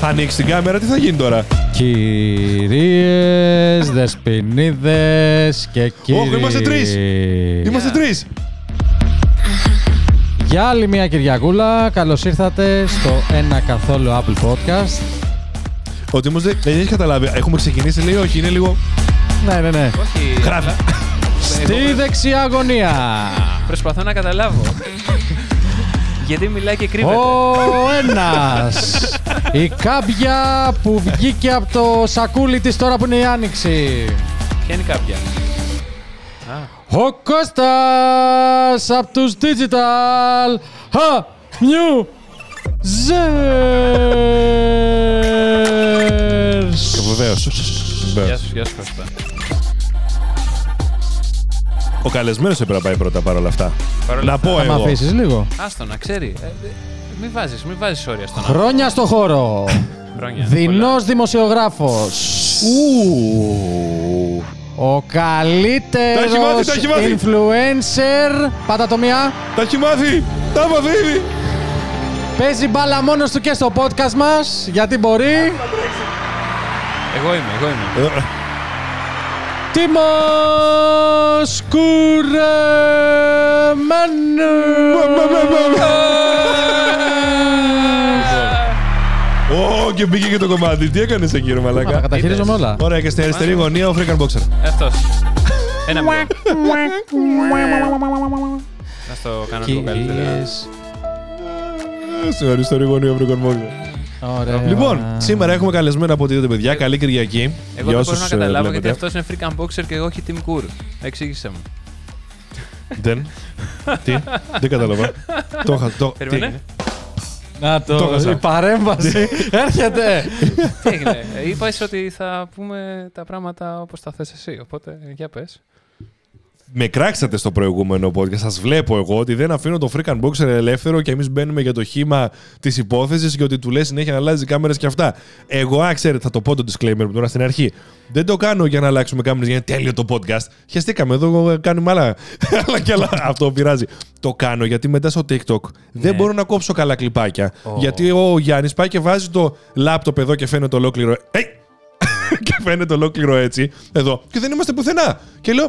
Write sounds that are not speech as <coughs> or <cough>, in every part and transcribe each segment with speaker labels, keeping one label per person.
Speaker 1: Θα ανοίξει την κάμερα, τι θα γίνει τώρα.
Speaker 2: Κυρίες, δεσποινίδες και κύριοι.
Speaker 1: Όχι, είμαστε τρεις. Είμαστε τρεις.
Speaker 2: Για άλλη μια Κυριακούλα, καλώς ήρθατε στο ένα καθόλου Apple Podcast.
Speaker 1: Ο Τίμος δεν δεν έχει καταλάβει. Έχουμε ξεκινήσει, λέει, όχι, είναι λίγο.
Speaker 2: Ναι, ναι, ναι.
Speaker 3: Όχι.
Speaker 1: Γράφει.
Speaker 2: Στη δεξιά γωνία.
Speaker 3: Προσπαθώ να καταλάβω. Γιατί μιλάει και κρύβεται.
Speaker 2: Ο ένας. Η κάμπια που βγήκε από το σακούλι της τώρα που είναι η Άνοιξη.
Speaker 3: Ποια είναι κάποια.
Speaker 2: Ο Κώστας από τους Digital Hub Newsers.
Speaker 1: Βεβαίως.
Speaker 3: Γεια σου, γεια σου Κώστα.
Speaker 1: Ο καλεσμένο έπρεπε να πάει πρώτα παρόλα αυτά.
Speaker 3: Παρόλα
Speaker 1: Να
Speaker 3: αυτά.
Speaker 1: πω
Speaker 2: Θα με
Speaker 1: εγώ.
Speaker 2: αφήσεις λίγο.
Speaker 3: Άστο να ξέρει. Ε, ε, Μη βάζεις, μη βάζεις όρια στον άνθρωπο.
Speaker 2: Χρόνια στο χώρο.
Speaker 3: Χρόνια.
Speaker 2: Δεινός δημοσιογράφος.
Speaker 1: Ου.
Speaker 2: Ο καλύτερος
Speaker 1: Το έχει μάθει, το έχει μάθει.
Speaker 2: influencer. Πάτα το μία.
Speaker 1: Τα έχει μάθει. Τα μάθει ήδη.
Speaker 2: Παίζει μπάλα μόνος του και στο podcast μας, γιατί μπορεί.
Speaker 3: Πολλά. Εγώ είμαι, εγώ είμαι.
Speaker 1: Εδώ-
Speaker 2: Τίμος Κουρεμένου.
Speaker 1: Ω, και μπήκε και το κομμάτι. Τι έκανες εκεί, ρε
Speaker 2: Α, Τα
Speaker 1: Μαλάκα.
Speaker 2: καταχειρίζομαι όλα.
Speaker 1: Ωραία, και στην αριστερή γωνία ο Freakan Boxer.
Speaker 3: Αυτός. Ένα μηδέν. Να στο κάνω λίγο καλύτερα.
Speaker 2: Κυρίες.
Speaker 1: Ε, Στην αριστερή γωνία ο Freakan Boxer.
Speaker 2: Ωραία.
Speaker 1: Λοιπόν, σήμερα έχουμε καλεσμένα από τη παιδιά. Καλή Κυριακή.
Speaker 3: Ε, Εγώ δεν μπορώ να
Speaker 1: όσους, ε,
Speaker 3: καταλάβω γιατί
Speaker 1: βλέπετε.
Speaker 3: αυτός είναι freak and boxer και εγώ όχι team cool. Εξήγησέ μου.
Speaker 1: Δεν. Τι. Δεν κατάλαβα. Το είχα. Το... τι
Speaker 3: Περίμενε.
Speaker 1: είναι.
Speaker 2: Να
Speaker 1: Το
Speaker 2: το.
Speaker 1: έχασα.
Speaker 2: Η <laughs> παρέμβαση έρχεται.
Speaker 3: Τι έγινε. Ε, Είπες ότι θα πούμε τα πράγματα όπως τα θες εσύ. Οπότε, ε, για πες.
Speaker 1: Με κράξατε στο προηγούμενο podcast. Σας βλέπω εγώ ότι δεν αφήνω το freaking boxer ελεύθερο και εμείς μπαίνουμε για το χήμα της υπόθεσης και ότι του λέει συνέχεια να αλλάζει κάμερες και αυτά. Εγώ, α, ξέρετε, θα το πω το disclaimer τώρα στην αρχή. Δεν το κάνω για να αλλάξουμε κάμερες για να είναι τέλειο το podcast. Χαιστήκαμε εδώ, ε, κάνουμε άλλα. <laughs> άλλα και άλλα. Αυτό πειράζει. Το κάνω γιατί μετά στο TikTok δεν μπορώ να κόψω καλά κλιπάκια. Γιατί ο Γιάννης πάει και βάζει το λάπτοπ εδώ και φαίνεται ολόκληρο. Ε, και φαίνεται ολόκληρο έτσι, εδώ, και δεν είμαστε πουθενά. Και λέω,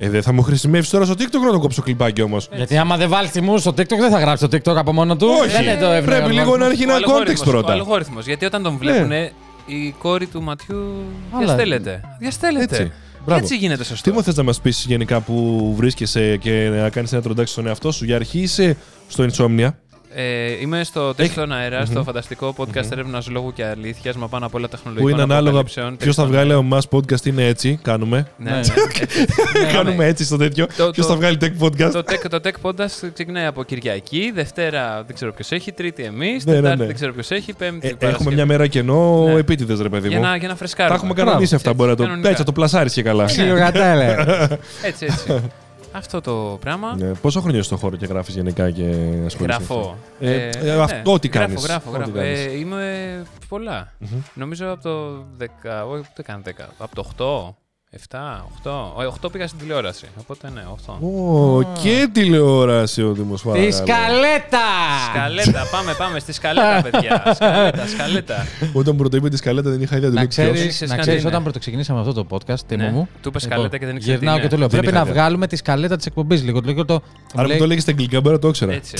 Speaker 1: Ε, δεν θα μου χρησιμεύσεις τώρα στο TikTok να το κόψω κλιπάκι όμω.
Speaker 3: Ε,
Speaker 2: Γιατί άμα δεν βάλεις τη μου στο TikTok δεν θα γράψει το TikTok από μόνο του.
Speaker 1: Όχι,
Speaker 2: Δεν είναι το εύνοιο
Speaker 1: πρέπει λίγο να έχει
Speaker 2: αλγόριθμο.
Speaker 3: Ο
Speaker 1: ένα
Speaker 3: αλγόριθμος,
Speaker 1: context
Speaker 3: Ο
Speaker 1: πρώτα. Ναι.
Speaker 3: αλγόριθμος, γιατί όταν τον βλέπουν η κόρη του ματιού
Speaker 2: Αλλά-
Speaker 3: διαστέλλεται. Διαστέλλεται.
Speaker 1: Έτσι.
Speaker 3: Έτσι.
Speaker 1: Μπράβο.
Speaker 3: γίνεται
Speaker 1: Τι
Speaker 3: σωστό.
Speaker 1: μου θες να μας πεις γενικά που βρίσκεσαι και να κάνεις ένα τροντάκι στον εαυτό σου, για αρχή είσαι στο Insomnia.
Speaker 3: Ε, είμαι στο Τέστ στον αέρα, στο φανταστικό podcast έρευνας λόγου και αλήθειας, μα πάνω απ' όλα τεχνολογικών
Speaker 1: Που είναι ανάλογα
Speaker 3: αποκαλύψεων.
Speaker 1: ποιος θα βγάλει από εμά podcast είναι έτσι, κάνουμε. <laughs>
Speaker 3: Ναι,
Speaker 2: Ναι,
Speaker 3: ναι.
Speaker 2: ναι.
Speaker 1: Κάνουμε έτσι στο τέτοιο.
Speaker 3: Το-
Speaker 1: Ποιος
Speaker 3: το-
Speaker 1: θα βγάλει tech podcast.
Speaker 3: Ε, Το tech, το tech podcast ξεκινάει από Κυριακή, Δευτέρα δεν ξέρω ποιος έχει, Τρίτη εμείς,
Speaker 1: Ναι, ναι,
Speaker 3: Τετάρτη
Speaker 1: ναι.
Speaker 3: δεν ξέρω ποιος έχει, Πέμπτη.
Speaker 1: Ε, Έχουμε
Speaker 3: Παρασκευή.
Speaker 1: μια μέρα κενό,
Speaker 3: Ναι.
Speaker 1: επίτηδες ρε παιδί
Speaker 3: για
Speaker 1: μου.
Speaker 3: να, για να
Speaker 1: Τα
Speaker 3: φρεσκάρουμε.
Speaker 1: έχουμε κανονίσει αυτά.
Speaker 3: Έτσι,
Speaker 1: Μπορεί να το.
Speaker 3: κανονικά. Ναι,
Speaker 1: Έτσι, θα το πλασάρεις και καλά.
Speaker 2: Ξύλο γατέλε.
Speaker 3: Έτσι,
Speaker 1: <laughs>
Speaker 3: έτσι. Αυτό το πράγμα.
Speaker 1: Ναι. Πόσα χρόνια είσαι στον χώρο και γράφεις γενικά και ασχολείσαι.
Speaker 3: Γραφώ. ναι.
Speaker 1: Ε, ε, αυτό τι
Speaker 3: γράφω,
Speaker 1: κάνεις.
Speaker 3: Γράφω,
Speaker 1: Ό,τι
Speaker 3: γράφω.
Speaker 1: κάνεις.
Speaker 3: Ε, είμαι πολλά. Νομίζω από το 10, όχι ούτε καν 10, από το 8, 7, 8. Όχι, 8 Ε, πήγα στην τηλεόραση, οπότε ναι, 8.
Speaker 1: Ω, και τηλεόραση ο Δήμος
Speaker 2: Τη
Speaker 1: παρακαλώ.
Speaker 2: σκαλέτα.
Speaker 3: Σκαλέτα, πάμε, πάμε στη σκαλέτα,
Speaker 1: <laughs>
Speaker 3: παιδιά. Σκαλέτα, σκαλέτα.
Speaker 1: Όταν πρώτα είπε τη σκαλέτα δεν είχα ιδέα του
Speaker 2: Να
Speaker 1: λέει ποιος.
Speaker 2: ξέρει,
Speaker 3: ξέρεις
Speaker 2: να
Speaker 3: κάτι
Speaker 2: ξέρεις
Speaker 3: είναι.
Speaker 2: όταν πρωτοξεκινήσαμε αυτό το podcast, τίμω
Speaker 3: Ναι.
Speaker 2: μου.
Speaker 3: Του είπες
Speaker 2: λοιπόν,
Speaker 3: σκαλέτα και δεν ήξερε τι
Speaker 2: Γυρνάω
Speaker 3: είναι.
Speaker 2: και του λέω:
Speaker 1: Δεν
Speaker 2: Πρέπει
Speaker 1: είχα
Speaker 2: να
Speaker 1: ιδέα.
Speaker 2: βγάλουμε τη σκαλέτα της εκπομπής λίγο. Του λέω το.
Speaker 1: Άρα
Speaker 2: μου
Speaker 1: μου το λέγε στα αγγλικά μπορεί να το ήξερα. <laughs>
Speaker 3: Έτσι.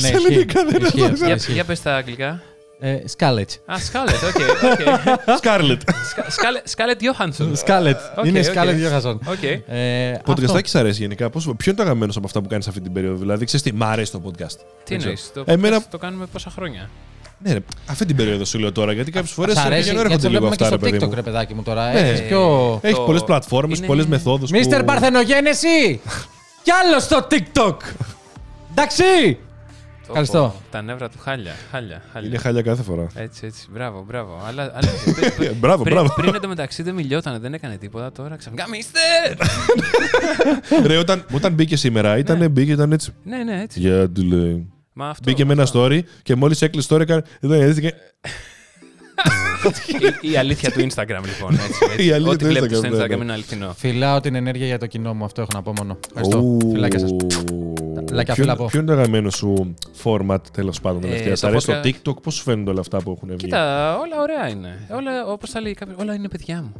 Speaker 2: Ναι,
Speaker 1: σε
Speaker 2: ισχύει,
Speaker 1: ελληνικά δεν
Speaker 2: ισχύει,
Speaker 1: έχω
Speaker 2: ισχύει,
Speaker 3: για,
Speaker 2: ισχύει.
Speaker 3: για πες τα αγγλικά.
Speaker 2: Ε, Σκάλετ.
Speaker 3: Α, σκάλετ, οκ. οκ.
Speaker 1: Σκάρλετ.
Speaker 3: Σκα- σκάλε- Σκάλετ Γιώχανσον.
Speaker 2: Σκάλετ.
Speaker 3: Οκ,
Speaker 2: Είναι
Speaker 3: οκ.
Speaker 2: Σκάλετ Γιώχασον.
Speaker 3: Οκ.
Speaker 1: Ποντικαστάκι σ' αρέσει γενικά. Πώς, ποιο είναι το αγαπημένο από αυτά που κάνεις αυτή την περίοδο. Δηλαδή, ξέρεις τι, μ' αρέσει το podcast.
Speaker 3: Τι
Speaker 1: Δεν ξέρω.
Speaker 3: εννοείς, το,
Speaker 1: Εμένα-
Speaker 3: το κάνουμε πόσα χρόνια.
Speaker 1: Ναι, ρε, αυτή την περίοδο σου λέω τώρα. Γιατί κάποιες φορές
Speaker 2: Σ' αρέσει,
Speaker 1: έρχονται
Speaker 2: γιατί το
Speaker 1: λίγο
Speaker 2: βλέπουμε και
Speaker 1: αυτά,
Speaker 2: στο
Speaker 1: ρε παιδί
Speaker 2: TikTok,
Speaker 1: μου.
Speaker 2: ρε παιδάκι μου τώρα.
Speaker 1: Ναι.
Speaker 2: Έχεις πιο...
Speaker 1: Έχει
Speaker 3: Το-
Speaker 1: πολλές πλατφόρμες,
Speaker 3: είναι-
Speaker 1: πολλές μεθόδους.
Speaker 2: Μίστερ Παρθενογένεση! Κι άλλο στο TikTok! Εντάξει! Ευχαριστώ.
Speaker 3: Όπο, Τα νεύρα του χάλια. Χάλια. χάλια.
Speaker 1: Είναι χάλια κάθε φορά.
Speaker 3: Έτσι, έτσι. Μπράβο, μπράβο. Αλλά,
Speaker 1: <laughs>
Speaker 3: αλλά πρι- πρι-
Speaker 1: Ε, Μπράβο,
Speaker 3: πριν,
Speaker 1: μπράβο.
Speaker 3: πριν εντωμεταξύ δεν μιλιότανε, δεν έκανε τίποτα. Τώρα ξαφνικά. Μίστερ!
Speaker 1: Ρε, όταν, όταν μπήκε σήμερα, ήταν, μπήκε, ήταν έτσι.
Speaker 3: ναι, ναι, έτσι.
Speaker 1: Για του λέει.
Speaker 3: Μα αυτό,
Speaker 1: Μπήκε με ένα
Speaker 3: αυτό.
Speaker 1: story και μόλις έκλεισε το story έκανε. Ήταν έτσι και-
Speaker 3: Η, η αλήθεια του Instagram, λοιπόν. Έτσι, έτσι.
Speaker 1: Ναι. Η αλήθεια
Speaker 3: Ό,τι
Speaker 1: του
Speaker 3: βλέπετε στο
Speaker 1: Instagram, ναι,
Speaker 3: Instagram
Speaker 1: ναι.
Speaker 3: είναι αληθινό.
Speaker 2: Φιλάω την ενέργεια για το κοινό μου, αυτό έχω να πω μόνο. Ευχαριστώ.
Speaker 1: Ου.
Speaker 2: Φιλάκια σας. Λακιά
Speaker 1: ποιο,
Speaker 2: φύλλα από.
Speaker 1: ποιο είναι το αγαπημένο σου format τέλος πάντων τελευταία.
Speaker 3: Ε, το
Speaker 1: Σ' αρέσει το
Speaker 3: podcast-
Speaker 1: TikTok, πώς σου φαίνονται όλα αυτά που έχουν βγει.
Speaker 3: Κοίτα, όλα ωραία είναι. Όλα, όπως θα λέει κάποιος, όλα είναι παιδιά μου.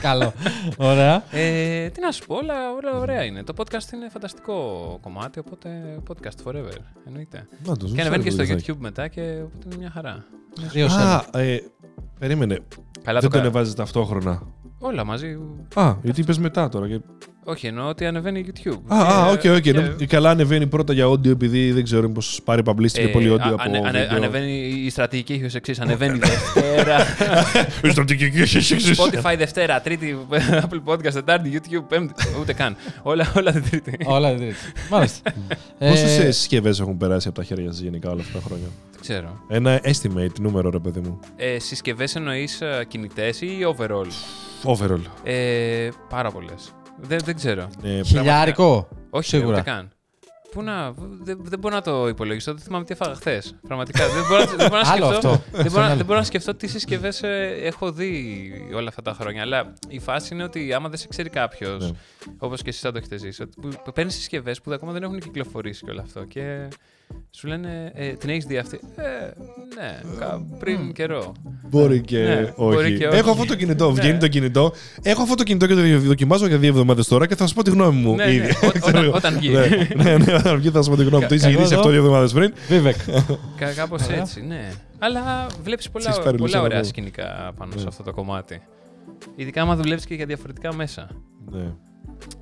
Speaker 2: Καλό. Ωραία.
Speaker 3: Ε, τι να σου πω, όλα, όλα ωραία είναι. Το podcast είναι φανταστικό κομμάτι, οπότε podcast forever. Εννοείται.
Speaker 1: Να το δούμε
Speaker 3: Και ανεβαίνει και
Speaker 1: στο
Speaker 3: στο
Speaker 1: βιντεάκι.
Speaker 3: YouTube μετά και οπότε είναι μια χαρά.
Speaker 2: Δύο σέλι.
Speaker 1: Α, ε, περίμενε.
Speaker 3: Καλά
Speaker 1: Δεν
Speaker 3: το
Speaker 1: το
Speaker 3: κάνω.
Speaker 1: ανεβάζει ταυτόχρονα.
Speaker 3: Όλα μαζί.
Speaker 1: Α, γιατί είπες μετά τώρα. και-
Speaker 3: Όχι, εννοώ ότι ανεβαίνει YouTube.
Speaker 1: Α, α, οκ, οκ.
Speaker 3: Ε, Και-
Speaker 1: νο- Καλά ανεβαίνει πρώτα για audio επειδή δεν ξέρω μήπως πάρει publicity
Speaker 3: ε,
Speaker 1: και πολύ audio
Speaker 3: α-
Speaker 1: από
Speaker 3: ανε- ανε-
Speaker 1: βίντεο.
Speaker 3: Ανεβαίνει η στρατηγική έχει ως εξής. Ανεβαίνει Δευτέρα,
Speaker 1: Η στρατηγική έχει εξής.
Speaker 3: Spotify Δευτέρα, Τρίτη, Apple Podcast, Τετάρτη, YouTube, Πέμπτη. Ούτε καν. Όλα, όλα την Τρίτη.
Speaker 2: Όλα την τρίτη. Μάλιστα. Ε,
Speaker 1: Πόσες ε, συσκευές έχουν περάσει από τα χέρια σας γενικά όλα αυτά τα χρόνια.
Speaker 3: Δεν ξέρω.
Speaker 1: Ένα estimate νούμερο ρε παιδί μου.
Speaker 3: Ε, Συσκευές εννοείς κινητές ή overall.
Speaker 1: Overall.
Speaker 3: Ε, πάρα πολλές. Δεν, δεν ξέρω.
Speaker 1: Ε,
Speaker 2: Χιλιάρικο.
Speaker 3: Όχι,
Speaker 2: Σίγουρα.
Speaker 3: ούτε καν. Πού να, δεν, δεν μπορώ να το υπολογίσω. Δεν θυμάμαι τι έφαγα χθες. Πραγματικά. δεν μπορώ, να- δεν μπορώ να
Speaker 2: Άλλο
Speaker 3: σκεφτώ.
Speaker 1: Ε,
Speaker 2: αυτό.
Speaker 3: δεν,
Speaker 2: Στον
Speaker 3: μπορώ, να-
Speaker 2: άλλο.
Speaker 3: δεν μπορώ να σκεφτώ τι συσκευές έχω δει όλα αυτά τα χρόνια. Αλλά η φάση είναι ότι άμα δεν σε ξέρει κάποιος,
Speaker 1: Ναι.
Speaker 3: όπως και εσεί θα το έχετε ζήσει, ότι παίρνεις συσκευές που ακόμα δεν έχουν κυκλοφορήσει και όλο αυτό. Και σου λένε, ε, την έχεις δει αυτή. Ε, ναι, κα- πριν καιρό.
Speaker 1: Μπορεί και,
Speaker 3: Ναι,
Speaker 1: όχι.
Speaker 3: μπορεί και όχι.
Speaker 1: Έχω αυτό το κινητό,
Speaker 3: Ναι.
Speaker 1: βγαίνει το κινητό. Έχω αυτό το κινητό και το δοκιμάζω για δύο εβδομάδες τώρα και θα σου πω τη γνώμη μου.
Speaker 3: Ναι, ναι.
Speaker 1: ήδη. <laughs>
Speaker 3: Ό-
Speaker 1: Ξέρω
Speaker 3: όταν-
Speaker 1: εγώ.
Speaker 3: όταν βγει.
Speaker 1: <laughs> Ναι, ναι, ναι, όταν βγει θα σου πω τη γνώμη μου. Το είσαι
Speaker 2: Κα-
Speaker 1: γυρίσει
Speaker 2: εγώ
Speaker 1: αυτό
Speaker 2: εδώ.
Speaker 1: δύο εβδομάδες πριν.
Speaker 2: Βίβεκ.
Speaker 3: Κα- Κάπως
Speaker 2: Ωραία.
Speaker 3: έτσι, ναι. Αλλά βλέπεις πολλά,
Speaker 1: Στις παρελούσες
Speaker 3: πολλά ωραία
Speaker 1: αναβολές.
Speaker 3: σκηνικά πάνω
Speaker 1: Ναι.
Speaker 3: σε αυτό το κομμάτι. Ειδικά άμα δουλεύεις και για διαφορετικά μέσα.
Speaker 1: Ναι.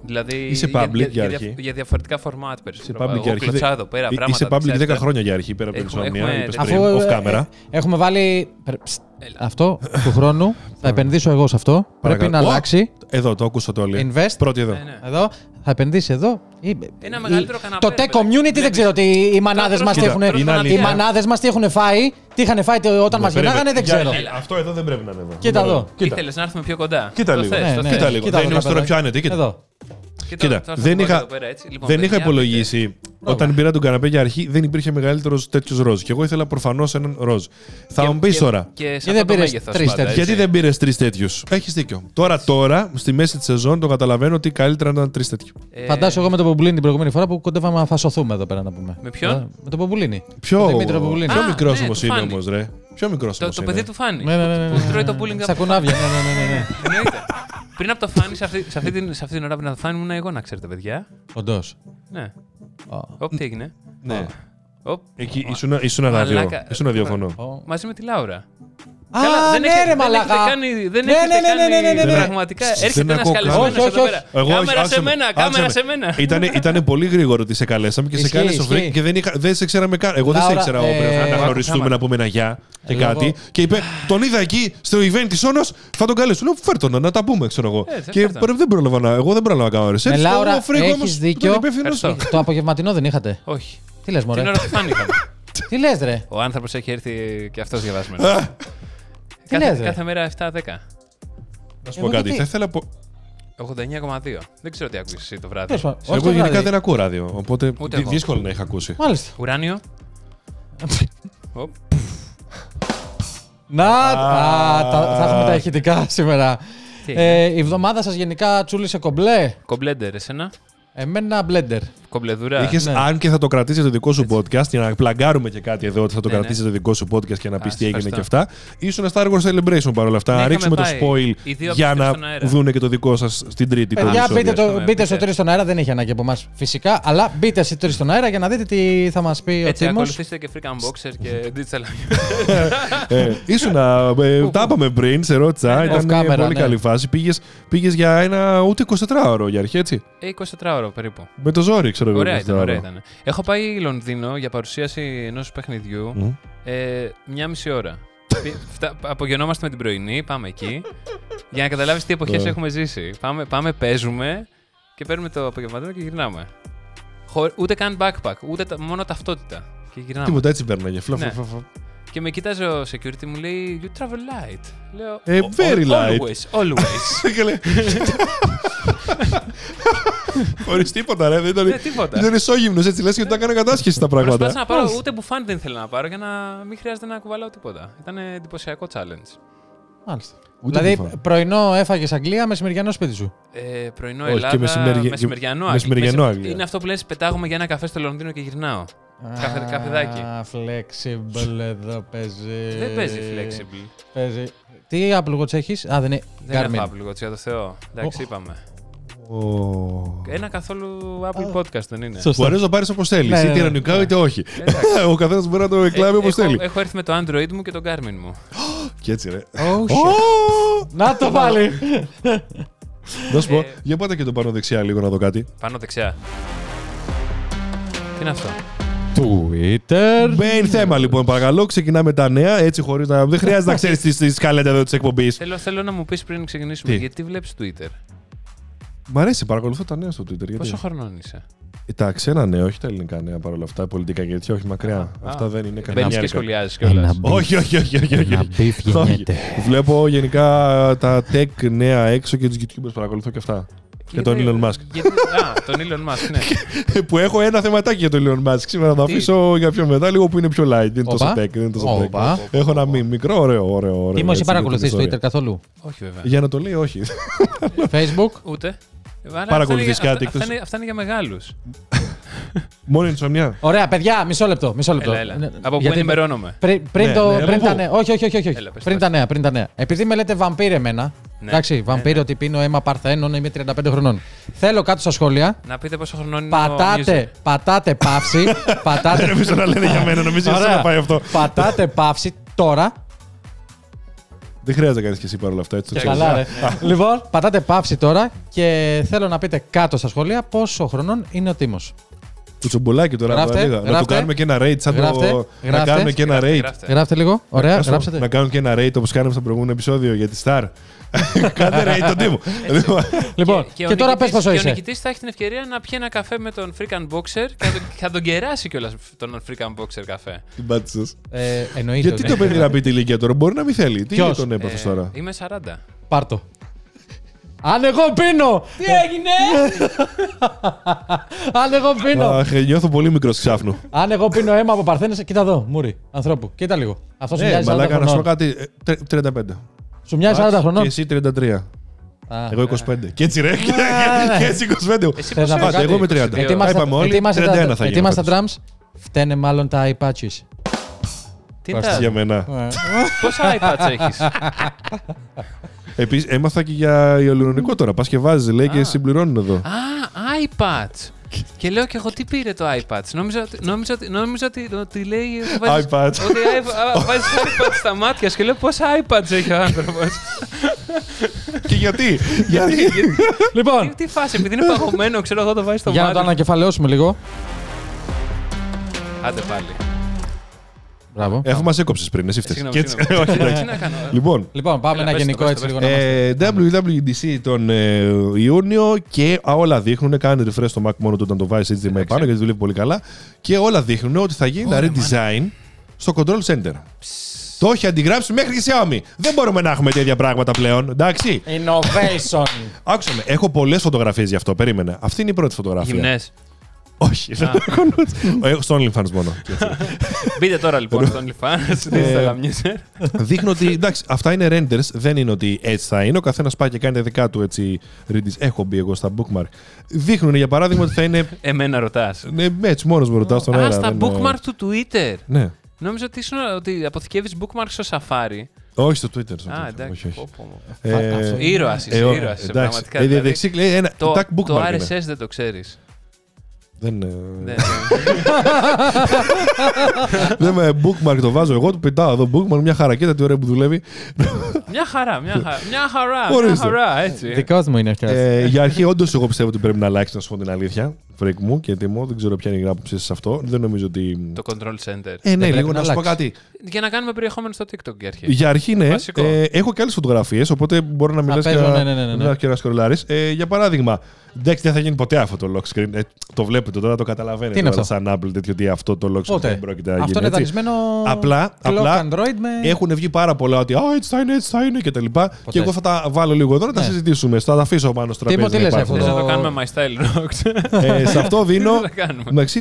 Speaker 3: Δηλαδή.
Speaker 1: Είσαι public
Speaker 3: για,
Speaker 1: για
Speaker 3: για,
Speaker 1: αρχή.
Speaker 3: για διαφορετικά format περισσότερο.
Speaker 1: public
Speaker 3: Εγώ
Speaker 1: για αρχή.
Speaker 3: κλωτσάω εδώ πέρα
Speaker 1: Ε, Είσαι
Speaker 3: πράγματα.
Speaker 1: public 10
Speaker 3: δεξιά,
Speaker 1: χρόνια για αρχή πέρα από την
Speaker 3: Έχουμε-
Speaker 1: Ισπανία.
Speaker 3: έχουμε-
Speaker 1: είπες
Speaker 3: Αφού,
Speaker 1: πριν,
Speaker 2: ε,
Speaker 1: Off camera.
Speaker 2: Έχουμε βάλει. πρε- ψτ,
Speaker 3: Έλα.
Speaker 2: Αυτό του χρόνου. Θα επενδύσω εγώ σε αυτό. Πρέπει να
Speaker 1: Ω!
Speaker 2: αλλάξει.
Speaker 1: Εδώ το άκουσα το όλοι.
Speaker 2: Invest.
Speaker 1: Πρώτη εδώ.
Speaker 3: Ναι, ναι.
Speaker 2: Εδώ. Θα επενδύσει εδώ. Ή-
Speaker 3: Ένα
Speaker 2: ή-
Speaker 3: μεγαλύτερο καναπέ,
Speaker 2: Το
Speaker 3: ρε
Speaker 2: tech
Speaker 3: παιδάκι.
Speaker 2: community δεν
Speaker 3: Βλέπεις.
Speaker 2: ξέρω τι οι μανάδε
Speaker 3: Τώρα
Speaker 2: μας τι
Speaker 3: τρως-
Speaker 2: έχουν.
Speaker 1: Κοίτα, είναι
Speaker 2: Οι
Speaker 1: αλήθεια.
Speaker 2: μανάδε μας τι έχουν φάει, τι είχαν φάει το- όταν μα
Speaker 1: Περίμενε.
Speaker 2: γεννάγανε, δεν
Speaker 1: Για
Speaker 2: ξέρω.
Speaker 1: αρχή. Αυτό εδώ δεν πρέπει να είναι εδώ.
Speaker 2: Κοίτα εδώ.
Speaker 1: Κοίτα.
Speaker 3: Ήθελες να έρθουμε πιο κοντά.
Speaker 1: Κοίτα
Speaker 3: Το
Speaker 1: λίγο.
Speaker 3: θες,
Speaker 1: Ναι,
Speaker 3: το
Speaker 1: ναι.
Speaker 3: θες.
Speaker 1: Κοίτα λίγο. Δεν
Speaker 2: εδώ,
Speaker 1: είμαστε τώρα
Speaker 2: παιδάκι.
Speaker 1: πιο άνετοι, κοίτα.
Speaker 2: Εδώ.
Speaker 1: Κοίτα,
Speaker 3: τώρα θα
Speaker 1: δεν
Speaker 3: το βάλω
Speaker 1: είχα,
Speaker 3: εδώ πέρα, έτσι. Λοιπόν,
Speaker 1: δεν είχα
Speaker 3: παιδιά,
Speaker 1: υπολογίσει. Όταν πήρα τον καναπέ για αρχή, δεν υπήρχε μεγαλύτερος τέτοιος ροζ. Και εγώ ήθελα προφανώς έναν ροζ. Θα μου πεις
Speaker 3: και-
Speaker 1: τώρα,
Speaker 3: Και σε
Speaker 2: δεν
Speaker 3: αυτό το
Speaker 2: πήρες
Speaker 3: μέγεθος
Speaker 2: τρεις
Speaker 3: πάντα,
Speaker 2: τέτοιους.
Speaker 3: έτσι.
Speaker 1: γιατί δεν πήρες τρεις τέτοιους. Έχεις δίκιο. Τώρα, τώρα, στη μέση της σεζόν, το καταλαβαίνω ότι καλύτερα να ήταν τρεις τέτοιου.
Speaker 3: Ε,
Speaker 2: Φαντάζομαι εγώ με τον Πομπουλίνη την προηγούμενη φορά που κοντεύαμε να φασωθούμε εδώ πέρα να πούμε.
Speaker 3: Με ποιον?
Speaker 2: Ε, Με τον Πομπουλίνη.
Speaker 1: Πιο,
Speaker 2: Τον Δημήτρη Πομπουλίνη.
Speaker 1: πιο
Speaker 3: Α,
Speaker 1: μικρό
Speaker 3: ναι,
Speaker 1: όμω
Speaker 3: του
Speaker 1: είναι
Speaker 3: φάνη.
Speaker 1: όμως, ρε. Πιο μικρό
Speaker 3: Το,
Speaker 1: όμω.
Speaker 3: το παιδί του φάνη.
Speaker 2: Ναι, ναι, ναι, ναι,
Speaker 3: Που
Speaker 2: ναι,
Speaker 3: τρώει το
Speaker 2: ναι,
Speaker 3: bullying
Speaker 2: ναι.
Speaker 3: από
Speaker 2: Στα κουνάβια. ναι, ναι, ναι, ναι,
Speaker 3: <laughs>
Speaker 2: ναι.
Speaker 3: Εννοείται. Πριν από το φάνη, σε αυτή, σε αυτή την, σε αυτή την ώρα πριν από το φάνη ήμουν εγώ, να ξέρετε, παιδιά.
Speaker 2: Όντως.
Speaker 3: Ναι.
Speaker 2: Ω,
Speaker 3: Οπ, τι έγινε.
Speaker 1: Ναι.
Speaker 3: Οπ,
Speaker 1: Εκεί ήσουν, ήσουν αδιο,
Speaker 3: Μαλάκα.
Speaker 1: ήσουν αδιοφωνό.
Speaker 2: ω.
Speaker 3: μαζί με τη Λάουρα.
Speaker 2: Α,
Speaker 3: Καλά,
Speaker 2: ναι, ρε, μαλάκα.
Speaker 3: Δεν έχετε κάνει. Δεν
Speaker 2: Ναι,
Speaker 3: έχετε
Speaker 2: ναι, ναι, ναι,
Speaker 3: κάνει-
Speaker 2: ναι, ναι, ναι.
Speaker 3: Πραγματικά.
Speaker 1: Δεν
Speaker 3: Έρχεται ένα
Speaker 1: ακούω καν.
Speaker 3: καλεσμένος
Speaker 2: Όχι,
Speaker 3: εδώ
Speaker 2: όχι,
Speaker 3: πέρα.
Speaker 1: Εγώ,
Speaker 3: Κάμερα
Speaker 1: άσε
Speaker 3: σε
Speaker 1: με,
Speaker 3: μένα,
Speaker 1: άσε
Speaker 3: κάμερα
Speaker 1: με.
Speaker 3: σε μένα.
Speaker 1: Ήτανε, ήτανε πολύ γοίγορο ότι σε καλέσαμε και σε
Speaker 2: Ισχύει,
Speaker 1: κάλεσε ο Φρέγκ
Speaker 2: ισχύει.
Speaker 1: και δεν, είχα, δεν σε ξέραμε καν. Εγώ δεν σε
Speaker 2: Λάουρα,
Speaker 1: ήξερα
Speaker 2: ε,
Speaker 1: όπερα να
Speaker 2: άκου
Speaker 1: γνωριστούμε,
Speaker 3: άμα.
Speaker 1: να πούμε ένα γεια και
Speaker 2: Λόγω-
Speaker 1: κάτι. Και είπε, τον είδα εκεί στο event της Όνος, θα τον καλέσω. Λέω, φέρ τον, να τα πούμε, ξέρω εγώ.
Speaker 3: Ε, σε
Speaker 1: και
Speaker 3: φέρ τον.
Speaker 1: πρέπει- δεν πρόλαβα να, εγώ δεν πρόλαβα να κάνω research.
Speaker 2: Με Λάουρα,
Speaker 1: Ο Φρέγκ
Speaker 2: έχεις
Speaker 1: όμως
Speaker 2: δίκιο.
Speaker 1: ήταν υπεύθυνος.
Speaker 3: Ευχαριστώ.
Speaker 2: Το απογευματινό δεν είχατε.
Speaker 3: Όχι.
Speaker 2: Τι λες
Speaker 3: Την
Speaker 2: μωρέ.
Speaker 3: ώρα του φάνη είχαμε.
Speaker 2: Τι λες ρε.
Speaker 3: Ο άνθρωπος έχει έρθει και αυτός διαβασμένο.
Speaker 2: λες,
Speaker 3: Κάθε,
Speaker 2: ρε.
Speaker 3: κάθε μέρα 7-10.
Speaker 1: Να σου
Speaker 2: Εγώ
Speaker 1: πω κάτι.
Speaker 2: γιατί-
Speaker 1: Θα ήθελα. πο-
Speaker 3: 89,2. Δεν ξέρω τι ακούσει εσύ το βράδυ.
Speaker 2: Τέλος πάντων, όχι
Speaker 1: Εγώ
Speaker 2: δηλαδή. το
Speaker 1: γενικά
Speaker 2: βράδυ.
Speaker 1: δεν ακούω ράδιο, οπότε
Speaker 3: Ούτε
Speaker 1: δι-
Speaker 3: εγώ.
Speaker 1: δύσκολο να είχα ακούσει.
Speaker 2: Μάλιστα. <laughs>
Speaker 3: Ουράνιο. Οπ.
Speaker 2: Να, α, τα- θα έχουμε τα ηχητικά σήμερα.
Speaker 3: Τι
Speaker 2: Ε, η εβδομάδα σας γενικά τσούλησε κομπλέ.
Speaker 3: Κομπλέντερ, εσένα.
Speaker 2: Εμένα μπλέντερ.
Speaker 3: Κομπλεδουρά.
Speaker 1: Είχες,
Speaker 2: ναι.
Speaker 1: Αν και θα το κρατήσεις το δικό σου podcast, για να πλαγκάρουμε και κάτι εδώ, ότι θα το
Speaker 3: Ναι, ναι.
Speaker 1: κρατήσεις το δικό σου podcast και να πεις
Speaker 3: σε
Speaker 1: τι έγινε
Speaker 3: ευχαριστώ.
Speaker 1: και αυτά. ήσουν Star Wars Celebration παρόλα αυτά.
Speaker 3: Ναι,
Speaker 1: να
Speaker 3: είχαμε
Speaker 1: ρίξουμε το
Speaker 3: πάει.
Speaker 1: spoil
Speaker 3: Οι δύο
Speaker 1: για
Speaker 3: απίστευτοι
Speaker 1: να
Speaker 3: στον αέρα.
Speaker 1: δούνε και το δικό σας στην Τρίτη. το
Speaker 2: Παιδιά,
Speaker 1: επεισόδιο.
Speaker 2: μπείτε, Ε, το,
Speaker 3: Ναι,
Speaker 2: μπείτε στο
Speaker 3: μπείτε.
Speaker 2: 3 στον αέρα, δεν έχει ανάγκη από εμάς φυσικά. Αλλά μπείτε στο 3 στον αέρα για να δείτε τι θα μας πει ο
Speaker 3: Έτσι,
Speaker 2: Τίμο.
Speaker 3: ακολουθήστε και Freak Unboxer και
Speaker 2: <laughs>
Speaker 3: Digital
Speaker 1: Ε, ήσουν. ε, τα είπαμε πριν, σε ρώτησα.
Speaker 2: Off
Speaker 1: Ήταν
Speaker 2: camera,
Speaker 1: πολύ
Speaker 2: ναι.
Speaker 1: καλή φάση. Πήγες πήγες για ένα ούτε 24ωρο για αρχή, έτσι.
Speaker 3: Ε, 24 ώρο περίπου.
Speaker 1: Με το ζόρι, ξέρω εγώ.
Speaker 3: Ωραία
Speaker 1: 24
Speaker 3: ήταν,
Speaker 1: ώρα.
Speaker 3: ωραία ήταν. Έχω πάει Λονδίνο για παρουσίαση ενός παιχνιδιού
Speaker 1: Μμμ.
Speaker 3: ε, μία μισή ώρα. Πι- φτα- Απογειωνόμαστε με την πρωινή, πάμε εκεί. για να καταλάβεις τι εποχές
Speaker 1: Ε.
Speaker 3: έχουμε ζήσει. Πάμε, πάμε, παίζουμε και παίρνουμε το απογευματινό και γυρνάμε. Χω- ούτε καν backpack, ούτε τα- μόνο ταυτότητα. Και γυρνάμε.
Speaker 1: Τίποτα έτσι παίρναγε. Φλα, φλα,
Speaker 3: Ναι.
Speaker 1: φλα, φλα.
Speaker 3: Και με κοίταζε ο security μου λέει You travel light. Λέω
Speaker 1: Ε,
Speaker 3: «O-
Speaker 1: very
Speaker 3: al-
Speaker 1: light».
Speaker 3: Always, always.
Speaker 1: <laughs> Και λέει- Χωρίς τίποτα, ρε. Δεν ήταν.
Speaker 3: Ναι, τίποτα.
Speaker 1: Ήταν ισόγυμνος, έτσι λες και τα έκανε κατάσχεση τα πράγματα.
Speaker 3: Προσπάθησα να πάρω ούτε μπουφάν δεν ήθελα να πάρω για να μην χρειάζεται να κουβαλάω τίποτα. Ήταν εντυπωσιακό challenge.
Speaker 2: Μάλιστα.
Speaker 1: Ούτε
Speaker 2: δηλαδή,
Speaker 1: κουφά.
Speaker 2: πρωινό έφαγες Αγγλία, μεσημεριανό σπίτι σου.
Speaker 3: Ε, πρωινό
Speaker 1: Όχι, και
Speaker 3: Ελλάδα,
Speaker 1: μεσημερι- και
Speaker 3: μεσημεριανό, Άγγλι.
Speaker 1: μεσημεριανό Άγγλια.
Speaker 3: Είναι αυτό που λες πετάγομαι για ένα καφέ στο Λονδίνο και γυρνάω. Καφε- καφεδάκι.
Speaker 2: Α, flexible εδώ παίζει.
Speaker 3: Δεν παίζει flexible.
Speaker 2: Παίζει. Τι Apple Watch έχεις? Α, δεν είναι.
Speaker 3: Δεν
Speaker 2: Garmin.
Speaker 3: έχω Apple Watch, για το Θεό. Εντάξει, είπαμε.
Speaker 1: Ω.
Speaker 3: Ένα καθόλου Apple podcast δεν είναι.
Speaker 2: Σωστά.
Speaker 1: Μπορεί να το πάρει όπως θέλεις.
Speaker 2: Ναι,
Speaker 1: Είτε
Speaker 2: ναι, ναι.
Speaker 1: ειρωνικά είτε όχι.
Speaker 3: Ε, Εντάξει.
Speaker 1: <laughs> Ο καθένας μπορεί να το εκλάβει όπω
Speaker 3: Ε, έχω,
Speaker 1: θέλει.
Speaker 3: έχω έρθει με το Android μου και το Garmin μου.
Speaker 1: Και έτσι, ρε.
Speaker 2: Oh, shit.
Speaker 1: Ω!
Speaker 2: Να το πάλι!
Speaker 1: Να σου πω,
Speaker 3: Ε.
Speaker 1: για πάτε και το πάνω δεξιά λίγο να δω κάτι.
Speaker 3: Πάνω δεξιά. Τι είναι αυτό.
Speaker 2: Twitter.
Speaker 1: Main θέμα λοιπόν, παρακαλώ. Ξεκινάμε τα νέα, έτσι χωρίς να. Δεν
Speaker 3: <laughs>
Speaker 1: χρειάζεται να ξέρεις τη σκαλέτα εδώ της εκπομπής.
Speaker 3: Θέλω, θέλω να μου πεις πριν ξεκινήσουμε,
Speaker 1: Τι?
Speaker 3: γιατί βλέπεις Twitter.
Speaker 1: Μ' αρέσει, παρακολουθώ τα νέα στο Twitter. Γιατί...
Speaker 3: Πόσο χρονών είσαι.
Speaker 1: Ε, Τα ξένα νέα, όχι τα ελληνικά νέα παρόλα αυτά, πολιτικά και τέτοια, όχι μακριά. Αυτά
Speaker 3: α. ε,
Speaker 1: δεν είναι κανένα.
Speaker 3: Μπαίνεις και σχολιάζεις κιόλας.
Speaker 2: μπ-
Speaker 1: Όχι, όχι, όχι, όχι. όχι.
Speaker 2: Ένα μπιφ
Speaker 1: Όχι.
Speaker 2: γεννιέται.
Speaker 1: Βλέπω γενικά τα tech νέα έξω και τους YouTubers παρακολουθώ και αυτά. Και τον Elon Musk. <laughs>
Speaker 3: Γιατί- Α, τον Elon Musk, ναι.
Speaker 1: που έχω ένα θεματάκι για τον Elon Musk. Σήμερα θα το
Speaker 3: Τι?
Speaker 1: αφήσω για πιο μετά, λίγο που είναι πιο light. Δεν είναι τόσο
Speaker 2: Οπα.
Speaker 1: tech. Δεν είναι τόσο
Speaker 2: Οπα.
Speaker 1: tech. Έχω ένα μήνυμα μικρό, ωραίο, ωραίο. ωραίο
Speaker 2: Τίμω,
Speaker 1: έτσι,
Speaker 2: εσύ
Speaker 1: για την
Speaker 2: παρακολουθείς
Speaker 1: ιστορία.
Speaker 2: Twitter καθόλου.
Speaker 3: Όχι βέβαια.
Speaker 1: Για να το λέει,
Speaker 2: <laughs>
Speaker 1: όχι. Ναι.
Speaker 2: Facebook.
Speaker 3: Ούτε. Άρα
Speaker 1: Παρακολουθείς
Speaker 3: αυτά είναι-
Speaker 1: κάτι
Speaker 3: αυτά-
Speaker 1: εκτός-
Speaker 3: Αυτά είναι, αυτά είναι για μεγάλους.
Speaker 1: Μόνο ενσωμιά.
Speaker 2: Ωραία, παιδιά, μισό λεπτό. Μισό λεπτό.
Speaker 3: Έλα, έλα.
Speaker 2: Ναι,
Speaker 3: Από πού
Speaker 2: γιατί-
Speaker 3: ενημερώνομαι.
Speaker 2: Πριν, πριν
Speaker 1: Ναι,
Speaker 2: το,
Speaker 1: ναι, από
Speaker 2: πριν τα
Speaker 1: πού?
Speaker 2: νέα. Όχι, όχι, όχι. όχι.
Speaker 3: Έλα, πες,
Speaker 2: πριν τα
Speaker 3: πες.
Speaker 2: νέα, πριν τα νέα. Επειδή με λέτε βαμπύρ εμένα.
Speaker 3: Ναι.
Speaker 2: Εντάξει, βαμπύρ ότι πίνω αίμα Παρθένων, είμαι 35 χρονών. Θέλω κάτω στα σχόλια.
Speaker 3: Να πείτε πόσο χρονών είναι ο
Speaker 2: Πατάτε,
Speaker 3: user.
Speaker 2: πατάτε παύση. πατάτε,
Speaker 1: Δεν νομίζω να λένε για μένα, νομίζω
Speaker 2: Ωραία.
Speaker 1: ότι να πάει αυτό.
Speaker 2: πατάτε παύση τώρα.
Speaker 1: Δεν χρειάζεται να κάνεις και εσύ παρόλα αυτά. Έτσι, το
Speaker 3: Και
Speaker 1: ξέρεις.
Speaker 2: Καλά, ρε. λοιπόν, πατάτε παύση τώρα και θέλω να πείτε κάτω στα σχόλια πόσο χρονών είναι ο Τίμος.
Speaker 1: Το τσομπολάκι τώρα.
Speaker 2: Γράφτε,
Speaker 1: Γράφτε, να το
Speaker 2: γράφτε.
Speaker 1: κάνουμε και ένα rate. Σαν
Speaker 2: Γράφτε,
Speaker 1: το... Να
Speaker 2: γράφτε.
Speaker 1: κάνουμε και ένα
Speaker 3: Γράφτε,
Speaker 1: rate.
Speaker 3: γράφτε.
Speaker 2: Γράφτε λίγο. Ωραία,
Speaker 1: Άσου,
Speaker 2: γράψατε.
Speaker 1: Να κάνουμε και ένα rate όπως κάναμε στο προηγούμενο επεισόδιο για τη Star. <laughs> Κάντε rate τον Τίμο. <laughs>
Speaker 2: Λοιπόν,
Speaker 3: Και-
Speaker 2: και,
Speaker 3: ο
Speaker 2: τώρα πες
Speaker 3: νικητής-
Speaker 2: πόσο
Speaker 3: Και ο
Speaker 2: είσαι.
Speaker 3: νικητής θα έχει την ευκαιρία να πιει ένα καφέ με τον Freak Boxer και θα τον, θα τον κεράσει κιόλας τον Freak Boxer καφέ.
Speaker 1: Την πάτησες.
Speaker 2: Ε, εννοείται.
Speaker 1: Γιατί
Speaker 2: ότι-
Speaker 1: το παιδί να πει τη ηλικία τώρα, μπορεί να μην θέλει. Τι
Speaker 2: Ποιος?
Speaker 1: είναι τον έπαθες τώρα.
Speaker 3: Ε, είμαι 40.
Speaker 2: Πάρτο. Αν εγώ πίνω! Τι έγινε! <laughs> Αν εγώ πίνω!
Speaker 1: Αχ, νιώθω πολύ μικρός ξάφνου.
Speaker 2: Αν εγώ πίνω αίμα από παρθένες, κοίτα εδώ, μουρι, ανθρώπου. Κοίτα λίγο. Αυτό σου
Speaker 1: Ε,
Speaker 2: μοιάζει 40
Speaker 1: μαλάκα να σου πω
Speaker 2: χρονών.
Speaker 1: κάτι. ε, τρε- 35.
Speaker 2: Σου μοιάζει 40 χρονών.
Speaker 1: Και εσύ 33.
Speaker 2: Α.
Speaker 1: Εγώ 25. Και έτσι ρε. και- Και έτσι 25.
Speaker 3: Εσύ
Speaker 2: Θες
Speaker 3: πόσο
Speaker 2: να πας,
Speaker 3: είσαι,
Speaker 1: εγώ είμαι
Speaker 3: 22.
Speaker 1: 30.
Speaker 2: Γιατί είμαστε-
Speaker 1: είπαμε όλοι,
Speaker 2: γιατί είμαστε
Speaker 1: 31 θα
Speaker 2: τα-
Speaker 1: γίνω
Speaker 2: Γιατί είμαστε
Speaker 1: φέτος.
Speaker 2: drums, φταίνε μάλλον τα iPatches.
Speaker 3: Τι
Speaker 2: Κώστα.
Speaker 3: τα-
Speaker 1: Για μένα.
Speaker 3: Πόσα iPads έχεις.
Speaker 1: Επίσης, έμαθα και για ελληνικό τώρα. Πας και βάζεις, λέει και συμπληρώνουν εδώ.
Speaker 3: Α, iPads. και λέω και εγώ τι πήρε το iPads. Νόμιζα, ότι- νόμιζα, ότι- νόμιζα ότι, ότι λέει. ότι βάζεις-
Speaker 1: iPads.
Speaker 3: Ότι i- α, βάζεις iPads στα μάτια σου και λέω πόσα iPads έχει ο άνθρωπος.
Speaker 1: Και <laughs> γιατί. Γιατί.
Speaker 2: Λοιπόν,
Speaker 3: τι φάση, επειδή είναι παγωμένο, ξέρω εγώ το βάζεις στο
Speaker 2: για να το
Speaker 3: μάτι.
Speaker 2: ανακεφαλαιώσουμε λίγο.
Speaker 3: Άντε πάλι.
Speaker 2: Μπράβο.
Speaker 1: Ε, Αφού μας έκοψες πριν, εσύ φταίει.
Speaker 3: Ε, Συγγνώμη, συγγνώμη.
Speaker 1: Όχι,
Speaker 3: Τι να
Speaker 1: εντάξει.
Speaker 3: κάνω. ε.
Speaker 1: Λοιπόν,
Speaker 2: Λοιπόν, πάμε
Speaker 3: Έλα,
Speaker 2: ένα
Speaker 3: πες το,
Speaker 2: γενικό
Speaker 3: πες το,
Speaker 2: έτσι
Speaker 3: πες
Speaker 2: λίγο
Speaker 3: το.
Speaker 2: να μας-
Speaker 1: ε, WWDC τον ε, Ιούνιο και όλα δείχνουν. Κάνει refresh στο Mac μόνο του όταν το βάζεις HDMI πάνω γιατί δουλεύει πολύ καλά. Και όλα δείχνουν ότι θα γίνει ένα redesign στο Control Center. Το έχει αντιγράψει μέχρι και η Xiaomi. Δεν μπορούμε να έχουμε τέτοια πράγματα πλέον. Εντάξει.
Speaker 2: Innovation.
Speaker 1: Άκουσα με. Έχω πολλές φωτογραφίες γι' αυτό. Περίμενε. Αυτή είναι η πρώτη φωτογραφία.
Speaker 3: Γυμνές.
Speaker 1: Όχι. δεν το έχω νου- Ε, Στο OnlyFans
Speaker 3: <laughs>
Speaker 1: μόνο.
Speaker 3: Μπείτε τώρα λοιπόν στον OnlyFans, δεν
Speaker 1: Ε.
Speaker 3: θα γαμιέσαι.
Speaker 1: Δείχνω ότι εντάξει, αυτά είναι renders, δεν είναι ότι έτσι θα είναι. Ο καθένας πάει και κάνει τα δικά του έτσι readings. Έχω μπει εγώ στα bookmark. Δείχνουν για παράδειγμα ότι θα είναι.
Speaker 3: Εμένα ρωτάς.
Speaker 1: Ναι, έτσι μόνος μου ρωτά τον αέρα.
Speaker 3: Α, στα
Speaker 1: δεν, ε,
Speaker 3: bookmark του Twitter.
Speaker 1: Ναι.
Speaker 3: Νόμιζα ότι, ήσουν- ότι αποθηκεύεις bookmark στο Safari.
Speaker 1: Όχι στο Twitter. στο
Speaker 3: Α,
Speaker 1: Twitter, Όχι,
Speaker 3: εντάξει.
Speaker 1: όχι.
Speaker 3: Πω, πω, πω.
Speaker 1: Ε,
Speaker 2: Αυτό είναι-
Speaker 3: Ήρωας είσαι,
Speaker 1: ε, ο-
Speaker 3: ήρωας είσαι,
Speaker 1: εντάξει.
Speaker 3: πραγματικά,
Speaker 1: Ε,
Speaker 3: δηλαδή.
Speaker 1: δεξί λέει ένα
Speaker 3: Το,
Speaker 1: τάκ
Speaker 3: το
Speaker 1: bookmark.
Speaker 3: RSS
Speaker 1: είναι.
Speaker 3: δεν το ξέρεις. Ναι,
Speaker 1: Δεν, ε,
Speaker 3: Δεν-
Speaker 1: δεν με bookmark το βάζω εγώ, του πετάω εδώ bookmark, μια χαρά. Κοίτα τι ωραία που δουλεύει.
Speaker 3: μια χαρά, μια
Speaker 1: <laughs>
Speaker 3: χαρά, μια χαρά, μια
Speaker 1: Ορίστε.
Speaker 3: χαρά, έτσι.
Speaker 2: Δικός μου είναι αυτό.
Speaker 1: Ε, για αρχή, όντως, εγώ πιστεύω ότι πρέπει να αλλάξεις, να σου πω την αλήθεια. Φρέκ μου και τιμό, δεν ξέρω ποια είναι η άποψή σα αυτό. Δεν νομίζω ότι.
Speaker 3: Το control center.
Speaker 1: Ε, ναι,
Speaker 2: πρέπει
Speaker 1: λίγο
Speaker 2: να
Speaker 1: να σου πω
Speaker 2: αλλάξει.
Speaker 1: κάτι.
Speaker 3: Για να κάνουμε περιεχόμενο στο TikTok για αρχή.
Speaker 1: Για αρχή, ναι.
Speaker 3: Βασικό.
Speaker 1: Ε, έχω και άλλες φωτογραφίες, οπότε μπορώ να μιλάς και,
Speaker 2: παίζω,
Speaker 1: να-
Speaker 2: ναι, ναι, ναι, ναι.
Speaker 1: να- και να σκρολάρει. Ε, για παράδειγμα, εντάξει, δεν θα γίνει ποτέ αυτό το lock screen. Ε, το βλέπετε τώρα, το καταλαβαίνετε.
Speaker 2: Τι είναι
Speaker 1: τώρα,
Speaker 2: αυτό?
Speaker 1: Σαν Apple, τέτοιο ότι αυτό το lock screen
Speaker 2: Ούτε.
Speaker 1: δεν πρόκειται να γίνει.
Speaker 2: Αυτό είναι
Speaker 1: έτσι.
Speaker 2: δανεισμένο.
Speaker 1: Απλά,
Speaker 2: clock
Speaker 1: απλά
Speaker 2: Android με.
Speaker 1: έχουν βγει πάρα πολλά ότι «Α, έτσι θα είναι, έτσι θα είναι και τα λοιπά. Και εγώ θα τα βάλω λίγο εδώ να τα
Speaker 2: Ναι.
Speaker 1: συζητήσουμε. Θα τα αφήσω πάνω στο
Speaker 2: Τίμω,
Speaker 1: τραπέζι.
Speaker 2: τι
Speaker 1: να
Speaker 2: λες
Speaker 1: υπάρχουν.
Speaker 2: αυτό
Speaker 3: Θες να το
Speaker 2: Ο-
Speaker 3: κάνουμε My Style Rocks.
Speaker 1: Ε, σε
Speaker 2: <laughs>
Speaker 1: αυτό δίνω.
Speaker 3: Θα κάνουμε.
Speaker 1: Εντάξει,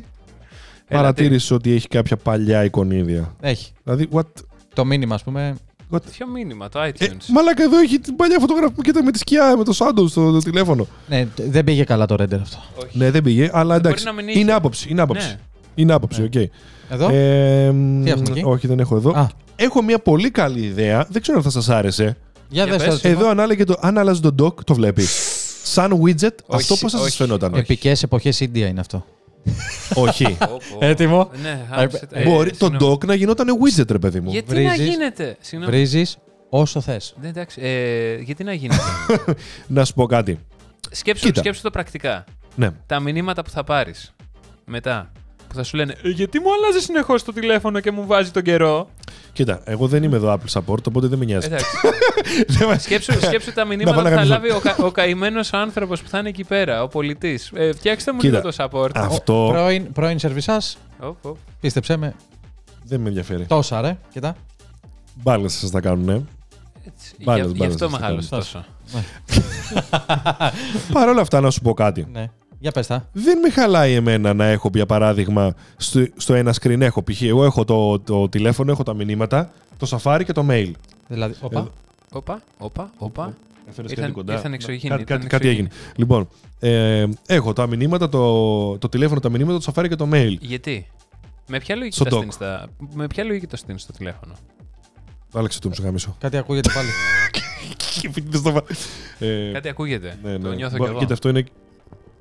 Speaker 1: παρατήρησε ότι έχει κάποια παλιά εικονίδια.
Speaker 2: Έχει.
Speaker 1: Δηλαδή, what.
Speaker 2: Το μήνυμα, ας πούμε.
Speaker 1: What?
Speaker 3: Ποιο μήνυμα, το iTunes.
Speaker 1: Ε, μαλάκα εδώ έχει την παλιά φωτογραφία που κοίτα με τη σκιά, με το Shadow στο το τηλέφωνο.
Speaker 2: Ναι, τ- δεν πήγε καλά το render αυτό.
Speaker 3: Όχι.
Speaker 1: Ναι, δεν πήγε, αλλά
Speaker 3: Ε, Μπορεί
Speaker 1: εντάξει.
Speaker 3: να μην είχε.
Speaker 1: είναι άποψη. Είναι άποψη.
Speaker 3: Ναι.
Speaker 1: Είναι άποψη, οκ.
Speaker 2: Εδώ.
Speaker 1: Ε, μ,
Speaker 2: Τι έχουμε εκεί?
Speaker 1: όχι, δεν έχω εδώ.
Speaker 2: Α.
Speaker 1: Έχω μια πολύ καλή ιδέα. Δεν ξέρω αν θα σας άρεσε.
Speaker 2: για
Speaker 3: για
Speaker 2: δες
Speaker 3: πες.
Speaker 2: το σήμα.
Speaker 1: Εδώ αν, άλλαγε το, αν άλλαζε τον doc, το βλέπεις. Σαν widget, αυτό πώς θα σας
Speaker 3: όχι,
Speaker 1: φαινόταν.
Speaker 3: όχι.
Speaker 2: Επικές εποχές Ινδία είναι αυτό.
Speaker 3: <laughs>
Speaker 1: όχι.
Speaker 3: Πω, πω.
Speaker 1: Ε,
Speaker 2: Έτοιμο.
Speaker 3: Ναι, άψε, τα. ε,
Speaker 1: Μπορεί το
Speaker 3: συγγνώμη.
Speaker 1: doc να γινόταν widget, ρε παιδί μου.
Speaker 3: Γιατί να
Speaker 2: Βρίζεις.
Speaker 3: γίνεται. Συγγνώμη.
Speaker 2: Βρίζεις όσο θες.
Speaker 3: Ναι, εντάξει. Ε, γιατί να γίνεται.
Speaker 1: <laughs> Να σου πω κάτι.
Speaker 3: σκέψου,
Speaker 1: Κοίτα.
Speaker 3: σκέψου το πρακτικά.
Speaker 1: Ναι.
Speaker 3: Τα μηνύματα που θα πάρεις μετά. Που θα σου λένε «Ε, Γιατί μου αλλάζει συνεχώς το τηλέφωνο και μου βάζει τον καιρό.
Speaker 1: Κοίτα, εγώ δεν είμαι εδώ Apple Support, οπότε δεν με νοιάζει.
Speaker 3: Εντάξει.
Speaker 1: <laughs> Δεν με-
Speaker 3: σκέψου, σκέψου τα
Speaker 1: πάω
Speaker 3: μηνύματα
Speaker 1: να
Speaker 3: που θα
Speaker 1: γαμίσω.
Speaker 3: λάβει ο, κα, ο καημένος άνθρωπος που θα είναι εκεί πέρα, ο πολιτής. Ε, φτιάξτε μου
Speaker 1: Κοίτα.
Speaker 3: λίγο το support.
Speaker 1: Αυτό
Speaker 2: Πρώην, πρώην σερβισάς,
Speaker 3: Οπ, οπ.
Speaker 2: πίστεψέ με,
Speaker 1: δεν με ενδιαφέρει.
Speaker 2: τόσα ρε. Κοίτα.
Speaker 1: Μπάλες σας τα κάνουνε.
Speaker 3: Έτσι.
Speaker 1: Μπάλες,
Speaker 3: Γι' γι'
Speaker 1: μπάλες,
Speaker 3: αυτό
Speaker 1: θα
Speaker 3: μεγάλωσε
Speaker 2: κάνουμε.
Speaker 3: τόσο.
Speaker 1: Παρ' όλα αυτά, να σου πω κάτι.
Speaker 2: Ναι. Για πες τα.
Speaker 1: Δεν με χαλάει εμένα να έχω, για παράδειγμα, στο, στο ένα screen έχω. Π.χ. εγώ έχω το, το τηλέφωνο, έχω τα μηνύματα, το Safari και το mail.
Speaker 2: Δηλαδή, όπα.
Speaker 1: Εδώ.
Speaker 3: Όπα, όπα, όπα.
Speaker 1: Έφερες
Speaker 3: Ήρθαν-
Speaker 1: κάτι κοντά.
Speaker 3: ήρθαν εξωγήινοι,
Speaker 1: Κάτι, κάτι,
Speaker 3: ήρθαν
Speaker 1: κάτι έγινε.
Speaker 3: εξωγήινοι.
Speaker 1: Λοιπόν, ε, έχω τα μηνύματα, το, το τηλέφωνο, τα μηνύματα, το Safari και το mail.
Speaker 3: Γιατί. Με ποια λογική,
Speaker 1: Στο
Speaker 3: τα
Speaker 1: dock.
Speaker 3: στείνεις τα... με ποια λογική το στείνει στο τηλέφωνο.
Speaker 1: Άλλαξε το μισογαμίσω.
Speaker 2: Κάτι ακούγεται
Speaker 1: <laughs>
Speaker 2: πάλι.
Speaker 1: ε,
Speaker 3: Κάτι ακούγεται.
Speaker 1: ναι, ναι.
Speaker 3: Το νιώθω
Speaker 1: Μπα-
Speaker 3: κι εγώ.
Speaker 1: Κοίτα, αυτό είναι.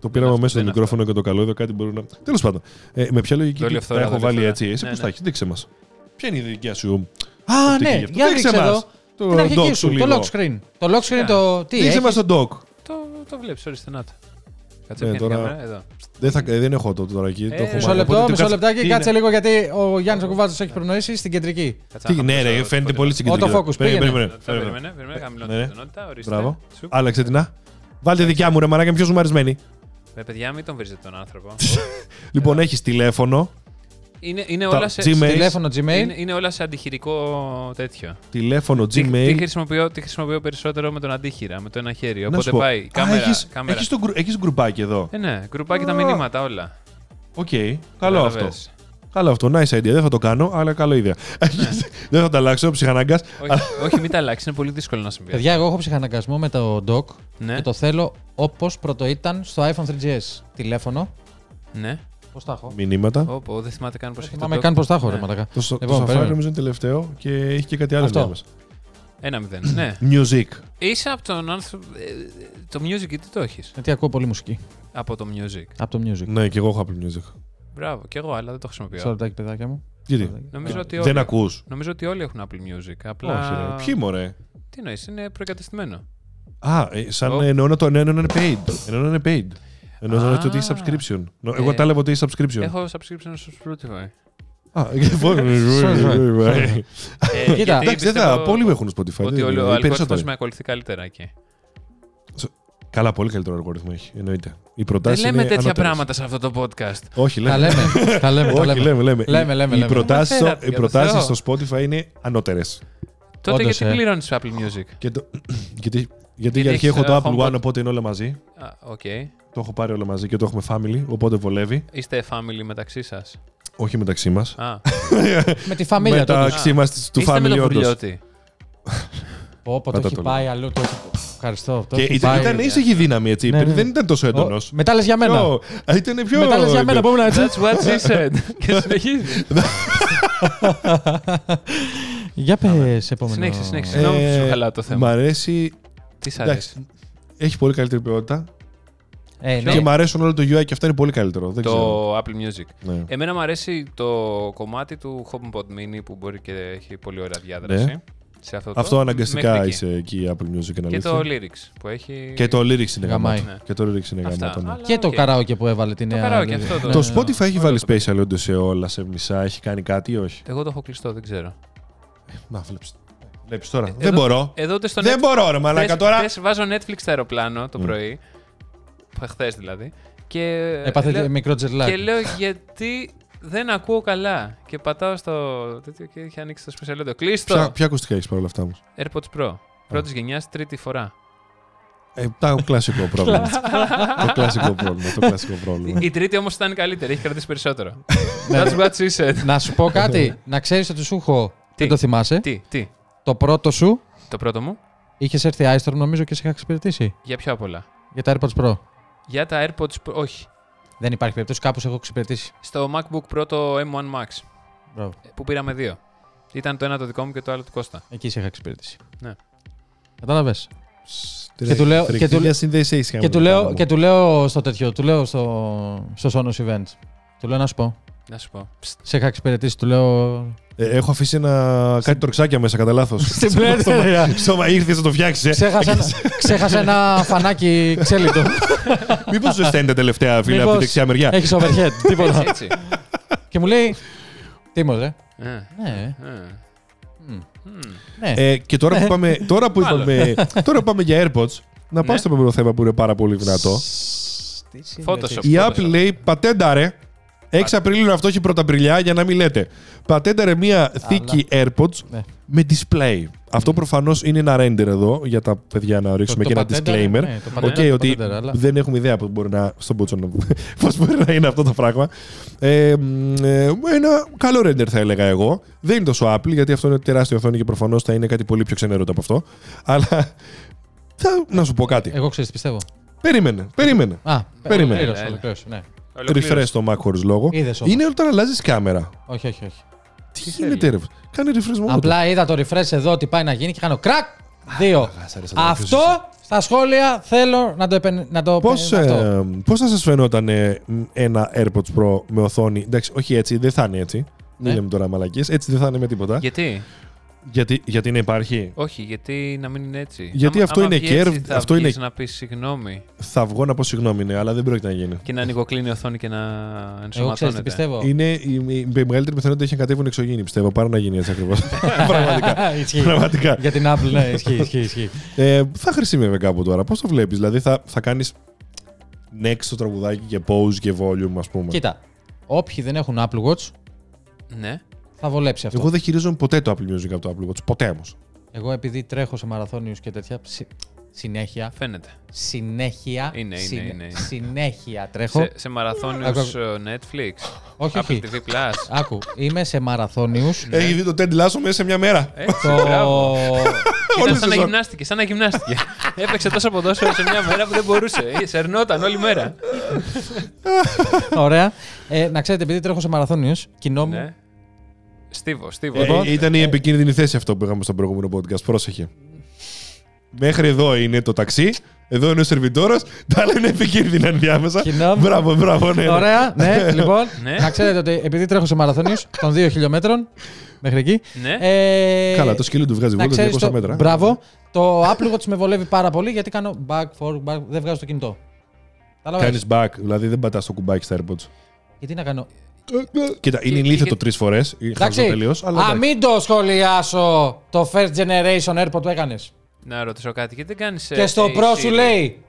Speaker 1: Το πήραμε
Speaker 3: αυτό,
Speaker 1: μέσα
Speaker 3: δεν
Speaker 1: το
Speaker 3: είναι
Speaker 1: μικρόφωνο και το καλώδιο, κάτι μπορεί να. Τέλος πάντων. Ε, με ποια λογική
Speaker 3: Δόλιο
Speaker 1: τα
Speaker 3: φθορά,
Speaker 1: έχω
Speaker 3: δόλιο
Speaker 1: βάλει
Speaker 3: φθορά.
Speaker 1: έτσι. Εσύ
Speaker 3: Ναι,
Speaker 1: πώς τα
Speaker 3: ναι.
Speaker 1: έχεις, δείξε μας. Ποια είναι η δικιά σου.
Speaker 2: Α,
Speaker 1: οπτική
Speaker 2: ναι,
Speaker 1: γι' αυτό.
Speaker 2: για
Speaker 1: Δείξε
Speaker 2: δείξε
Speaker 1: μας
Speaker 2: εδώ
Speaker 1: το
Speaker 2: την αρχική
Speaker 1: dock
Speaker 2: σου,
Speaker 1: σου
Speaker 2: το
Speaker 1: λίγο. Ε,
Speaker 2: lock screen. Το lock screen
Speaker 3: Yeah.
Speaker 2: το τι
Speaker 1: Δείξε
Speaker 2: έχεις.
Speaker 1: μας τον doc.
Speaker 3: Το, το βλέπεις, ορίστε να το. Κάτσε
Speaker 1: Ναι,
Speaker 3: μια
Speaker 1: τώρα-
Speaker 3: κάμερα, εδώ.
Speaker 1: Δεν, θα, ε, δεν έχω το τώρα εκεί. το έχω
Speaker 2: Ε, Μισό
Speaker 1: μάθει.
Speaker 2: λεπτό,
Speaker 1: Οπότε
Speaker 2: μισό
Speaker 1: κάτσε-
Speaker 2: λεπτάκι,
Speaker 1: τι
Speaker 2: κάτσε
Speaker 1: είναι-
Speaker 2: λίγο γιατί ο Γιάννης Ακουβάτζο έχει προνοήσει στην κεντρική.
Speaker 3: Κάτσε
Speaker 1: τι-
Speaker 3: να
Speaker 1: Ναι,
Speaker 3: χαμηλώσω
Speaker 1: ρε,
Speaker 3: το
Speaker 1: φαίνεται
Speaker 3: φωτεινό.
Speaker 1: πολύ συγκεντρωτικό.
Speaker 2: Autofocus, πήγαινε.
Speaker 3: Θα περίμενε, περίμενε, χαμηλώνω
Speaker 1: Ναι, ναι.
Speaker 3: την ενότητα, ορίστε.
Speaker 1: Μπράβο.
Speaker 3: Σου.
Speaker 1: Άλλαξε την α. Βάλτε δικιά μου ρε μαλάκα, είναι πιο
Speaker 3: Ε.
Speaker 1: ζουμαρισμένη.
Speaker 3: Ρε παιδιά, μην τον βρίζετε τον
Speaker 1: <laughs>
Speaker 3: άνθρωπο.
Speaker 1: Λοιπόν, έχεις τηλέφωνο,
Speaker 3: είναι, είναι,
Speaker 1: Τα
Speaker 3: όλα σε,
Speaker 1: Gmail.
Speaker 3: σε-
Speaker 2: Τηλέφωνο
Speaker 3: είναι,
Speaker 2: Gmail.
Speaker 3: είναι όλα σε αντιχειρικό τέτοιο.
Speaker 1: τηλέφωνο,
Speaker 3: Τι, τι,
Speaker 1: Gmail.
Speaker 3: χρησιμοποιώ, τι χρησιμοποιώ περισσότερο με τον αντίχειρα, με το ένα χέρι.
Speaker 1: Να σου
Speaker 3: Οπότε
Speaker 1: πω.
Speaker 3: πάει.
Speaker 1: Α,
Speaker 3: Κάμερα.
Speaker 1: έχεις-
Speaker 3: κάμερα.
Speaker 1: έχεις το γκρου- Έχεις γκρουπάκι εδώ.
Speaker 3: Ε, ναι, γκρουπάκι τα
Speaker 1: Α.
Speaker 3: μηνύματα όλα.
Speaker 1: Οκ, καλό αυτό.
Speaker 3: Καταλαβες.
Speaker 1: Καλό αυτό, nice idea. Δεν θα το κάνω, αλλά καλό
Speaker 3: <laughs>
Speaker 1: ιδέα. <laughs> Δεν θα τα αλλάξω, ψυχαναγκάς.
Speaker 3: Όχι, όχι, μην τα αλλάξεις, είναι πολύ δύσκολο να συμβεί.
Speaker 2: Παιδιά, εγώ έχω ψυχαναγκασμό με το dock
Speaker 3: Ναι.
Speaker 2: και το θέλω όπως πρώτο ήταν στο iPhone 3GS. Τηλέφωνο.
Speaker 3: Ναι.
Speaker 2: Πώς τα έχω.
Speaker 1: Μηνύματα.
Speaker 3: Ω, πω, δεν θυμάται καν πώς
Speaker 1: Ε,
Speaker 2: Δεν
Speaker 3: έχει
Speaker 2: θυμάμαι
Speaker 3: το
Speaker 2: καν πώς τα έχω, ρε
Speaker 3: Ναι.
Speaker 2: μαλακά.
Speaker 1: Το, σο- το
Speaker 2: Λοιπόν,
Speaker 1: Safari
Speaker 2: περίμενε.
Speaker 1: νομίζω είναι τελευταίο και έχει και κάτι άλλο
Speaker 2: Αυτό.
Speaker 1: ενδιάμεσα.
Speaker 3: Ένα μηδέν. Ναι.
Speaker 1: Music.
Speaker 3: Είσαι από τον άνθρωπο. ε, Το music, τι το έχεις.
Speaker 2: Γιατί Ε, ακούω πολύ μουσική.
Speaker 3: Από το music.
Speaker 2: Από το music.
Speaker 1: Ναι, και εγώ έχω Apple Music.
Speaker 3: Μπράβο, κι εγώ, αλλά δεν το
Speaker 2: Μισό
Speaker 3: χρησιμοποιώ.
Speaker 2: λεπτάκι, παιδάκια μου.
Speaker 1: Γιατί.
Speaker 3: Νομίζω ότι, όλοι,
Speaker 1: Δεν ακούς.
Speaker 3: νομίζω ότι όλοι έχουν Apple Music.
Speaker 1: Όχι,
Speaker 3: Απλά.
Speaker 1: ρε. Ποιοι μωρέ.
Speaker 3: Τι νοεί, είναι προκατεστημένο.
Speaker 1: Α, ε, σαν
Speaker 3: Ω.
Speaker 1: εννοώ να το εννοώ να είναι paid. Εννοώ να είναι paid. Εννοώ να
Speaker 3: Α.
Speaker 1: είναι ότι έχει subscription. Νο- Εγώ
Speaker 3: Ε.
Speaker 1: τα λέω ότι έχει subscription.
Speaker 3: Έχω subscription στο Spotify.
Speaker 1: Α, ε, λοιπόν,
Speaker 2: Sorry.
Speaker 3: Ε,
Speaker 2: Κοίτα.
Speaker 3: γιατί
Speaker 1: Εντάξει, δεν
Speaker 3: πιστεύω
Speaker 1: θα. Πολλοί έχουν Spotify.
Speaker 3: Ότι
Speaker 1: δεν-
Speaker 3: ο- ο
Speaker 1: οι
Speaker 3: αλγόριθμο
Speaker 1: περισσότεροι.
Speaker 3: με ακολουθεί καλύτερα εκεί.
Speaker 1: Καλά, πολύ καλύτερο αλγόριθμο έχει. Εννοείται. Οι
Speaker 3: Δεν
Speaker 1: προτάσεις.
Speaker 3: λέμε τέτοια πράγματα σε αυτό το podcast.
Speaker 1: Όχι,
Speaker 2: Τα
Speaker 1: λέμε.
Speaker 2: λέμε. Τα λέμε. τα
Speaker 1: Όχι, λέμε, λέμε.
Speaker 2: Λέμε,
Speaker 1: Οι-
Speaker 2: λέμε,
Speaker 1: Οι
Speaker 2: λέμε.
Speaker 1: προτάσεις στο-
Speaker 3: Είμαστε
Speaker 1: Οι
Speaker 3: για το
Speaker 1: προτάσεις
Speaker 3: Θεό.
Speaker 1: στο Spotify είναι ανώτερες.
Speaker 3: Τότε
Speaker 2: Όντως,
Speaker 3: γιατί
Speaker 2: ε.
Speaker 3: πληρώνεις Apple Music.
Speaker 1: Και το- <clears throat> Γιατί, γιατί για
Speaker 3: έχεις
Speaker 1: αρχή
Speaker 3: ε,
Speaker 1: έχω
Speaker 3: το
Speaker 1: το Apple
Speaker 3: HomePod.
Speaker 1: One, οπότε είναι όλα μαζί.
Speaker 3: Α, Οκ.
Speaker 1: Το έχω πάρει όλα μαζί και το έχουμε family, οπότε βολεύει.
Speaker 3: Είστε family μεταξύ σας.
Speaker 1: Όχι μεταξύ μας.
Speaker 3: Α,
Speaker 2: Με τη φαμίλια του.
Speaker 1: Μεταξύ μα του
Speaker 3: είστε με
Speaker 1: family,
Speaker 3: τον
Speaker 1: όντως.
Speaker 3: βουλιώτη.
Speaker 2: Όποτε
Speaker 1: Μετά
Speaker 2: έχει
Speaker 1: το
Speaker 2: πάει αλλού. το έχει- Ευχαριστώ. το
Speaker 1: Και
Speaker 2: έχει
Speaker 1: ήταν,
Speaker 2: πάει.
Speaker 1: ήταν ήσυχη δύναμη, έτσι.
Speaker 2: Ναι, ναι, ναι.
Speaker 1: Δεν ήταν τόσο έντονο.
Speaker 2: Ο- Μετά λες για μένα.
Speaker 1: Ήταν πιο.
Speaker 2: Μετά λες για μένα. Πάμε να έτσι.
Speaker 3: That's what she said. <laughs> Και συνεχίζει.
Speaker 1: Ναι.
Speaker 2: Για πες, επόμενο.
Speaker 3: Συνέχισε, συνέχισε.
Speaker 1: Ε,
Speaker 3: Συγγνώμη που σου χαλάω το
Speaker 1: Μ'
Speaker 3: θέμα.
Speaker 1: αρέσει.
Speaker 3: Τι σ' αρέσει.
Speaker 1: Εντάξει. Έχει πολύ καλύτερη ποιότητα.
Speaker 2: Ε, ναι.
Speaker 1: Και μ' αρέσουν όλο το UI και αυτά είναι πολύ καλύτερο. Δεν ξέρω.
Speaker 3: Το Ε, Apple Music.
Speaker 1: Ναι.
Speaker 3: Εμένα μου αρέσει το κομμάτι του HomePod Mini που μπορεί και έχει πολύ ωραία διάδραση.
Speaker 1: Ναι.
Speaker 3: Σε αυτό, το,
Speaker 1: Αυτό αναγκαστικά
Speaker 3: μέχρι εκεί.
Speaker 1: είσαι εκεί η Apple Music είναι
Speaker 3: Και
Speaker 1: αλήθεια.
Speaker 3: το lyrics που έχει.
Speaker 1: Και το lyrics είναι
Speaker 2: Γαμάει.
Speaker 1: γαμάτο.
Speaker 3: Ναι.
Speaker 1: Και το lyrics είναι
Speaker 3: Αυτά.
Speaker 1: γαμάτο. ναι.
Speaker 3: Αλλά
Speaker 2: Και το
Speaker 3: οκ.
Speaker 2: καράοκε που έβαλε την
Speaker 3: Το
Speaker 2: νέα.
Speaker 3: καράοκε, αυτό το-
Speaker 2: Ναι,
Speaker 1: Το
Speaker 2: ναι, ναι.
Speaker 1: Spotify έχει
Speaker 3: Ωραίο
Speaker 1: βάλει
Speaker 3: το παιδί.
Speaker 1: special όντως σε όλα, σε μισά. Έχει κάνει κάτι ή όχι.
Speaker 3: Εγώ το έχω κλειστό, δεν ξέρω.
Speaker 1: Να βλέπεις. Βλέπεις τώρα.
Speaker 3: εδώ-
Speaker 1: Δεν μπορώ.
Speaker 3: Εδώ ούτε στο
Speaker 1: Δεν
Speaker 3: Netflix.
Speaker 1: μπορώ, ρε Μαλάκα
Speaker 3: Χθες-
Speaker 1: τώρα. Mm.
Speaker 3: χθες βάζω Netflix στο αεροπλάνο το πρωί. Χθες δηλαδή. Και,
Speaker 2: Ναι. Έπαθε
Speaker 3: Ε, λέω-
Speaker 2: μικρό
Speaker 3: και
Speaker 2: τζερλάκι.
Speaker 3: λέω γιατί δεν ακούω καλά. Και πατάω στο τέτοιο και είχε ανοίξει το special audio.
Speaker 1: Ποια,
Speaker 3: Κλείστο!
Speaker 1: ποια ακουστικά έχεις παρόλα αυτά όμως.
Speaker 3: AirPods Pro. Πρώτης γενιάς, τρίτη φορά.
Speaker 1: Ε, τα κλασικό πρόβλημα. το κλασικό πρόβλημα. Το κλασικό πρόβλημα.
Speaker 3: Η τρίτη όμως ήταν καλύτερη, έχει κρατήσει περισσότερο. That's what she said.
Speaker 2: Να σου πω κάτι, να ξέρεις ότι σου έχω.
Speaker 3: Τι?
Speaker 2: Δεν το θυμάσαι.
Speaker 3: τι, τι.
Speaker 2: Το πρώτο σου
Speaker 3: Το πρώτο μου.
Speaker 2: είχες έρθει Άιστορμ νομίζω και σε είχα εξυπηρετήσει.
Speaker 3: Για πιο απ' όλα.
Speaker 2: Για τα AirPods Pro.
Speaker 3: Για τα AirPods Pro. Όχι.
Speaker 2: Δεν υπάρχει περίπτωση, κάπως έχω εξυπηρετήσει.
Speaker 3: Στο MacBook Pro το M1 Max.
Speaker 2: Μπράβο.
Speaker 3: ε, Που πήραμε δύο. Ήταν το ένα το δικό μου και το άλλο του Κώστα.
Speaker 2: Εκεί σε είχα εξυπηρετήσει.
Speaker 3: Ναι.
Speaker 2: Κατάλαβες.
Speaker 1: Και
Speaker 2: του λέω- και του-
Speaker 1: σύνδεσης είχαμε
Speaker 2: Και, του
Speaker 1: με το
Speaker 2: λέω-
Speaker 1: άλλο.
Speaker 2: και του λέω στο τέτοιο, του λέω στο, στο Sonos Event. Του λέω να σου πω.
Speaker 3: Να σου πω. Ψτ.
Speaker 2: Σε είχα εξυπηρετήσει, του λέω.
Speaker 1: Ε, έχω αφήσει ένα... κάτι τορξάκια μέσα κατά λάθος.
Speaker 2: Στην πλέον.
Speaker 1: Σώμα ήρθε να το φτιάξει. Ε.
Speaker 2: Ξέχασα, ένα,
Speaker 3: <laughs>
Speaker 2: ξέχασα ένα φανάκι ξέλιτο.
Speaker 1: Μήπω ζεσταίνετε τελευταία, φίλε, από τη
Speaker 2: Μήπως
Speaker 1: δεξιά μεριά.
Speaker 2: Έχεις
Speaker 3: <laughs>
Speaker 2: overhead, τίποτα.
Speaker 3: Έτσι.
Speaker 2: και μου λέει. Τίμω, ρε.
Speaker 3: Ε,
Speaker 2: Ναι.
Speaker 3: ε. Μμμ.
Speaker 2: ναι.
Speaker 1: Ε, και τώρα που πάμε, τώρα που
Speaker 3: Μάλλον.
Speaker 1: είπαμε, τώρα που πάμε για AirPods, να πάω
Speaker 3: Ναι.
Speaker 1: στο επόμενο θέμα που είναι πάρα πολύ δυνατό.
Speaker 3: Photoshop.
Speaker 1: Η
Speaker 3: Photoshop.
Speaker 1: Apple λέει πατένταρε. 6 Απριλίου αυτό έχει πρωταπριλιά για να μην λέτε. Πατένταρε μία θήκη AirPods
Speaker 2: Ναι.
Speaker 1: με display. Αυτό προφανώς είναι ένα render εδώ για τα παιδιά να ρίξουμε και ένα disclaimer. Οκ,
Speaker 3: Ναι,
Speaker 1: ότι δεν έχουμε ιδέα πώς μπορεί να. Στον Μπούτσο να <laughs> πούμε. πώς μπορεί να είναι αυτό το πράγμα. Ε, μ, ε, ένα καλό render θα έλεγα εγώ. Δεν είναι τόσο Apple, γιατί αυτό είναι τεράστιο οθόνη και προφανώς θα είναι κάτι πολύ πιο ξενέρωτο από αυτό. Αλλά. Θα, να σου πω κάτι.
Speaker 2: Εγώ ξέρεις τι πιστεύω.
Speaker 1: Περίμενε, περίμενε.
Speaker 2: Α,
Speaker 1: Περίμενε.
Speaker 2: ολοκλήρωσε,
Speaker 3: Έλα.
Speaker 2: ολοκλήρωσε, ναι.
Speaker 1: Refresh
Speaker 3: Ολοκλήρωση.
Speaker 1: το Mac χωρίς λόγο.
Speaker 2: Είδες όμως.
Speaker 1: Είναι όταν αλλάζεις κάμερα.
Speaker 2: Όχι, όχι, όχι.
Speaker 1: Τι
Speaker 3: Τι
Speaker 1: γίνεται,
Speaker 3: θέλει?
Speaker 1: ρε. Κάνει refresh μόνο.
Speaker 2: Απλά είδα το refresh εδώ ότι πάει να γίνει και κάνω crack. Δύο.
Speaker 1: χάσα, ρε, σαν το
Speaker 2: Αυτό στα σχόλια θέλω να το επεν... να το
Speaker 1: Πώς
Speaker 2: επεν- Ε, αυτό.
Speaker 1: πώς ε, θα σας φαινόταν ε, μ, ένα AirPods Pro με οθόνη. Εντάξει, όχι έτσι, δεν θα είναι έτσι.
Speaker 2: Ναι.
Speaker 1: Μην λέμε τώρα μαλακίες. Έτσι δεν θα είναι με τίποτα.
Speaker 3: Γιατί,
Speaker 1: Γιατί, γιατί να υπάρχει.
Speaker 3: όχι, γιατί να μην είναι έτσι.
Speaker 1: Γιατί αυτό είναι
Speaker 3: βγει έτσι,
Speaker 1: curved,
Speaker 3: θα
Speaker 1: αυτό
Speaker 3: βγεις
Speaker 1: είναι-
Speaker 3: να πεις συγγνώμη
Speaker 1: Θα βγω να πω συγγνώμη, ναι, αλλά δεν πρόκειται να γίνει.
Speaker 3: και να ανοιγοκλίνει η οθόνη και να
Speaker 2: Εγώ ξέρεις
Speaker 3: ενσωματώνεται.
Speaker 2: τι πιστεύω.
Speaker 1: Είναι η, η, η μεγαλύτερη πιθανότητα έχει να κατέβουν εξωγήινοι, πιστεύω. Πάρα να γίνει έτσι ακριβώς.
Speaker 2: <laughs>
Speaker 1: Πραγματικά.
Speaker 2: Ισχύει.
Speaker 1: Πραγματικά.
Speaker 2: Για την Apple, ναι, ισχύει, ισχύει, ισχύει.
Speaker 1: Ε, θα χρησιμεύε κάπου τώρα. Πώς το βλέπεις, Δηλαδή θα, θα κάνεις next στο τραγουδάκι και pause και volume, ας πούμε.
Speaker 2: Κοίτα, όποιοι δεν έχουν Apple Watch
Speaker 3: Ναι.
Speaker 2: θα βολέψει αυτό.
Speaker 1: Εγώ
Speaker 2: Εγώ,
Speaker 1: δεν χειρίζομαι ποτέ το Apple Music από το Apple Watch. Ποτέ όμως.
Speaker 2: επειδή τρέχω σε μαραθώνιους και τέτοια, συ- συνέχεια,
Speaker 3: Φαίνεται.
Speaker 2: συνέχεια,
Speaker 3: Είναι, είναι,
Speaker 2: συνε-
Speaker 3: είναι, είναι.
Speaker 2: συνέχεια τρέχω.
Speaker 3: Σε, σε μαραθώνιους
Speaker 2: Άκου,
Speaker 3: ε, Netflix,
Speaker 2: Όχι,
Speaker 3: Apple
Speaker 2: όχι.
Speaker 3: TV+. Plus.
Speaker 2: Άκου, είμαι σε μαραθώνιους.
Speaker 1: Έχει δει το Ted Lasso μέσα σε μια μέρα.
Speaker 3: Έτσι,
Speaker 2: το...
Speaker 3: μπράβο. Ήταν
Speaker 1: Όλη
Speaker 3: σαν να
Speaker 1: σεζόν.
Speaker 3: γυμνάστηκε, σαν να
Speaker 2: <laughs>
Speaker 3: γυμνάστηκε. Έπαιξε τόσο ποδόσφαιρο σε μια μέρα που δεν μπορούσε. Ε, Σερνόταν όλη μέρα.
Speaker 2: Ωραία. Ε, να ξέρετε, επειδή τρέχω σε μαραθώνιους, κοινό μου
Speaker 3: Ναι. Στίβο, στίβο.
Speaker 1: Ε, ε, ήταν η επικίνδυνη θέση αυτό που είχαμε στο προηγούμενο podcast. Πρόσεχε. Μέχρι εδώ είναι το ταξί. Εδώ είναι ο σερβιτόρας. Τα άλλα είναι επικίνδυνα ενδιάμεσα.
Speaker 2: Κοινά.
Speaker 1: Μπράβο, μπράβο, ναι. ναι.
Speaker 2: Ωραία, ναι, λοιπόν.
Speaker 3: Ναι.
Speaker 2: Να ξέρετε ότι επειδή τρέχω σε μαραθώνιους των 2 χιλιόμετρων μέχρι εκεί.
Speaker 3: Ναι.
Speaker 1: <laughs>
Speaker 2: ε,
Speaker 1: Καλά, το σκύλο του βγάζει
Speaker 2: να
Speaker 1: βόλτα
Speaker 2: ξέρεις
Speaker 1: 200
Speaker 2: το,
Speaker 1: μέτρα.
Speaker 2: Μπράβο. Το Apple Watch με βολεύει πάρα πολύ γιατί κάνω back, forward, back, δεν βγάζω το κινητό. Κατάλαβες.
Speaker 1: Κάνει back, δηλαδή δεν πατάς το κουμπάκι στα AirPods.
Speaker 2: Γιατί να κάνω.
Speaker 1: Κοίτα, είναι
Speaker 2: Ε,
Speaker 3: Και-
Speaker 1: ηλίθετο
Speaker 3: και-
Speaker 1: τρεις φορές. Χαζό
Speaker 2: Εντάξει.
Speaker 1: τελείω.
Speaker 2: Α, μην το σχολιάσω το first generation AirPod που έκανες.
Speaker 3: Να ρωτήσω κάτι, γιατί δεν ε, κάνει.
Speaker 2: Και στο Pro
Speaker 3: ναι.
Speaker 2: σου λέει.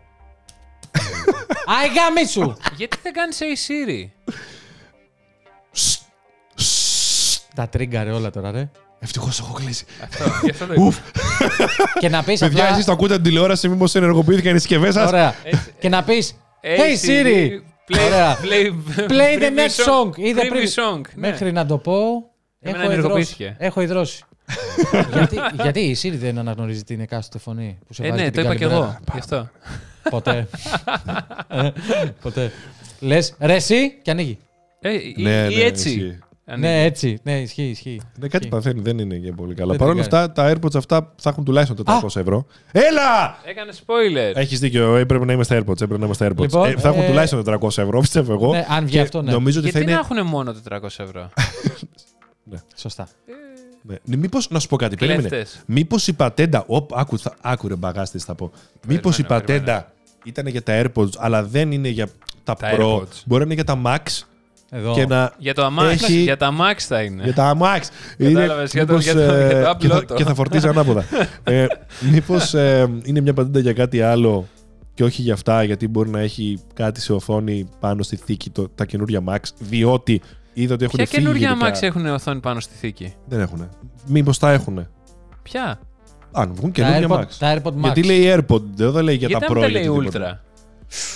Speaker 2: Αϊ γάμι
Speaker 3: <laughs>
Speaker 2: σου!
Speaker 3: Γιατί δεν κάνεις Hey Siri.
Speaker 2: Τα τρίγκαρε όλα τώρα, ρε.
Speaker 1: Ευτυχώς έχω κλείσει.
Speaker 3: Αυτό, γι' αυτό το είπα.
Speaker 2: Και να πεις
Speaker 1: Παιδιά, εσείς το ακούτε την τηλεόραση, μήπως ενεργοποιήθηκαν οι συσκευές σας.
Speaker 2: Ωραία.
Speaker 3: Έτσι.
Speaker 2: Και να πεις.
Speaker 3: ε,
Speaker 2: Hey Siri!
Speaker 3: Play,
Speaker 2: Ωραία.
Speaker 3: play,
Speaker 2: Play the
Speaker 3: previous
Speaker 2: next song. Είδε
Speaker 3: Previous
Speaker 2: πριν-
Speaker 3: song. ναι.
Speaker 2: Μέχρι να το πω.
Speaker 3: Εμένα
Speaker 2: Έχω
Speaker 3: ενεργοποιήθηκε.
Speaker 2: υδρώσει. Έχω
Speaker 3: <laughs>
Speaker 2: υδρώσει. γιατί, γιατί η Siri δεν αναγνωρίζει την εκάστοτε φωνή που σε
Speaker 3: Ε,
Speaker 2: βάζει
Speaker 3: ναι,
Speaker 2: την
Speaker 3: το είπα
Speaker 2: καλημέρα.
Speaker 3: και εγώ. Γι' αυτό.
Speaker 2: <laughs>
Speaker 3: <laughs>
Speaker 2: Ποτέ. Ε, Ποτέ. Λες, ρε, εσύ και ανοίγει.
Speaker 3: Ε, ή-
Speaker 1: Ναι, ναι,
Speaker 3: Ή έτσι. Ε,
Speaker 1: ισχύει.
Speaker 3: Αν-
Speaker 2: Ναι, έτσι. Ναι, ισχύει, ισχύει.
Speaker 1: Ναι, κάτι παθαίνει, δεν είναι και πολύ καλά.
Speaker 2: Δεν
Speaker 1: Παρ' όλα
Speaker 2: την
Speaker 1: αυτά, τα AirPods αυτά θα έχουν τουλάχιστον 400 ευρώ. Έλα!
Speaker 3: Έκανε spoiler.
Speaker 1: Έχεις δίκιο, ε, έπρεπε να είμαι στα AirPods. Έπρεπε να είμαι στα AirPods.
Speaker 2: Λοιπόν,
Speaker 1: ε, θα έχουν
Speaker 2: ε,
Speaker 1: τουλάχιστον 400 ευρώ, πιστεύω εγώ.
Speaker 2: Ναι, αν βγει
Speaker 1: Και
Speaker 2: αυτό, ναι.
Speaker 1: Νομίζω ότι θα
Speaker 3: Γιατί να
Speaker 1: είναι.
Speaker 3: έχουν μόνο 400
Speaker 1: <laughs>
Speaker 3: ευρώ.
Speaker 2: Σωστά.
Speaker 1: Ναι. Μήπως, να σου πω κάτι, περίμενε.
Speaker 3: Κλέφτες.
Speaker 1: Μήπως η πατέντα. Οπ, άκου, θα, άκουρε μπαγάστη, θα πω. Μήπως η
Speaker 3: περιμένω.
Speaker 1: πατέντα ήταν για τα AirPods, αλλά δεν είναι για τα,
Speaker 3: Τα
Speaker 1: Pro.
Speaker 3: AirPods.
Speaker 1: Μπορεί να είναι για τα Max
Speaker 2: Εδώ.
Speaker 1: και να.
Speaker 3: Για το Amax.
Speaker 1: Έχει-
Speaker 3: Για τα Amax θα είναι.
Speaker 1: Για τα Max.
Speaker 3: Ναι. Κατάλαβες, για το- για το-
Speaker 1: ε,
Speaker 3: για το Apple
Speaker 1: και, θα,
Speaker 3: Auto.
Speaker 1: και θα φορτίζει ανάποδα. ε, Μήπως είναι μια πατέντα για κάτι άλλο και όχι για αυτά, γιατί μπορεί να έχει κάτι σε οθόνη πάνω στη θήκη το, τα καινούργια Max, διότι είδα ότι έχουν
Speaker 3: Ποια
Speaker 1: φύγει.
Speaker 3: καινούργια
Speaker 1: γενικά.
Speaker 3: Amax έχουν οθόνη πάνω στη θήκη.
Speaker 1: Δεν έχουν. Μήπως τα έχουν.
Speaker 3: Ποια.
Speaker 1: Αν βγουν
Speaker 2: τα,
Speaker 1: καινούργια
Speaker 2: AirPod,
Speaker 1: Max.
Speaker 2: τα AirPod Max.
Speaker 1: Γιατί λέει AirPod, δεν δεν λέει για
Speaker 3: Γιατί
Speaker 1: τα
Speaker 3: αν
Speaker 1: Pro.
Speaker 3: τα
Speaker 1: ή
Speaker 3: λέει
Speaker 1: οτιδήποτε.
Speaker 3: Ultra.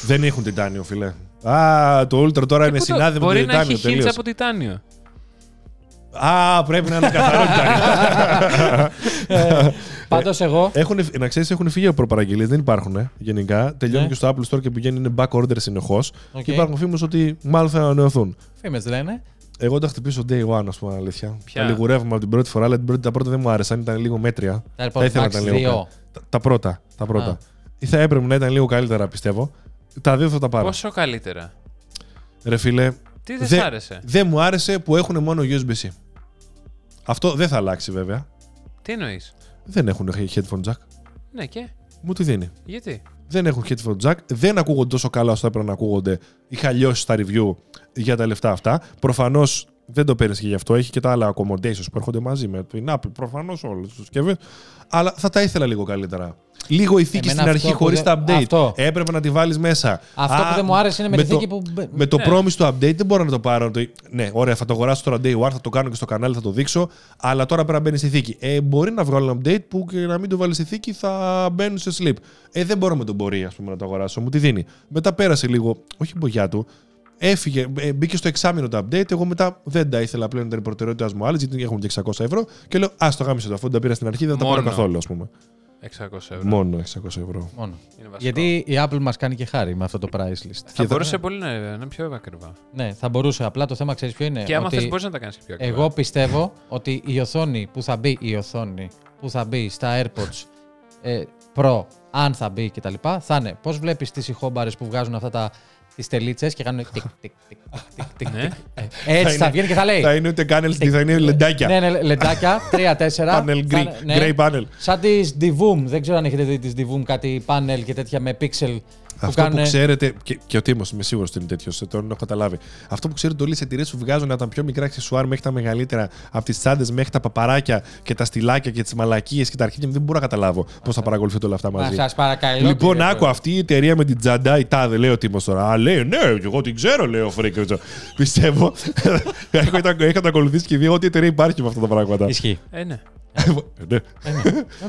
Speaker 1: Δεν έχουν τιτάνιο, φιλέ. Α, το Ultra τώρα
Speaker 3: Ε,
Speaker 1: είναι
Speaker 3: πού το-
Speaker 1: συνάδελφο με το
Speaker 3: Μπορεί να
Speaker 1: τιτάνιο.
Speaker 3: έχει hinge
Speaker 1: τελείως.
Speaker 3: από τιτάνιο.
Speaker 1: Α, πρέπει να είναι καθαρό
Speaker 2: Πάντως εγώ.
Speaker 1: Έχουν, να ξέρεις, έχουν φύγει από προπαραγγελίες, δεν υπάρχουν ε, γενικά. Τελειώνει
Speaker 2: Ναι.
Speaker 1: και στο Apple Store και πηγαίνει είναι back order συνεχώς.
Speaker 2: Οκ.
Speaker 1: Και υπάρχουν φήμες ότι μάλλον θα ανανεωθούν.
Speaker 2: Φήμες λένε.
Speaker 1: Εγώ τα χτυπήσω day one, ας πούμε, αλήθεια.
Speaker 3: Ποια?
Speaker 1: Τα λιγουρεύουμε από την πρώτη φορά, αλλά την πρώτη, τα πρώτα δεν μου άρεσαν, ήταν λίγο μέτρια.
Speaker 2: Τα
Speaker 3: λοιπόν,
Speaker 1: Θα ήθελα
Speaker 2: Air
Speaker 1: να
Speaker 2: Max
Speaker 1: τα λέω.
Speaker 2: 2.
Speaker 1: Τα, τα πρώτα. Τα
Speaker 2: Α.
Speaker 1: πρώτα. Ή θα έπρεπε να ήταν λίγο καλύτερα, πιστεύω. Τα δύο θα τα πάρω.
Speaker 3: Πόσο καλύτερα.
Speaker 1: Ρε φίλε,
Speaker 3: Τι δεν
Speaker 1: Δε-
Speaker 3: σ' άρεσε.
Speaker 1: δεν μου άρεσε που έχουν μόνο USB-C. Αυτό δεν θα αλλάξει βέβαια.
Speaker 3: Τι εννοείς.
Speaker 1: Δεν έχουν headphone jack.
Speaker 3: Ναι και.
Speaker 1: Μου τη δίνει.
Speaker 3: Γιατί.
Speaker 1: δεν έχουν headphone jack, δεν ακούγονται τόσο καλά όσο θα έπρεπε να ακούγονται. Είχα λιώσει στα review για τα λεφτά αυτά. Προφανώς δεν το παίρνεις και γι' αυτό. Έχει και τα άλλα accommodations που έρχονται μαζί με την Apple. Προφανώς όλες τις συσκευές. Αλλά θα τα ήθελα λίγο καλύτερα. Λίγο η θήκη
Speaker 2: Εμένα
Speaker 1: στην
Speaker 2: αυτό
Speaker 1: αρχή
Speaker 2: που
Speaker 1: χωρίς
Speaker 2: δεν-
Speaker 1: τα update.
Speaker 2: αυτό.
Speaker 1: Έπρεπε να τη βάλεις μέσα.
Speaker 2: Αυτό
Speaker 1: Α,
Speaker 2: που δεν μου άρεσε είναι με, τη
Speaker 1: το-
Speaker 2: θήκη που. μπε-
Speaker 1: με το
Speaker 3: Ναι.
Speaker 1: promise του update δεν μπορώ να το πάρω. να το- Ναι, ωραία, θα το αγοράσω τώρα day one, θα το κάνω και στο κανάλι, θα το δείξω. Αλλά τώρα πρέπει να μπαίνει στη θήκη. Ε, μπορεί να βγάλω ένα update που και να μην το βάλεις στη θήκη θα μπαίνουν σε sleep. Ε, δεν μπορώ με τον μπορεί ας πούμε, να το αγοράσω. Μου τη δίνει. Μετά πέρασε λίγο, όχι η μπογιά του. Έφυγε, ε, μπήκε στο εξάμεινο το update. Εγώ μετά δεν τα ήθελα πλέον, ήταν η προτεραιότητά μου άλλε, γιατί έχουν και 600 ευρώ. Και λέω, ας το γάμισε το αφού δεν τα πήρα στην αρχή, δεν θα τα πάρω
Speaker 3: Μόνο.
Speaker 1: καθόλου, ας πούμε.
Speaker 3: 600
Speaker 2: Ναι.
Speaker 3: ευρώ.
Speaker 1: Μόνο 600 ευρώ.
Speaker 2: Μόνο.
Speaker 3: Είναι βασικό.
Speaker 2: Γιατί η Apple μας κάνει και χάρη με αυτό το price list.
Speaker 3: Θα
Speaker 1: Και τα-
Speaker 3: μπορούσε πολύ να να είναι πιο ακριβά.
Speaker 2: Ναι, θα μπορούσε. Απλά το θέμα ξέρεις ποιο είναι.
Speaker 3: Ε, και άμα
Speaker 2: ότι
Speaker 3: θες μπορείς να τα κάνεις πιο ακριβά.
Speaker 2: Εγώ πιστεύω ότι η οθόνη που θα μπει, η οθόνη που θα μπει στα AirPods ε, Pro, αν θα μπει κτλ. Θα είναι. Πώς βλέπεις τις ηχόμπαρες που βγάζουν αυτά τα. Τις τελίτσες και κάνουν. τικ, τικ,
Speaker 1: <laughs>
Speaker 2: τικ, τικ, τικ,
Speaker 3: Ναι.
Speaker 2: τικ. Ε, Έτσι θα
Speaker 1: είναι-
Speaker 2: βγαίνει και θα λέει.
Speaker 1: Θα είναι ούτε καν LCD, θα είναι λεντάκια.
Speaker 2: Ε. Ναι, ναι,
Speaker 1: <laughs>
Speaker 2: λεντάκια. Τρία-τέσσερα.
Speaker 1: Panel
Speaker 2: Θα
Speaker 1: Greek,
Speaker 2: είναι- ναι.
Speaker 1: Grey panel.
Speaker 2: Σαν τις Divoom. Δεν ξέρω αν έχετε δει τις Divoom κάτι panel και τέτοια με pixel που
Speaker 1: Αυτό που
Speaker 2: κάνουν.
Speaker 1: ξέρετε. Και, και ο Τίμος, είμαι σίγουρος ότι είναι τέτοιος, τον έχω καταλάβει. Αυτό που ξέρετε όλε οι εταιρείε που βγάζουν από τα πιο μικρά αξεσουάρ μέχρι τα μεγαλύτερα, από τις τσάντες μέχρι τα παπαράκια και τα στυλάκια και τις μαλακίες και τα αρχίδια, δεν μπορώ να καταλάβω πώς θα παρακολουθείτε όλα αυτά μαζί.
Speaker 2: Σας παρακαλώ.
Speaker 1: Λοιπόν,
Speaker 2: κύριε
Speaker 1: άκου αυτή η εταιρεία με την τσάντα, η τάδε, λέει ο Τίμος τώρα. Α, λέει, ναι, εγώ την ξέρω, λέει ο Φρίκο. Πιστεύω. <laughs> έχω, τα- έχω τα ακολουθήσει και δύο, ό,τι εταιρεία υπάρχει με αυτά τα πράγματα.
Speaker 2: Πρόεδρε. Ισχύει.
Speaker 3: Ε, ναι.
Speaker 1: ναι.
Speaker 2: Ε,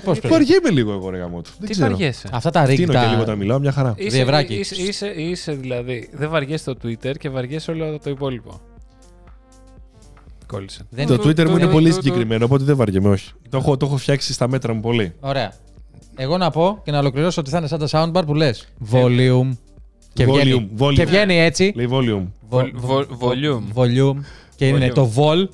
Speaker 2: πώς πρέπει.
Speaker 1: Βαριέμαι λίγο εγώ, ρε γαμότο. Δεν
Speaker 3: Τι
Speaker 1: ξέρω.
Speaker 3: βαριέσαι.
Speaker 2: Αυτά τα
Speaker 1: Φτύνω και λίγο τα
Speaker 2: ρίγκα.
Speaker 1: μιλάω, μια χαρά.
Speaker 3: Είσαι,
Speaker 2: Διευράκι.
Speaker 3: Είσαι, είσαι, είσαι δηλαδή. Δεν βαριέσαι το Twitter και βαριέσαι όλο το υπόλοιπο. Κόλλησε.
Speaker 2: Δεν-
Speaker 1: Το
Speaker 2: Του-
Speaker 1: Twitter
Speaker 3: του-
Speaker 1: μου είναι
Speaker 3: του-
Speaker 1: πολύ
Speaker 3: του-
Speaker 1: συγκεκριμένο, οπότε δεν βαριέμαι, όχι. Το έχω, το έχω φτιάξει στα μέτρα μου πολύ.
Speaker 2: Ωραία. Εγώ να πω και να ολοκληρώσω ότι θα είναι σαν τα soundbar που λε. Volume. Και
Speaker 1: Volume,
Speaker 2: βγαίνει,
Speaker 1: volume. Λοιπόν,
Speaker 2: Και βγαίνει έτσι.
Speaker 1: Λέει volume.
Speaker 2: Βο-
Speaker 3: Βο- βο- Volume.
Speaker 2: Volume. Και είναι
Speaker 3: Volume.
Speaker 2: το vol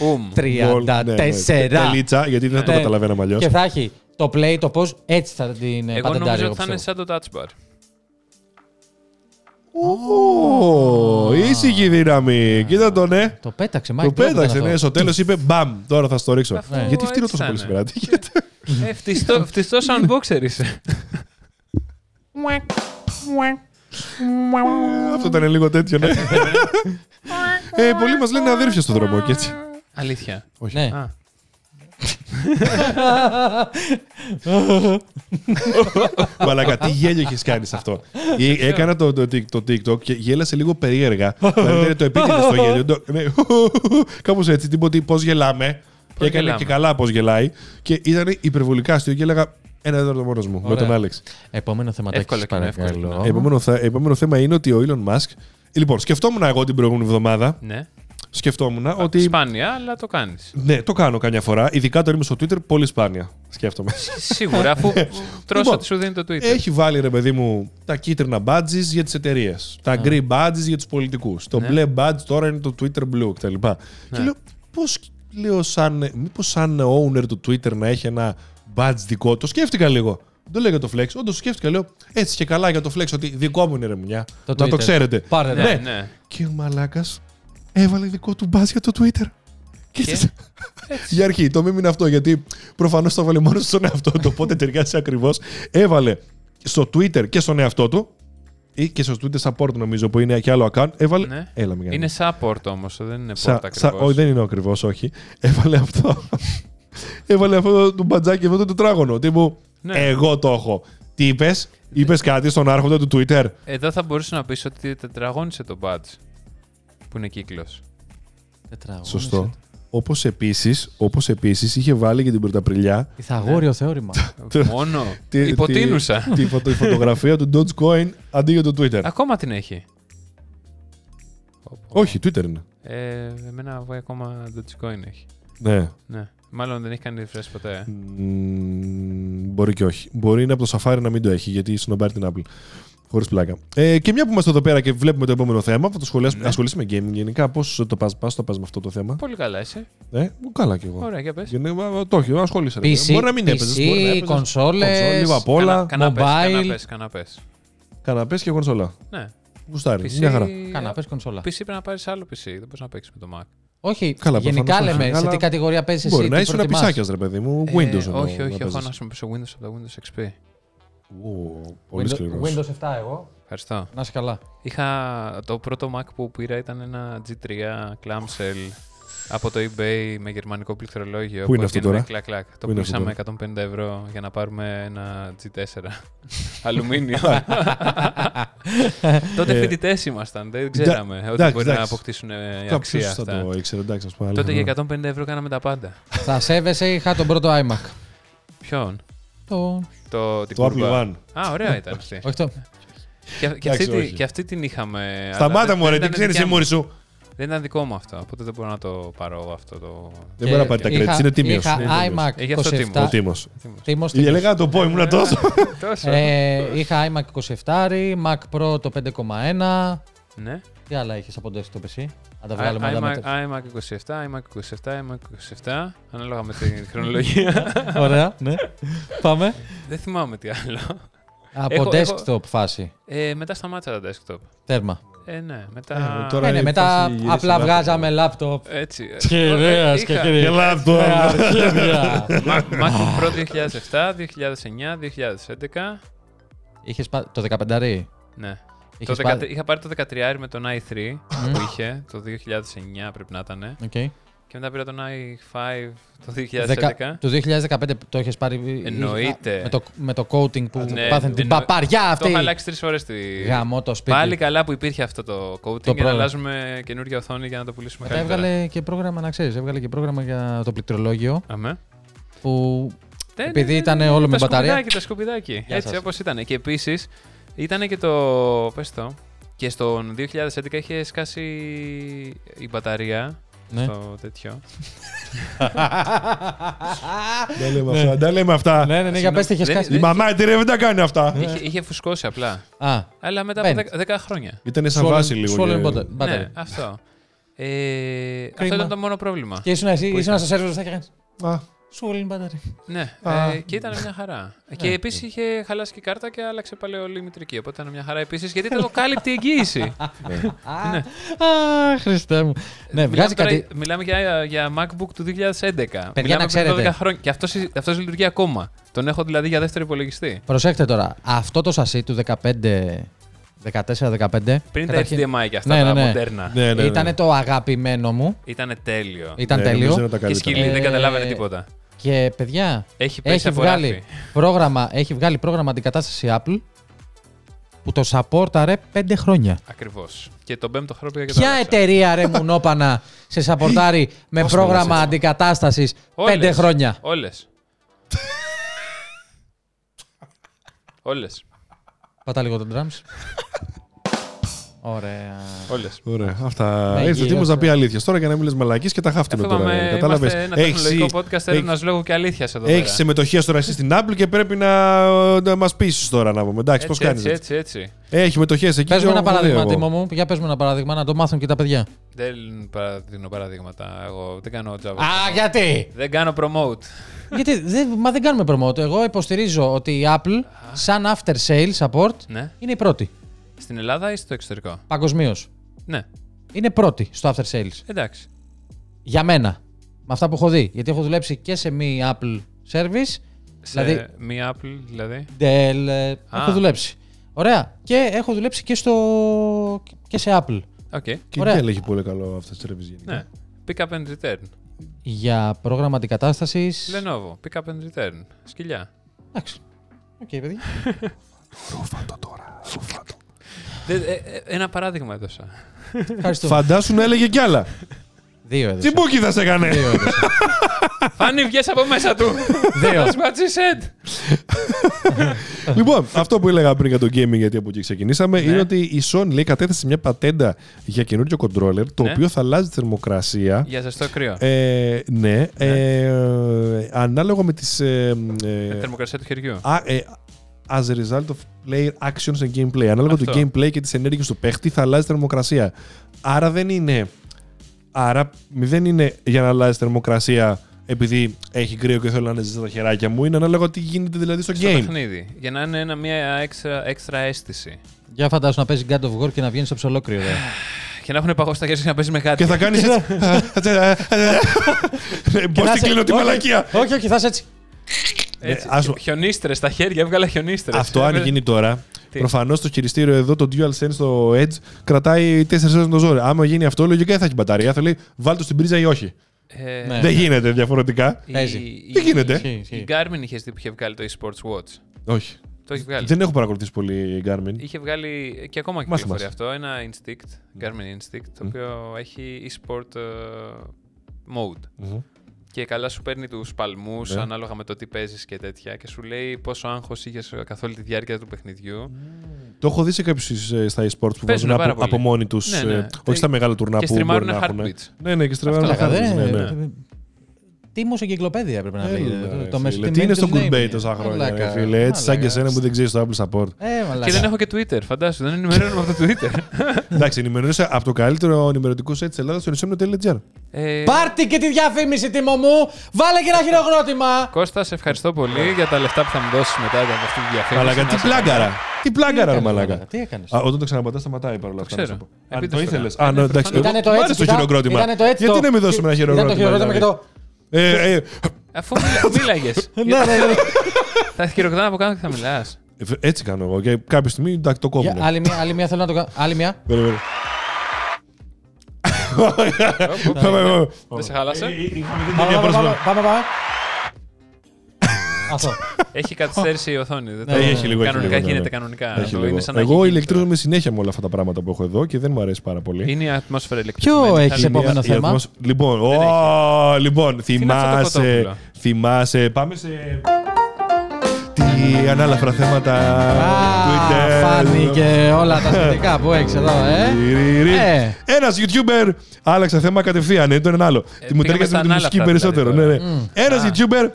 Speaker 3: Ουμ.
Speaker 1: Vol- ναι, ναι.
Speaker 2: 34.
Speaker 1: Τελίτσα, γιατί δεν θα το
Speaker 2: Ναι.
Speaker 1: καταλαβαίναμε αλλιώς.
Speaker 2: Και θα έχει το play, το πώ έτσι θα την ε,
Speaker 3: Εγώ
Speaker 2: πατεντάρει.
Speaker 3: νομίζω
Speaker 2: εγώ
Speaker 3: ότι θα είναι
Speaker 2: πιστεύω.
Speaker 3: σαν το touch
Speaker 2: <laughs>
Speaker 3: bar.
Speaker 1: Ήσυχη δύναμη. Κοίτα το, ναι.
Speaker 2: Το πέταξε,
Speaker 1: Το
Speaker 2: Μάικ.
Speaker 1: πέταξε, ναι. Στο τέλος είπε μπαμ, τώρα θα στο ρίξω.
Speaker 3: Αφού
Speaker 1: Γιατί φτύνω τόσο
Speaker 3: έτσι θα
Speaker 1: πολύ
Speaker 3: είναι.
Speaker 1: σήμερα. τι γίνεται.
Speaker 3: Ε, φτιστό, φτιστό σαν
Speaker 2: <laughs>
Speaker 3: boxer είσαι.
Speaker 1: Αυτό ήταν λίγο τέτοιο, <laughs> ναι. Ε, Πολλοί μας λένε αδέρφια στον δρόμο και έτσι.
Speaker 3: Αλήθεια.
Speaker 1: Όχι.
Speaker 2: Ναι.
Speaker 3: Α.
Speaker 1: Μαλάκα, τι γέλιο έχεις κάνει σε αυτό. Ε, Έκανα το, το, το TikTok και γέλασε λίγο περίεργα. Δηλαδή είναι το επίτηδες στο γέλιο. Το- ναι. Κάπως έτσι, τίποτα, πώς γελάμε.
Speaker 3: Πώς
Speaker 1: Έκανε
Speaker 3: γελάμε.
Speaker 1: και καλά πώς γελάει. Και ήταν υπερβολικά αστείο και έλεγα ένα τέταρτο μόνος μου με
Speaker 2: Ωραία.
Speaker 1: τον Άλεξ.
Speaker 2: Επόμενο θεματάκι,
Speaker 3: Εύκολο
Speaker 2: σας
Speaker 3: κοινό, εύκολο Ναι.
Speaker 2: παρακαλώ.
Speaker 3: κοινό.
Speaker 1: Επόμενο, θα- επόμενο θέμα είναι ότι ο Elon Musk. Λοιπόν, σκεφτόμουν εγώ την προηγούμενη εβδομάδα.
Speaker 3: Ναι.
Speaker 1: Σκεφτόμουν ότι.
Speaker 3: Σπάνια, αλλά το κάνεις.
Speaker 2: <laughs>
Speaker 1: Ναι, το κάνω καμιά φορά. Ειδικά όταν είμαι στο Twitter, πολύ σπάνια. Σκέφτομαι.
Speaker 3: Σίγουρα, αφού τρώσω
Speaker 1: Λοιπόν,
Speaker 3: ότι σου δίνει το Twitter.
Speaker 1: Έχει βάλει ρε παιδί μου τα κίτρινα badges για τις εταιρείες. Τα γκρι badges για τους πολιτικούς. Το
Speaker 3: Ναι.
Speaker 1: μπλε badge τώρα είναι το Twitter Blue κτλ. Και λέω, πώς λέω, σαν, μήπως σαν owner του Twitter να έχει ένα badge δικό του. Σκέφτηκα λίγο. Δεν το λέω για το flex. Όντως σκέφτηκα, λέω έτσι και καλά για το flex ότι δικό μου είναι ρε μουνιά.
Speaker 2: Το
Speaker 1: να το
Speaker 2: Twitter.
Speaker 1: ξέρετε.
Speaker 2: Πάρε
Speaker 3: Ναι,
Speaker 2: ναι.
Speaker 1: <laughs>
Speaker 3: ναι.
Speaker 1: Και ο μαλάκας έβαλε δικό του badge για το Twitter. Και,
Speaker 3: Και?
Speaker 1: για αρχή, το μήνυμα είναι αυτό, γιατί προφανώς το έβαλε μόνος στον εαυτό του, οπότε ταιριάζει ακριβώς. Έβαλε στο Twitter και στον εαυτό του, ή και στο Twitter support νομίζω που είναι και άλλο account, έβαλε.
Speaker 3: Ναι.
Speaker 1: Έλα, μην
Speaker 3: Είναι
Speaker 1: κάνεις.
Speaker 3: support όμως, δεν είναι
Speaker 1: Σα-
Speaker 3: πόρτα
Speaker 1: σα-
Speaker 3: ακριβώς.
Speaker 1: όχι, δεν είναι ακριβώς, όχι. Έβαλε αυτό. έβαλε αυτό το μπατζάκι, αυτό το τετράγωνο. Τύπου,
Speaker 3: Ναι.
Speaker 1: εγώ το έχω. Τι είπες, είπες κάτι στον άρχοντα του Twitter.
Speaker 3: Εδώ θα μπορούσε να πεις ότι τετραγώνησε το badge. Που είναι κύκλος.
Speaker 2: Τετράγωνο.
Speaker 1: Σωστό. Όπως επίσης όπως επίσης, είχε βάλει για την Πρωταπριλιά
Speaker 2: Πυθαγόριο θεώρημα.
Speaker 3: Μόνο.
Speaker 1: τη- τη-
Speaker 3: Υποτείνουσα.
Speaker 1: Τη, φωτο- η φωτογραφία του Dogecoin αντί για το Twitter.
Speaker 3: Ακόμα την έχει.
Speaker 1: Όχι, Twitter είναι.
Speaker 3: Ε, εμένα βάει ακόμα Dogecoin έχει.
Speaker 1: Ναι.
Speaker 3: Ναι. Μάλλον δεν έχει κάνει refresh ποτέ.
Speaker 1: Μμμ, μπορεί και όχι. Μπορεί να από το Safari να μην το έχει, γιατί συνοπάρει την Apple. Χωρίς πλάκα. Ε, και μια που είμαστε εδώ πέρα και βλέπουμε το επόμενο θέμα, θα το σχολιάσουμε.
Speaker 3: Ναι.
Speaker 1: Ασχολείσαι με gaming γενικά. Πώς το πας το πας με αυτό το θέμα.
Speaker 3: Πολύ καλά είσαι.
Speaker 1: Ε, μου καλά κι εγώ.
Speaker 3: Ωραία, για πες.
Speaker 1: Γενικά, μα- το έχει, ασχολείσαι. ρε.
Speaker 2: PC,
Speaker 1: Ε, μπορεί να μην έπαιζε.
Speaker 2: PC, κονσόλες.
Speaker 1: Λίγο απ' όλα.
Speaker 2: κανα-
Speaker 3: καναπές,
Speaker 2: mobile.
Speaker 3: καναπές, καναπές.
Speaker 1: Καναπές και κονσόλα.
Speaker 3: Ναι.
Speaker 1: Γουστάρι.
Speaker 3: PC,
Speaker 1: Μια χαρά.
Speaker 2: Κάνα, πες κονσόλα.
Speaker 3: PC πρέπει να πάρεις άλλο PC. Δεν μπορείς να παίξεις με το Mac.
Speaker 2: Όχι,
Speaker 1: Καλά,
Speaker 2: γενικά
Speaker 1: προφανώς
Speaker 2: λέμε
Speaker 1: όχι,
Speaker 2: σε
Speaker 1: αλλά
Speaker 2: τι κατηγορία παίζει εσύ.
Speaker 1: Μπορεί να
Speaker 2: τι
Speaker 1: ήσουν
Speaker 2: προτιμάς.
Speaker 1: πισάκιας, ρε παιδί μου. Windows.
Speaker 3: Ε,
Speaker 1: εννοώ,
Speaker 3: όχι,
Speaker 1: να
Speaker 3: όχι, έχω
Speaker 1: παίζεις.
Speaker 3: να χρησιμοποιήσω Windows από τα Windows XP.
Speaker 1: Ου, Πολύ
Speaker 2: Windows,
Speaker 1: σκληρός.
Speaker 2: Windows 7 εγώ.
Speaker 3: Ευχαριστώ.
Speaker 2: Να είσαι καλά.
Speaker 3: Είχα το πρώτο Mac που πήρα ήταν ένα G3 clamshell από το eBay με γερμανικό πληκτρολόγιο.
Speaker 1: Πού είναι αυτό
Speaker 3: έβγαινε
Speaker 1: τώρα?
Speaker 3: Κλακ, κλακ. Το
Speaker 1: Πού είναι αυτό
Speaker 3: πουλήσαμε 150 ευρώ για να πάρουμε ένα G4. Αλουμίνιο. <laughs> Τότε
Speaker 1: Ε,
Speaker 3: φοιτητές ήμασταν. Δεν ξέραμε ότι
Speaker 1: εντάξει,
Speaker 3: μπορεί να
Speaker 1: εντάξει.
Speaker 3: αποκτήσουν ε,
Speaker 1: Κάποιο
Speaker 3: αξία
Speaker 1: θα
Speaker 3: αυτά.
Speaker 1: το ήξερε, εντάξει, ας πούμε. αλλά- ναι.
Speaker 3: Τότε για 150 ευρώ κάναμε τα πάντα.
Speaker 2: <laughs> Θα σέβεσαι, είχα τον πρώτο iMac.
Speaker 3: Ποιον?
Speaker 2: Το...
Speaker 3: Το, την
Speaker 1: Το Apple
Speaker 3: κούρμπα.
Speaker 1: One.
Speaker 3: Α, ωραία ήταν
Speaker 1: <laughs>
Speaker 3: αυτή.
Speaker 2: Όχι το.
Speaker 3: και, και,
Speaker 1: Εντάξει,
Speaker 3: αυτή, τη-
Speaker 1: όχι.
Speaker 3: και αυτή την είχαμε. αλλά
Speaker 1: Σταμάτα
Speaker 3: δεν-
Speaker 1: μου, ρε,
Speaker 3: δεν
Speaker 1: τι
Speaker 3: ήταν
Speaker 1: ξέρεις
Speaker 3: δικιά
Speaker 1: εσύ
Speaker 3: μου.
Speaker 1: μόρι σου.
Speaker 3: Δεν ήταν δικό μου αυτό, οπότε δεν μπορώ να το πάρω εγώ αυτό το.
Speaker 1: Δεν μπορεί να πάρει τα
Speaker 2: Είχα-
Speaker 1: credits, είναι τίμιος.
Speaker 2: Είχα iMac
Speaker 3: Ε, γι'
Speaker 1: Ο
Speaker 2: 27.
Speaker 3: αυτό τίμιος.
Speaker 1: τίμο.
Speaker 2: Τίμος, τίμος.
Speaker 1: Έλεγα να το πω, ήμουν τόσο.
Speaker 3: Τόσο.
Speaker 2: Ε, είχα iMac 27, Mac Pro το 5,1.
Speaker 3: ναι.
Speaker 2: Τι άλλα είχες από desktop εσύ. Αν τα βγάλουμε όλα
Speaker 3: iMac,
Speaker 2: μετά.
Speaker 3: iMac 27, iMac 27, iMac 27, ανάλογα με την χρονολογία.
Speaker 2: Ωραία, <laughs> ναι. Πάμε.
Speaker 3: δεν θυμάμαι τι άλλο.
Speaker 2: Από
Speaker 3: Έχω-
Speaker 2: desktop φάση.
Speaker 3: Ε, μετά σταμάτησα τα desktop.
Speaker 2: Τέρμα.
Speaker 3: Ε, ναι, μετά.
Speaker 1: Ε, τώρα-
Speaker 2: Ναι, ναι,
Speaker 1: η
Speaker 2: μετά
Speaker 1: φάση γύρισε
Speaker 2: απλά
Speaker 1: laptop.
Speaker 2: βγάζαμε laptop.
Speaker 3: Έτσι. ε,
Speaker 2: Κυρία
Speaker 3: ε,
Speaker 2: και
Speaker 3: είχα <laughs>
Speaker 2: κύριοι.
Speaker 1: Γελά το.
Speaker 2: Αρχίδια.
Speaker 3: Mac Pro 2007, 2009, 2011.
Speaker 2: Είχες πα- το 15
Speaker 3: Ναι. Το
Speaker 2: Είχες
Speaker 3: 13
Speaker 2: πα-
Speaker 3: Είχα πάρει το 13 με τον i3 που είχε, το 2009 πρέπει να ήταν.
Speaker 2: Οκ.
Speaker 3: Και μετά πήρα τον i5 το
Speaker 2: Δεκα-
Speaker 3: 2011.
Speaker 2: Το 2015 το έχεις πάρει. ε,
Speaker 3: Εννοείται.
Speaker 2: Με το, με το coating που
Speaker 3: Ναι,
Speaker 2: πάθαινε την
Speaker 3: εννοεί-
Speaker 2: παπαριά
Speaker 3: Το
Speaker 2: αυτή.
Speaker 3: είχα αλλάξει τρεις φορές τη.
Speaker 2: Γαμώ το σπίτι.
Speaker 3: Πάλι καλά που υπήρχε αυτό το
Speaker 2: Το
Speaker 3: coating για να
Speaker 2: πρώτο.
Speaker 3: αλλάζουμε καινούργια οθόνη για να το πουλήσουμε
Speaker 2: Μετά
Speaker 3: καλύτερα.
Speaker 2: έβγαλε και πρόγραμμα, να ξέρεις, έβγαλε και πρόγραμμα για το πληκτρολόγιο
Speaker 3: Αμέ.
Speaker 2: που
Speaker 3: Ναι,
Speaker 2: Επειδή
Speaker 3: ναι, ναι,
Speaker 2: ήταν
Speaker 3: ναι,
Speaker 2: όλο με
Speaker 3: τα
Speaker 2: μπαταρία.
Speaker 3: σκουπιδάκι, Τα σκουπιδάκι.
Speaker 2: Γεια
Speaker 3: Έτσι
Speaker 2: σας.
Speaker 3: όπως ήταν. Και επίσης ήταν και το. Πες το. Και στον 2011 είχε σκάσει η μπαταρία.
Speaker 2: Ναι.
Speaker 3: Στο τέτοιο.
Speaker 1: Δεν λέμε αυτά. Δεν λέμε αυτά.
Speaker 2: ναι, <laughs> ναι, ναι, για πες τι είχες
Speaker 3: Δεν-
Speaker 2: χάσει.
Speaker 1: Η μαμά η δεν τα κάνει αυτά.
Speaker 3: Είχε, είχε φουσκώσει απλά.
Speaker 2: Α,
Speaker 3: Αλλά μετά από
Speaker 2: Ναι. Μπαίνεις.
Speaker 3: 10, 10 χρόνια.
Speaker 1: Ήταν σαν
Speaker 2: swollen-
Speaker 1: βάση λίγο.
Speaker 2: swollen
Speaker 1: και-
Speaker 2: bota- battery.
Speaker 3: Ναι, αυτό. Ε, αυτό
Speaker 2: Κρίμα.
Speaker 3: ήταν το μόνο πρόβλημα.
Speaker 2: Και ήσουν εσύ, ήσουν
Speaker 3: είχα.
Speaker 2: στο σερβερ, θα έκανες
Speaker 1: Α,
Speaker 2: Swollen battery.
Speaker 3: Ναι,
Speaker 1: Α.
Speaker 3: ε, και ήταν μια χαρά.
Speaker 2: Ναι.
Speaker 3: και επίσης είχε χαλάσει και η κάρτα και άλλαξε πάλι όλη η μητρική. Οπότε ήταν μια χαρά επίσης
Speaker 2: <laughs>
Speaker 3: γιατί ήταν το κάλυπτη εγγύηση.
Speaker 2: <laughs> Ε, Α, Χριστέ μου. Ναι,
Speaker 3: Μιλάμε
Speaker 2: βγάζει
Speaker 3: τώρα-
Speaker 2: κάτι.
Speaker 3: Μιλάμε για, για MacBook του 2011.
Speaker 2: Παιδιά, να
Speaker 3: μιλάμε πριν 12
Speaker 2: ξέρετε.
Speaker 3: Χρόνια. Και αυτός αυτός λειτουργεί ακόμα. Τον έχω δηλαδή για δεύτερο υπολογιστή.
Speaker 2: Προσέξτε τώρα, αυτό το σασί του 15. 14-15.
Speaker 3: Πριν
Speaker 2: καταρχήν,
Speaker 3: τα HDMI και αυτά
Speaker 2: Ναι,
Speaker 3: τα
Speaker 2: ναι, ναι.
Speaker 3: μοντέρνα.
Speaker 1: Ναι, ναι, ναι.
Speaker 2: Ήταν το αγαπημένο μου.
Speaker 3: Ήταν τέλειο.
Speaker 2: Ήταν
Speaker 1: Ναι, νομίζω
Speaker 2: τέλειο.
Speaker 1: είναι τα
Speaker 3: Και
Speaker 1: καλύτερα.
Speaker 3: σκυλή
Speaker 2: Ε,
Speaker 3: δεν καταλάβαινε τίποτα.
Speaker 2: Και παιδιά,
Speaker 3: Έχει πέσει
Speaker 2: έχει
Speaker 3: από
Speaker 2: βγάλει,
Speaker 3: ράφι.
Speaker 2: πρόγραμμα, έχει βγάλει πρόγραμμα αντικατάσταση Apple που το σαπόρταρε 5 χρόνια.
Speaker 3: Ακριβώς. Και τον πέμπτο χρόνο πήγα και
Speaker 2: Ποια
Speaker 3: τα άλλαξα.
Speaker 2: εταιρεία ρε μουνόπανα σε σαπορτάρει
Speaker 1: <laughs>
Speaker 2: με
Speaker 1: Πώς το λες
Speaker 2: πρόγραμμα
Speaker 1: έτσι.
Speaker 2: αντικατάσταση 5
Speaker 3: Όλες.
Speaker 2: χρόνια. <laughs>
Speaker 3: Όλες. Όλες.
Speaker 2: Πατά λίγο τον
Speaker 1: <laughs>
Speaker 2: drums. Ωραία.
Speaker 3: Όλες.
Speaker 1: Ωραία, αυτά.
Speaker 2: Ναι,
Speaker 1: Ήρθε ο Τίμος να
Speaker 2: γύρω-
Speaker 1: πει αλήθεια. Τώρα και να μιλες μαλακίες και τα χάφτουμε
Speaker 3: Έφυγα
Speaker 1: τώρα.
Speaker 3: με-
Speaker 1: ε,
Speaker 3: είμαστε
Speaker 1: Κατάλαβες.
Speaker 3: ένα
Speaker 1: Έχεις-
Speaker 3: τεχνολογικό podcast
Speaker 1: έχ-
Speaker 3: έρευνα λόγου και αλήθειας εδώ
Speaker 1: Έχεις
Speaker 3: πέρα.
Speaker 1: συμμετοχή τώρα εσύ στην Apple και πρέπει να, να μας πείσεις τώρα να πούμε. Εντάξει, πώς
Speaker 3: Έτσι,
Speaker 1: κάνεις.
Speaker 3: έτσι,
Speaker 1: έτσι.
Speaker 3: έτσι, έτσι.
Speaker 1: Έχει μετοχές εκεί.
Speaker 2: Πες μου
Speaker 1: ξέρω,
Speaker 2: ένα
Speaker 1: έχω δει
Speaker 2: παράδειγμα,
Speaker 1: εγώ.
Speaker 2: Τίμω μου. Για πες μου ένα παράδειγμα να το μάθουν και τα παιδιά.
Speaker 3: Δεν παρα- δίνω παραδείγματα. Εγώ δεν κάνω Java.
Speaker 2: Α, γιατί!
Speaker 3: Δεν κάνω promote.
Speaker 2: γιατί δεν, μα δεν κάνουμε promote. Εγώ υποστηρίζω ότι η Apple, σαν after sale support,
Speaker 3: Ναι.
Speaker 2: είναι η πρώτη.
Speaker 3: Στην Ελλάδα ή στο εξωτερικό.
Speaker 2: Παγκοσμίως.
Speaker 3: Ναι.
Speaker 2: Είναι πρώτη στο after sales.
Speaker 3: Εντάξει.
Speaker 2: Για μένα. Με αυτά που έχω δει. Γιατί έχω δουλέψει και σε μη Apple service.
Speaker 3: Σε
Speaker 2: Δηλαδή-
Speaker 3: μία Apple, δηλαδή.
Speaker 2: Dell. ε,
Speaker 3: Α.
Speaker 2: Έχω δουλέψει. Ωραία. Και έχω δουλέψει και, στο... και σε Apple.
Speaker 3: Οκ.
Speaker 1: Και η
Speaker 2: Ωραία.
Speaker 1: Dell έχει πολύ καλό αυτό τη ρεύση γενικά.
Speaker 3: Ναι. Pick up and return.
Speaker 2: Για πρόγραμμα αντικατάστασης.
Speaker 3: Lenovo. Pick up and return. Σκυλιά.
Speaker 2: Εντάξει. Οκ, παιδιά.
Speaker 1: Ρούφατο τώρα. Ρούφατο.
Speaker 3: Δεν- ε, ε, ένα παράδειγμα έδωσα.
Speaker 1: <laughs>
Speaker 2: Ευχαριστώ.
Speaker 1: Φαντάσου να έλεγε κι άλλα.
Speaker 2: Δύο έδωσα.
Speaker 1: Τσιμπούκι θα σε έκανε.
Speaker 2: Δύο έδωσα.
Speaker 3: Φάνη, βγες από
Speaker 1: <laughs>
Speaker 3: μέσα του.
Speaker 2: Δύο.
Speaker 3: That's what she said.
Speaker 1: λοιπόν, αυτό που έλεγα πριν για το gaming, γιατί από εκεί ξεκινήσαμε,
Speaker 3: Ναι.
Speaker 1: είναι ότι η Sony λέει κατέθεσε μια πατέντα για καινούριο controller, το
Speaker 3: Ναι.
Speaker 1: οποίο θα αλλάζει τη θερμοκρασία.
Speaker 3: Για ζεστό κρύο.
Speaker 1: Ε, ναι, ε, ανάλογα με τις... ε,
Speaker 3: Με
Speaker 1: ε,
Speaker 3: θερμοκρασία του χεριού.
Speaker 1: α- ε, as a result of player actions and gameplay. Ανάλογα
Speaker 3: Αυτό.
Speaker 1: του gameplay και τις ενέργειες του παίχτη θα αλλάζει θερμοκρασία. Άρα δεν είναι... Άρα μη- δεν είναι για να αλλάζει θερμοκρασία επειδή έχει κρύο και θέλω να είναι ζεστά τα χεράκια μου. Είναι ανάλογα τι γίνεται δηλαδή στο,
Speaker 3: Στο
Speaker 1: game.
Speaker 3: παιχνίδι. Για να είναι ένα, μια έξτρα, έξτρα αίσθηση.
Speaker 2: Για φαντάσου να παίζει God of War και να βγαίνει στο ε. ολόκληρο. ρε.
Speaker 3: Και να έχουν παγώσει τα χέρια σου και να παίζεις με κάτι.
Speaker 1: Και θα κάνεις <laughs> έτσι... Πώς
Speaker 2: να
Speaker 1: την
Speaker 2: σε-
Speaker 1: κλείνω τη
Speaker 2: όχι.
Speaker 1: μαλακία.
Speaker 2: όχι, όχι, θα είσαι έτσι.
Speaker 3: Έτσι,
Speaker 1: Ε, ας-
Speaker 3: Χιονίστρες στα χέρια, έβγαλα χιονίστρες.
Speaker 1: Αυτό αν γίνει τώρα.
Speaker 3: Τι?
Speaker 1: Προφανώς το χειριστήριο εδώ, το DualSense, το Edge, κρατάει 4 ώρε το ζόρι. Άμα γίνει αυτό, λογικά θα έχει μπαταρία. Θα λέει βάλ το στην πρίζα ή όχι.
Speaker 3: Ε,
Speaker 2: Ναι.
Speaker 1: Δεν γίνεται διαφορετικά.
Speaker 3: η-
Speaker 2: Παίζει.
Speaker 3: η-
Speaker 1: Τι γίνεται?
Speaker 2: Ισχύει,
Speaker 3: Η
Speaker 2: ισχύει.
Speaker 3: Garmin είχε δει που είχε βγάλει το eSports Watch.
Speaker 1: Όχι.
Speaker 3: Το έχει βγάλει.
Speaker 1: Δεν έχω παρακολουθήσει πολύ Garmin.
Speaker 3: Είχε βγάλει και ακόμα
Speaker 1: Μάθε
Speaker 3: κυκλοφορεί
Speaker 1: μας.
Speaker 3: αυτό, ένα Instinct, Garmin Instinct, το οποίο έχει e-sport ε, mode.
Speaker 1: Μμμ.
Speaker 3: Και καλά σου παίρνει τους παλμούς
Speaker 1: Ναι.
Speaker 3: ανάλογα με το τι παίζεις και τέτοια και σου λέει πόσο άγχος είχες καθ' όλη τη διάρκεια του παιχνιδιού.
Speaker 1: Το έχω δει σε κάποιους ε, στα e-sports που
Speaker 3: Παίζουνε
Speaker 1: βάζουν από,
Speaker 3: πάρα πολύ.
Speaker 1: από μόνοι τους.
Speaker 3: Ναι, ναι.
Speaker 1: Όχι στα μεγάλα τουρνά
Speaker 3: και
Speaker 1: που μπορεί
Speaker 3: στριμάρουν
Speaker 1: να έχουν.
Speaker 3: heartbeats.
Speaker 1: Ναι, ναι, και στριμάρουν
Speaker 2: Αυτά,
Speaker 1: heartbeats.
Speaker 2: δε,
Speaker 1: Ναι, ναι.
Speaker 2: Τίμος εγκυκλοπαίδεια έπρεπε να
Speaker 1: Έλα,
Speaker 2: λέγεται.
Speaker 1: ρε,
Speaker 2: Το
Speaker 1: φίλε.
Speaker 2: μεσ-
Speaker 1: Ε, Τι
Speaker 2: mental
Speaker 1: είναι στο
Speaker 2: name
Speaker 1: Good Bay
Speaker 2: είναι.
Speaker 1: τόσα χρόνια,
Speaker 2: Μαλάκα,
Speaker 1: ρε φίλε. Έτσι, σαν και
Speaker 2: μαλάκα.
Speaker 1: εσένα που δεν ξέρεις το Apple Support.
Speaker 2: Ε, μαλάκα.
Speaker 3: Και δεν έχω και Twitter, φαντάσου, δεν ενημερώνω από το
Speaker 1: <laughs>
Speaker 3: Twitter.
Speaker 1: Εντάξει, ενημερώνεσαι από το καλύτερο ενημερωτικό site της Ελλάδας στο insomnia.gr.
Speaker 3: ε,
Speaker 2: Πάρτι και τη διαφήμιση, τιμό μου! Βάλε και ένα χειροκρότημα!
Speaker 3: Κώστα, σε ευχαριστώ πολύ για τα λεφτά που θα μου δώσεις μετά από αυτή τη διαφήμιση.
Speaker 1: Μαλάκα,
Speaker 3: Να
Speaker 1: τι
Speaker 3: σε
Speaker 1: πλάγκαρα. Τι πλάγκαρα, ρε μαλάκα.
Speaker 2: Τι έκανες.
Speaker 1: Α, όταν το ξαναπατά, σταματάει παρόλα αυτά.
Speaker 3: ξέρω.
Speaker 1: να σου πω. Αν
Speaker 3: Επίτηδες
Speaker 1: το
Speaker 3: το
Speaker 1: ήθελε.
Speaker 3: κάνω.
Speaker 1: Α, ναι,
Speaker 3: Ε,
Speaker 1: εντάξει. εγώ
Speaker 3: προφανώς.
Speaker 2: Ήτανε το
Speaker 1: βάλε
Speaker 2: έτσι,
Speaker 1: στο
Speaker 2: ήταν-
Speaker 1: χειροκρότημα.
Speaker 2: ήτανε το έτσι
Speaker 1: Γιατί
Speaker 2: το-
Speaker 1: να μην δώσουμε ένα χειροκρότημα.
Speaker 2: Ήταν το χειροκρότημα και
Speaker 1: δηλαδή.
Speaker 2: το.
Speaker 1: Ε, ε,
Speaker 3: Αφού
Speaker 1: <laughs>
Speaker 3: μίλαγες.
Speaker 2: Ναι, ναι, ναι.
Speaker 3: θα χειροκροτάω από κάτω και θα μιλάς.
Speaker 1: ε, Έτσι κάνω εγώ. Και κάποια στιγμή εντάξει, το
Speaker 2: <laughs> Για-
Speaker 1: κόβουμε.
Speaker 2: Άλλη μία, άλλη μία θέλω να το κάνω. Άλλη μία.
Speaker 3: Δεν
Speaker 1: Ε,
Speaker 3: σε χάλασε.
Speaker 2: Πάμε, πάμε, πάμε, πάμε, πάμε. Αυτό.
Speaker 3: Έχει καθυστέρηση η οθόνη. δεν
Speaker 2: Έχει,
Speaker 3: το-
Speaker 1: έχει λίγο, έχει
Speaker 3: Κανονικά
Speaker 1: λίγο, ναι,
Speaker 3: γίνεται
Speaker 1: ναι.
Speaker 3: κανονικά.
Speaker 1: Έχει
Speaker 3: Το-
Speaker 1: λίγο.
Speaker 3: είναι σαν να έχει
Speaker 1: Εγώ
Speaker 3: γίνει
Speaker 1: ηλεκτρίζομαι συνέχεια με όλα αυτά τα πράγματα που έχω εδώ και δεν μου αρέσει πάρα
Speaker 3: τώρα.
Speaker 1: πολύ.
Speaker 3: Είναι η ατμόσφαιρα
Speaker 2: Ποιο
Speaker 3: ηλεκτρική.
Speaker 2: έχεις επόμενο
Speaker 1: Η
Speaker 2: θέμα?
Speaker 1: ατμόσ- Λοιπόν, ω, λοιπόν,
Speaker 3: είναι αυτό το
Speaker 1: θυμάσαι.
Speaker 3: κοτόπουλο?
Speaker 1: Θυμάσαι. Πάμε σε. Τι ανάλαφρα θέματα.
Speaker 2: Α,
Speaker 1: Twitter.
Speaker 2: φάνηκε όλα <laughs> τα σχετικά που έχεις εδώ, ε. Ε.
Speaker 1: Ένας YouTuber άλλαξε θέμα κατευθείαν. Ναι, το ένα άλλο.
Speaker 3: Ε,
Speaker 1: Τη μου
Speaker 3: πήγαμε
Speaker 1: ταιριάζει
Speaker 3: στα
Speaker 1: με τη μουσική
Speaker 3: ανάλαφρα,
Speaker 1: περισσότερο. Ναι,
Speaker 3: δηλαδή,
Speaker 1: ναι. Ένας
Speaker 3: Α.
Speaker 1: YouTuber.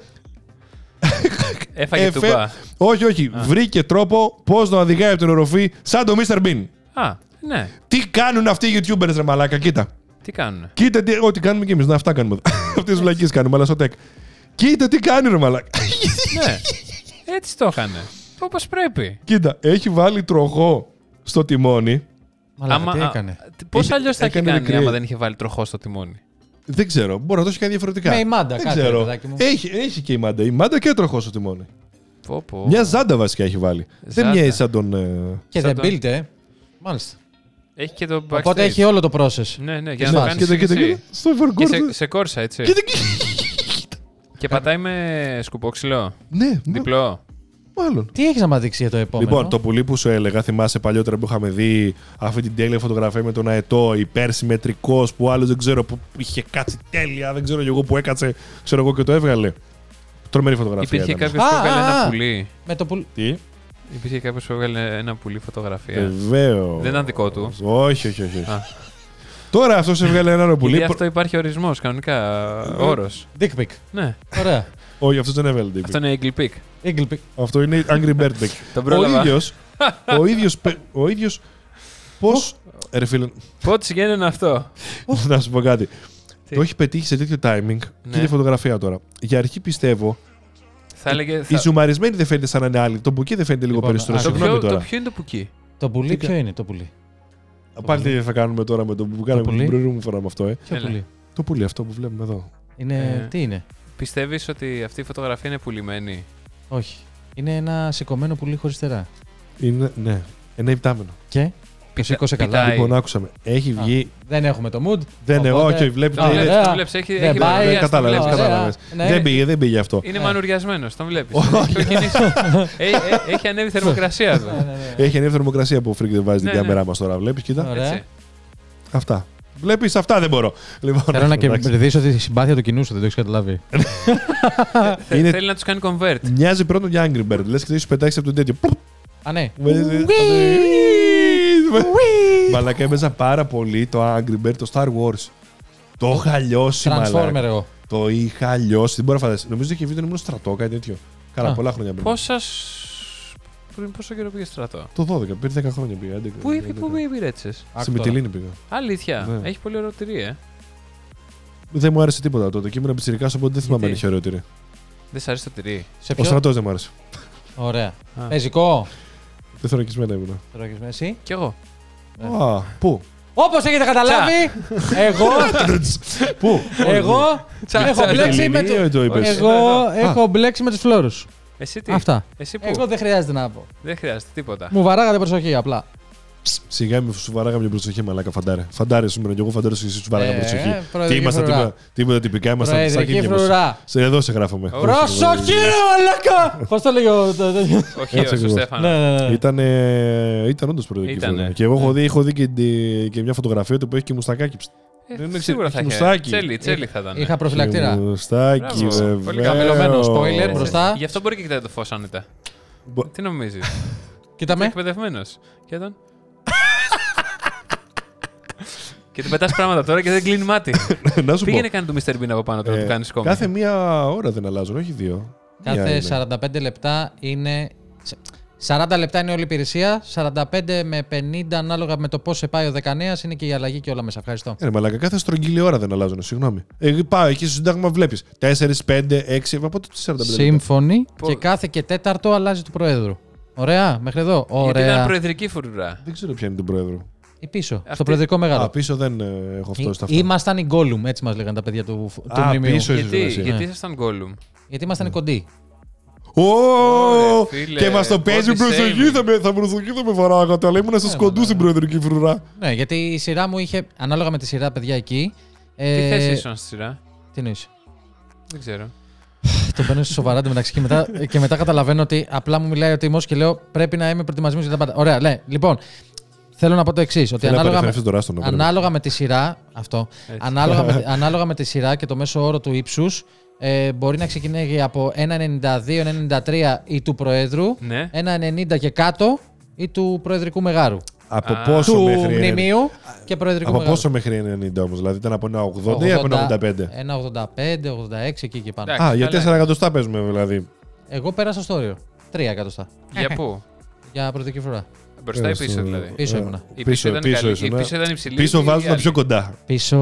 Speaker 3: Έφαγε
Speaker 1: εφε-
Speaker 3: τούπα.
Speaker 1: Όχι, όχι. Βρήκε τρόπο πώς να οδηγάει από την οροφή σαν το Mr. Bean.
Speaker 3: Α, ναι.
Speaker 1: Τι κάνουν αυτοί οι YouTubers, ρε Μαλάκα, κοίτα.
Speaker 3: Τι κάνουνε.
Speaker 1: Κοίτα τι, ό,τι κάνουμε κι εμείς. Να, αυτά
Speaker 2: <laughs>
Speaker 1: κάνουμε. Αυτές τις βλακίες κάνουμε, αλλά στο τεκ. Κοίτα τι κάνει, ρε Μαλάκα. <laughs>
Speaker 3: ναι. Έτσι το έκανε. Όπως πρέπει.
Speaker 1: κοίτα, έχει βάλει τροχό στο τιμόνι.
Speaker 2: Μαλάκα, τι έκανε.
Speaker 3: Πώς
Speaker 1: Είχε-
Speaker 3: αλλιώς θα είχε
Speaker 1: έκανε
Speaker 3: κάνει
Speaker 1: recreate.
Speaker 3: άμα δεν είχε βάλει τροχό στο τιμόνι.
Speaker 1: Δεν ξέρω, μπορεί να το έχει κάνει διαφορετικά.
Speaker 2: Με η Μάντα,
Speaker 1: Δεν
Speaker 2: κάτι, ρε
Speaker 1: ξέρω.
Speaker 2: παιδάκι μου.
Speaker 1: Έχει, έχει και η Μάντα. Η Μάντα και τροχό στο τιμόνι.
Speaker 3: Πω, πω.
Speaker 1: Μια ζάντα βασικά έχει βάλει. Δεν
Speaker 3: Ζάντα.
Speaker 1: μοιάζει σαν τον. ε,
Speaker 2: Και
Speaker 3: Σαν
Speaker 2: δεν
Speaker 3: το-
Speaker 2: built, ε. Μάλιστα.
Speaker 3: Έχει και το backstage.
Speaker 2: Οπότε έχει όλο το process.
Speaker 3: Ναι, ναι, για
Speaker 2: Ναι,
Speaker 3: να το
Speaker 2: και
Speaker 3: κάνει.
Speaker 1: Κοίτα, κοίτα, κοίτα. Στο
Speaker 3: Και
Speaker 1: Evergord.
Speaker 3: σε, σε κόρσα, έτσι.
Speaker 1: Κοίτα, κοίτα.
Speaker 3: Και πατάει με σκουπόξυλο.
Speaker 1: Ναι, μα-
Speaker 3: Διπλό.
Speaker 1: μάλλον.
Speaker 2: Τι έχεις να μας δείξει για το επόμενο.
Speaker 1: Λοιπόν, το πουλί που σου έλεγα, θυμάσαι παλιότερα που είχαμε δει αυτή την τέλεια φωτογραφία με τον Αετό, υπερσυμμετρικός που άλλο δεν ξέρω που είχε κάτσει τέλεια, δεν ξέρω κι εγώ που έκατσε, ξέρω εγώ και το έβγαλε. Τρομερή φωτογραφία.
Speaker 3: Υπήρχε
Speaker 1: ήταν.
Speaker 3: κάποιος που
Speaker 2: Α,
Speaker 3: έβγαλε
Speaker 2: α, α.
Speaker 3: ένα πουλί.
Speaker 2: Με το που...
Speaker 1: Τι,
Speaker 3: Υπήρχε κάποιος που έβγαλε ένα πουλί
Speaker 1: Ε,
Speaker 3: φωτογραφίας.
Speaker 1: βεβαίως.
Speaker 3: Ε. Δεν ήταν δικό
Speaker 1: ε,
Speaker 3: του.
Speaker 1: Όχι, όχι, όχι. όχι.
Speaker 3: Α.
Speaker 1: Τώρα αυτός έβγαλε ένα άλλο πουλί.
Speaker 3: Γιατί
Speaker 1: Προ- Ε,
Speaker 3: αυτό υπάρχει ορισμός, κανονικά. Όρος.
Speaker 2: Dick pic.
Speaker 3: Ναι.
Speaker 2: Ωραία.
Speaker 1: Όχι, αυτό δεν έβγαλε τίποτα.
Speaker 3: Αυτό είναι Eagle Peak.
Speaker 2: <laughs> Eagle pic.
Speaker 1: Αυτό είναι Angry Bird Deck.
Speaker 3: Τον
Speaker 1: ο
Speaker 3: πρόλαβα.
Speaker 1: ίδιος, ο ίδιος, πε- ο ίδιος πώς... Ε, ρε φίλε,
Speaker 3: Πότε συγγένει είναι αυτό.
Speaker 1: να σου πω κάτι.
Speaker 3: Τι?
Speaker 1: Το έχει πετύχει σε τέτοιο timing και
Speaker 3: Ναι.
Speaker 1: είναι φωτογραφία τώρα. Για αρχή πιστεύω,
Speaker 3: Θα έλεγε.
Speaker 1: η
Speaker 3: θα-
Speaker 1: ζουμαρισμένη δεν φαίνεται σαν να είναι άλλη. Το μπουκί δεν φαίνεται λίγο
Speaker 2: Λοιπόν,
Speaker 1: περισσότερο.
Speaker 2: α,
Speaker 3: Το
Speaker 2: το
Speaker 1: Συγγνώμη
Speaker 3: ποιο,
Speaker 1: τώρα.
Speaker 3: το ποιο είναι το πουκί.
Speaker 2: Το πουλί,
Speaker 1: Τι
Speaker 2: ποιο είναι το πουλί.
Speaker 1: Α, Πάλι τι θα κάνουμε τώρα με το που κάναμε
Speaker 2: πουλί.
Speaker 1: την προηγούμενη φορά με αυτό, ε.
Speaker 2: Ποιο
Speaker 3: Έλα.
Speaker 2: πουλί.
Speaker 1: Το πουλί αυτό που βλέπουμε εδώ.
Speaker 2: Είναι...
Speaker 3: Ε.
Speaker 2: Τι είναι.
Speaker 3: Πιστεύεις ότι αυτή η φωτογραφία είναι πουλημένη.
Speaker 1: Ναι,
Speaker 2: Όχι. Είναι ένα σηκωμένο πουλί χωριστερά.
Speaker 1: Είναι, ναι, ένα υπτάμενο.
Speaker 2: Και το
Speaker 3: Πιτα-
Speaker 2: σήκωσε καλά.
Speaker 3: πιτάει.
Speaker 1: Λοιπόν, άκουσαμε. Έχει
Speaker 2: Α.
Speaker 1: βγει.
Speaker 2: Δεν έχουμε το mood.
Speaker 1: Δεν έχω,
Speaker 2: Οπότε-
Speaker 1: όχι, βλέπεις,
Speaker 2: Α,
Speaker 1: δεν-
Speaker 3: Το βλέπεις,
Speaker 2: ωραία.
Speaker 3: το βλέπεις, έχει,
Speaker 2: Δεν
Speaker 3: έχει
Speaker 2: Ναι, πάει.
Speaker 3: μανουριά,
Speaker 1: Δεν
Speaker 3: ναι. το
Speaker 1: κατάλαβες,
Speaker 3: βλέπεις.
Speaker 2: Ωραία.
Speaker 1: κατάλαβε.
Speaker 2: Ναι.
Speaker 1: Δεν πήγε, δεν πήγε αυτό.
Speaker 3: Είναι
Speaker 2: Ναι.
Speaker 3: μανουριασμένος, τον βλέπεις. Έχει
Speaker 1: <laughs>
Speaker 3: κινήσει. Ε, ε, Έχει ανέβει η θερμοκρασία εδώ.
Speaker 2: Ναι, ναι, ναι.
Speaker 1: Έχει ανέβει θερμοκρασία που ο Φρικ δεν βάζει την
Speaker 3: Ναι, ναι.
Speaker 1: κάμερά μας τώρα, βλέπεις, κοίτα.
Speaker 2: Ωραία.
Speaker 3: Έτσι.
Speaker 1: Αυτά. Βλέπεις, αυτά δεν μπορώ. Λοιπόν,
Speaker 2: Θέλω να
Speaker 1: εντάξει. Ε,
Speaker 2: κερδίσω τη συμπάθεια του κοινού σου, δεν το έχεις καταλάβει.
Speaker 3: Θε-
Speaker 1: Είναι-
Speaker 3: Θέλει να τους κάνει convert.
Speaker 1: Μοιάζει πρώτον για Angry Bird. Λες και δεν σου πετάξει από τον τέτοιο. Πλουπ.
Speaker 2: Α, ναι.
Speaker 1: Μαλακά έπαιζα πάρα πολύ το Angry Bird, το Star Wars. Το είχα λιώσει,
Speaker 2: Transformer
Speaker 1: μαλακά.
Speaker 2: εγώ.
Speaker 1: Το είχα λιώσει. Δεν μπορώ να φανταστεί. Νομίζω ότι είχε βγει όταν ήμουν στρατό, κάτι τέτοιο. Κάνα
Speaker 2: Α.
Speaker 1: πολλά χρόνια πριν.
Speaker 3: Πόσας. Πριν πόσο καιρό πήγε στρατό.
Speaker 1: Το 12, πριν 10 χρόνια πήγα. 11,
Speaker 3: Πού, ή-
Speaker 1: 11.
Speaker 3: πού υπηρέτησε.
Speaker 1: Στη
Speaker 2: Άκτορα.
Speaker 1: Μυτιλίνη πήγα.
Speaker 3: Αλήθεια.
Speaker 1: Ναι.
Speaker 3: Έχει πολύ ερωτηρία. Ε.
Speaker 1: Δεν μου άρεσε τίποτα τότε. Και ήμουν πιτσυρικά, οπότε δεν θυμάμαι αν
Speaker 3: Γιατί?
Speaker 1: είχε ωραιότερη.
Speaker 3: Δεν σ' αρέσει το τυρί.
Speaker 2: Σε
Speaker 1: Ο
Speaker 2: ποιο.
Speaker 1: στρατός δεν μου άρεσε.
Speaker 2: Ωραία.
Speaker 3: Α.
Speaker 2: Πεζικό.
Speaker 1: Τεθωρακισμένα ήμουνα.
Speaker 2: Τρώγεις μέση.
Speaker 3: Κι εγώ.
Speaker 2: Ναι.
Speaker 1: Α,
Speaker 2: <laughs>
Speaker 1: πού.
Speaker 2: Όπως έχετε καταλάβει, εγώ,
Speaker 1: Πού.
Speaker 2: εγώ
Speaker 3: Τσα,
Speaker 2: έχω
Speaker 3: τσα,
Speaker 2: μπλέξει
Speaker 1: Ελληνία
Speaker 2: με το- Ε,
Speaker 1: το είπες.
Speaker 3: Όχι.
Speaker 2: Εγώ
Speaker 3: Εδώ. Λοιπόν.
Speaker 2: έχω μπλέξει με τους φλόρους.
Speaker 3: Εσύ τι.
Speaker 2: Αυτά.
Speaker 3: Εσύ που.
Speaker 2: Εγώ δεν χρειάζεται να πω.
Speaker 3: Δεν χρειάζεται τίποτα.
Speaker 2: Μου βαράγατε προσοχή απλά.
Speaker 1: Σιγά με σου βαράγαμε την προσοχή, μαλάκα φαντάρε. Φαντάρε σου ήμουν και εγώ φαντάρε και εσύ σου βαράγαμε
Speaker 2: Ε,
Speaker 1: προσοχή. Τι
Speaker 2: προεδρική
Speaker 1: ήμασταν,
Speaker 2: φρουρά.
Speaker 1: τίποτα, τίποτα τυπικά, ήμασταν σαν
Speaker 2: Προεδρική
Speaker 1: και
Speaker 2: φρουρά. Ε,
Speaker 1: Σε εδώ σε γράφαμε.
Speaker 3: Ω.
Speaker 2: Προσοχή, ρε μαλακά! Πώς το λέγε ο. το- το-
Speaker 3: Όχι,
Speaker 1: Έτσι
Speaker 3: όχι, ο
Speaker 1: ακριβώς.
Speaker 3: Στέφανος.
Speaker 2: Ναι, ναι, ναι.
Speaker 1: Ήταν, ε, ήταν όντως προεδρική
Speaker 3: Ήτανε. Ναι.
Speaker 1: φρουρά. Και εγώ έχω δει, έχω δει και, τη- και μια φωτογραφία του που έχει και μουστακάκι. Δεν είναι
Speaker 3: Ε, σίγουρα
Speaker 1: ξε-
Speaker 3: θα είχε.
Speaker 1: μουστάκι. Ε,
Speaker 3: Τσέλι, τσέλι θα ήταν. ναι.
Speaker 2: Είχα προφυλακτήρα.
Speaker 1: Μουστάκι,
Speaker 3: Μπράβο.
Speaker 1: βέβαια.
Speaker 3: Πολύ καμπυλωμένο.
Speaker 2: Spoiler,
Speaker 3: Ε,
Speaker 2: μπροστά.
Speaker 3: Γι' αυτό μπορεί και κοιτάει το φως άνετα. Τι νομίζεις.
Speaker 2: Κοίταμε.
Speaker 3: Εκπαιδευμένος. Και τον. <laughs> και του πετάς πράγματα τώρα και δεν κλείνει μάτι.
Speaker 1: Να σου πω.
Speaker 3: Πήγαινε κάνε του Mr. Bean από πάνω τώρα,
Speaker 1: Ε,
Speaker 3: του κάνεις κόμμα.
Speaker 1: Κάθε μία ώρα δεν αλλάζουν, όχι δύο. Μία
Speaker 2: Κάθε
Speaker 1: είναι.
Speaker 2: 45 λεπτά είναι. 40 λεπτά είναι όλη η υπηρεσία. 45 με 50 ανάλογα με το πώς σε πάει ο δεκανέας είναι και η αλλαγή και όλα μέσα. Ευχαριστώ.
Speaker 1: Ε, ρε μαλάκα, κάθε στρογγυλή ώρα δεν αλλάζουν, συγγνώμη. Ε, πάω εκεί στο Σύνταγμα, βλέπεις. 4, 5, 6, από τότε 45 λεπτά.
Speaker 2: Σύμφωνοι.
Speaker 3: Πο-
Speaker 2: Και κάθε και τέταρτο αλλάζει του Προέδρου. Ωραία, μέχρι εδώ.
Speaker 3: Γιατί
Speaker 2: Ωραία.
Speaker 3: ήταν προεδρική φρουρά.
Speaker 1: Δεν ξέρω ποια είναι τον πρόεδρο.
Speaker 2: Ή πίσω,
Speaker 3: Αυτή-
Speaker 2: στο Προεδρικό
Speaker 1: Α,
Speaker 2: Μεγάλο.
Speaker 1: πίσω δεν ε, έχω
Speaker 2: Ή-
Speaker 1: φτάσει στα αυτά.
Speaker 2: Ήμασταν οι Γκόλουμ, έτσι μας λέγανε τα παιδιά του, φ- του
Speaker 1: Α,
Speaker 2: μνημείου.
Speaker 1: πίσω. Ποιος
Speaker 3: Γιατί,
Speaker 1: ήσουν εσύ,
Speaker 2: ε?
Speaker 3: γιατί ήσασταν γκόλουμ.
Speaker 2: Γιατί ήμασταν
Speaker 3: Ναι.
Speaker 2: οι κοντοί.
Speaker 1: Ω,
Speaker 3: Ωρε, φίλε,
Speaker 1: Και μας το παίζει
Speaker 3: body
Speaker 1: προσοχή,
Speaker 3: shaming.
Speaker 1: θα με, θα προσοχή, θα με βαράγατε. Αλλά ήμουν
Speaker 2: Ε,
Speaker 1: σα κοντού στην προεδρική φρουρά.
Speaker 2: Ναι, γιατί η σειρά μου είχε, ανάλογα με τη σειρά παιδιά εκεί. Ε,
Speaker 3: Τι θέση ήσουν στη σειρά.
Speaker 2: Τι εννοείς?
Speaker 3: Δεν ξέρω.
Speaker 2: Το παίρνω σοβαρά το μεταξύ και μετά, και μετά καταλαβαίνω ότι απλά μου μιλάει ο τιμό και λέω πρέπει να είμαι προετοιμασμένος για τα πάντα. Ωραία, λέει. Λοιπόν, θέλω να πω το εξής. Ότι
Speaker 1: Θέλω να
Speaker 2: ανάλογα, με,
Speaker 1: παρευρεθείς τώρα στον Νόμπελ.
Speaker 2: ανάλογα με τη σειρά. Αυτό.
Speaker 3: Έτσι.
Speaker 1: <laughs>
Speaker 2: Ανάλογα με, ανάλογα με τη σειρά και το μέσο όρο του ύψους. Ε, μπορεί να ξεκινάει από 1,92-1,93 ή του Προέδρου,
Speaker 3: Ναι.
Speaker 2: 1,90 και κάτω ή του Προεδρικού Μεγάρου.
Speaker 1: Από
Speaker 3: Α.
Speaker 1: πόσο
Speaker 2: του
Speaker 1: μέχρι. είναι-
Speaker 2: Μνημείου και Προεδρικού
Speaker 1: Από
Speaker 2: Μεγάρου.
Speaker 1: πόσο μέχρι 90 όμως, δηλαδή ήταν από ένα 80 ή από ένα 85.
Speaker 2: 1,85, 86 εκεί και πάνω.
Speaker 3: Ε, Εντάξει.
Speaker 1: Α, για
Speaker 3: καλά.
Speaker 1: 4 εκατοστά παίζουμε δηλαδή.
Speaker 2: Εγώ πέρασα στο όριο. 3 εκατοστά.
Speaker 3: Για πού.
Speaker 2: Για προεδρική φορά.
Speaker 3: Μπροστά ή πίσω δηλαδή.
Speaker 2: Πίσω
Speaker 1: Ε,
Speaker 2: ήμουνα.
Speaker 3: Η πίσω ήταν καλή, η
Speaker 1: ήσουν, ε.
Speaker 3: πίσω ήταν υψηλή,
Speaker 1: Πίσω
Speaker 3: η
Speaker 1: βάζουν
Speaker 3: άλλη.
Speaker 1: πιο κοντά.
Speaker 2: Πίσω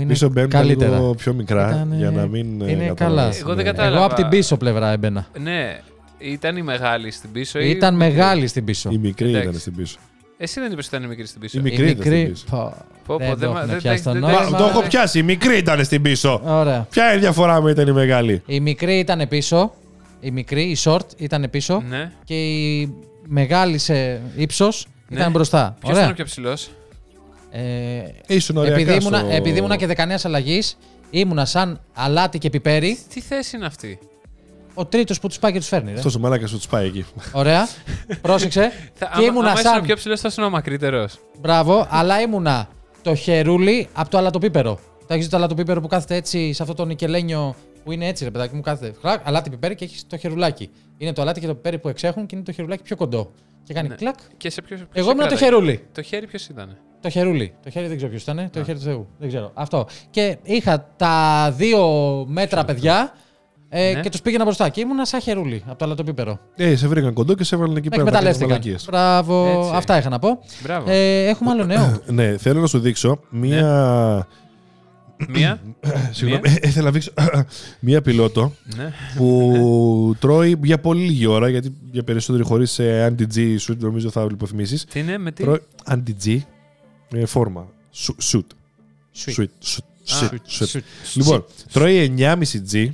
Speaker 2: είναι
Speaker 1: Πίσω μπαίνουν
Speaker 2: Ναι, καλύτερα.
Speaker 1: λίγο πιο μικρά
Speaker 2: Ήταν,
Speaker 1: για
Speaker 2: ε,
Speaker 1: να μην. ε,
Speaker 2: είναι
Speaker 1: καταλάβεις.
Speaker 2: καλά.
Speaker 3: Εγώ δεν
Speaker 1: Ναι.
Speaker 3: κατάλαβα.
Speaker 2: Εγώ από την πίσω πλευρά έμπαινα.
Speaker 3: Ναι, ήταν η μεγάλη στην πίσω. ή-
Speaker 2: Ήταν μεγάλη στην πίσω.
Speaker 1: Η μικρή
Speaker 3: Εντάξει.
Speaker 1: ήταν στην πίσω.
Speaker 3: Εσύ δεν είπες ότι ήταν η μικρή στην πίσω.
Speaker 1: Η μικρή. ήταν στην πίσω.
Speaker 2: Πω,
Speaker 3: πω,
Speaker 2: δεν
Speaker 3: δεν
Speaker 2: το
Speaker 3: μα-
Speaker 2: έχουμε
Speaker 3: δεν-
Speaker 2: πια στο
Speaker 3: δεν-
Speaker 1: Μα,
Speaker 3: δεν-
Speaker 2: νόημα.
Speaker 3: Μα,
Speaker 1: το έχω
Speaker 3: ε.
Speaker 1: πιάσει. Η μικρή ήταν στην πίσω.
Speaker 2: Ωραία.
Speaker 1: Ποια είναι η διαφορά μου ήταν η μεγάλη.
Speaker 2: Η μικρή ήταν πίσω. Η μικρή, η short ήταν πίσω.
Speaker 3: Ναι.
Speaker 2: Και η μεγάλη σε ύψος ήταν
Speaker 3: Ναι.
Speaker 2: μπροστά.
Speaker 3: Ποιος ήταν ο
Speaker 2: Ωραία.
Speaker 3: πιο ψηλός.
Speaker 2: Ε,
Speaker 1: Ήσουν ωραία.
Speaker 2: επειδή, ήμουνα, επειδή ήμουνα και 19 αλλαγής, ήμουνα σαν αλάτι και πιπέρι.
Speaker 3: Τι θέση είναι αυτή.
Speaker 2: Ο τρίτος που τους πάει και τους φέρνει. ρε.
Speaker 1: Αυτός ο μαλάκας σου τους πάει εκεί.
Speaker 2: Ωραία. Πρόσεξε.
Speaker 3: Θα,
Speaker 2: και
Speaker 3: άμα-
Speaker 2: ήμουνα
Speaker 3: άμα ήσουν ο
Speaker 2: σαν.
Speaker 3: πιο ψηλός, θα ήσουν ο μακρύτερος.
Speaker 2: Μπράβο, αλλά ήμουνα το χερούλι από το αλατοπίπερο. Τα έχεις δει το αλατοπίπερο που κάθεται έτσι σε αυτό το νικελένιο που είναι έτσι, ρε παιδάκι μου, κάθεται. Χρακ, αλάτι πιπέρι και έχεις το χερουλάκι. Είναι το αλάτι και το πιπέρι που εξέχουν και είναι το χερουλάκι πιο κοντό. Και κάνει
Speaker 3: Ναι.
Speaker 2: κλακ.
Speaker 3: Και σε ποιο.
Speaker 2: Εγώ ήμουν το χερούλι. Ε,
Speaker 3: Το χέρι ποιος ήταν.
Speaker 2: Το χερούλι. Το χέρι δεν ξέρω ποιος ήταν. Το χέρι του Θεού. Δεν ξέρω. Αυτό. Και είχα τα δύο μέτρα παιδιά ε,
Speaker 3: Ναι.
Speaker 2: και τους πήγαινα μπροστά. Και ήμουνα σαν χερούλι από το αλατοπίπερο.
Speaker 1: Ε, σε βρήκαν κοντό και σε έβαλαν εκεί
Speaker 2: Με
Speaker 1: πέρα. να κάνεις
Speaker 2: εκμεταλλεύτηκαν.
Speaker 1: μαλακίες.
Speaker 2: Μπράβο.
Speaker 3: Έτσι.
Speaker 2: Αυτά είχα να πω.
Speaker 3: Μπράβο.
Speaker 2: Ε, έχουμε άλλο
Speaker 1: <coughs>
Speaker 2: νέο.
Speaker 1: Ναι, θέλω να σου δείξω μία. <coughs>
Speaker 3: Μία.
Speaker 2: Ναι.
Speaker 1: Συγγνώμη, <laughs> ε, θέλω να δείξω <clears throat> μία πιλότο
Speaker 3: ναι.
Speaker 1: που τρώει για πολύ λίγη ώρα γιατί για περισσότερη χωρίς anti-G shoot νομίζω θα λιποθυμήσεις.
Speaker 3: Τι είναι, με τι.
Speaker 1: Τρώει anti-G ε, φόρμα. Σου- Shoot.
Speaker 2: Sweet.
Speaker 1: Sweet, shoot,
Speaker 3: Α,
Speaker 1: shoot, shoot.
Speaker 3: shoot.
Speaker 1: Λοιπόν, τρώει 9,5G.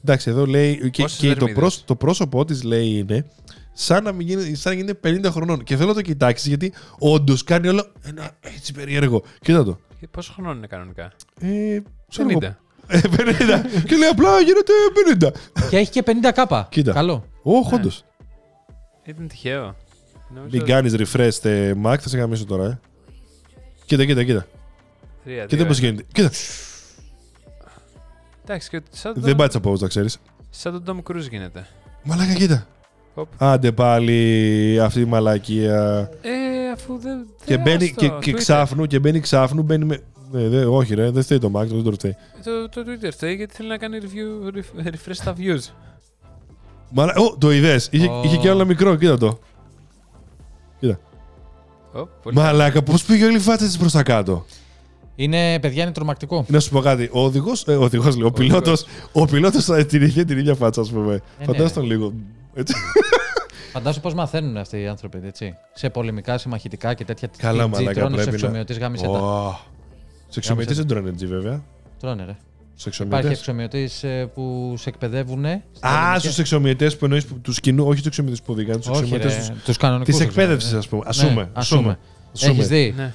Speaker 1: Εντάξει, εδώ λέει. Και,
Speaker 3: Πόσες
Speaker 1: και το,
Speaker 3: δερμίδες?
Speaker 1: πρόσ- το πρόσωπό της λέει είναι σαν να, μην γίνει, σαν να γίνεται 50 χρονών. Και θέλω να το κοιτάξεις γιατί όντως κάνει όλο ένα έτσι περίεργο. Κοίτα το.
Speaker 3: Ε, Πόσο χρόνο είναι κανονικά.
Speaker 1: Ε, ξέρω εγώ.
Speaker 3: 50.
Speaker 1: Ε, 50. και λέει απλά γίνεται 50.
Speaker 2: και έχει και 50 κάπα.
Speaker 1: Κοίτα.
Speaker 2: Καλό.
Speaker 1: Όχι, όντως.
Speaker 3: Ε, Ήταν τυχαίο. Νομίζω
Speaker 1: Μην κάνει refresh, ε, Mac, θα σε γαμίσω τώρα. Ε. Κοίτα, κοίτα, κοίτα.
Speaker 3: Τρία,
Speaker 1: Και δεν
Speaker 3: τρία.
Speaker 1: πώς γίνεται. Κοίτα,
Speaker 3: Εντάξει, και σαν
Speaker 1: δεν
Speaker 3: τον,
Speaker 1: πάτησα από να ξέρεις.
Speaker 3: σαν τον Tom Cruise γίνεται.
Speaker 1: Μαλάκα, κοίτα.
Speaker 3: Οπ.
Speaker 1: Άντε πάλι αυτή η μαλακία.
Speaker 3: Ε, αφού δεν.
Speaker 1: Και
Speaker 3: δεν
Speaker 1: μπαίνει
Speaker 3: άστο,
Speaker 1: και, και
Speaker 3: Twitter.
Speaker 1: ξάφνου, και μπαίνει ξάφνου, μπαίνει με. Ε, δε, όχι, ρε, δεν θέλει το Max, δεν το θέλει.
Speaker 3: Το, το Twitter φταίει γιατί θέλει να κάνει review, ref- refresh τα views.
Speaker 1: Μαλα... Ω, το είδες. Είχε,
Speaker 2: Ω.
Speaker 1: είχε και άλλο ένα μικρό, κοίτα το.
Speaker 3: Ω, πολύ
Speaker 1: Μαλάκα, πώς πήγε όλη η φάτσα της προς τα κάτω.
Speaker 2: Είναι, παιδιά, είναι τρομακτικό.
Speaker 1: Να σου πω κάτι. Ο οδηγός, ε, ο οδηγός, λέω, ο
Speaker 3: οδηγός.
Speaker 1: πιλότος, ο πιλότος θα την είχε την ίδια φάτσα, ας πούμε.
Speaker 2: ναι.
Speaker 1: Φαντάζομαι τον λίγο. Έτσι.
Speaker 2: Φαντάζομαι πώς μαθαίνουν αυτοί οι άνθρωποι, έτσι. Σε πολεμικά, σε μαχητικά και τέτοια.
Speaker 1: Καλά,
Speaker 2: Τι
Speaker 1: μαλάκα
Speaker 2: τρώνε,
Speaker 1: πρέπει
Speaker 2: Σε
Speaker 1: να.
Speaker 2: εξομοιωτής γάμισε τα.
Speaker 1: Ω. Σεξομοιωτές δεν τρώνε τζι, βέβαια.
Speaker 2: Τρώνε, ρε. Υπάρχει
Speaker 1: Σεξομοιωτές.
Speaker 2: εξομοιωτή που σε εκπαιδεύουν.
Speaker 1: Α, στους εξομοιωτές που εννοείς του κοινού, όχι τους εξομοιωτές που οδηγάνε, τους εξομοιωτές
Speaker 2: τους κανονικούς.
Speaker 1: της
Speaker 2: ναι.
Speaker 1: εκπαίδευση, ας πούμε. Ασούμε. ασούμε.
Speaker 2: Έχεις
Speaker 1: Ασούμε.
Speaker 2: δει.
Speaker 3: ναι.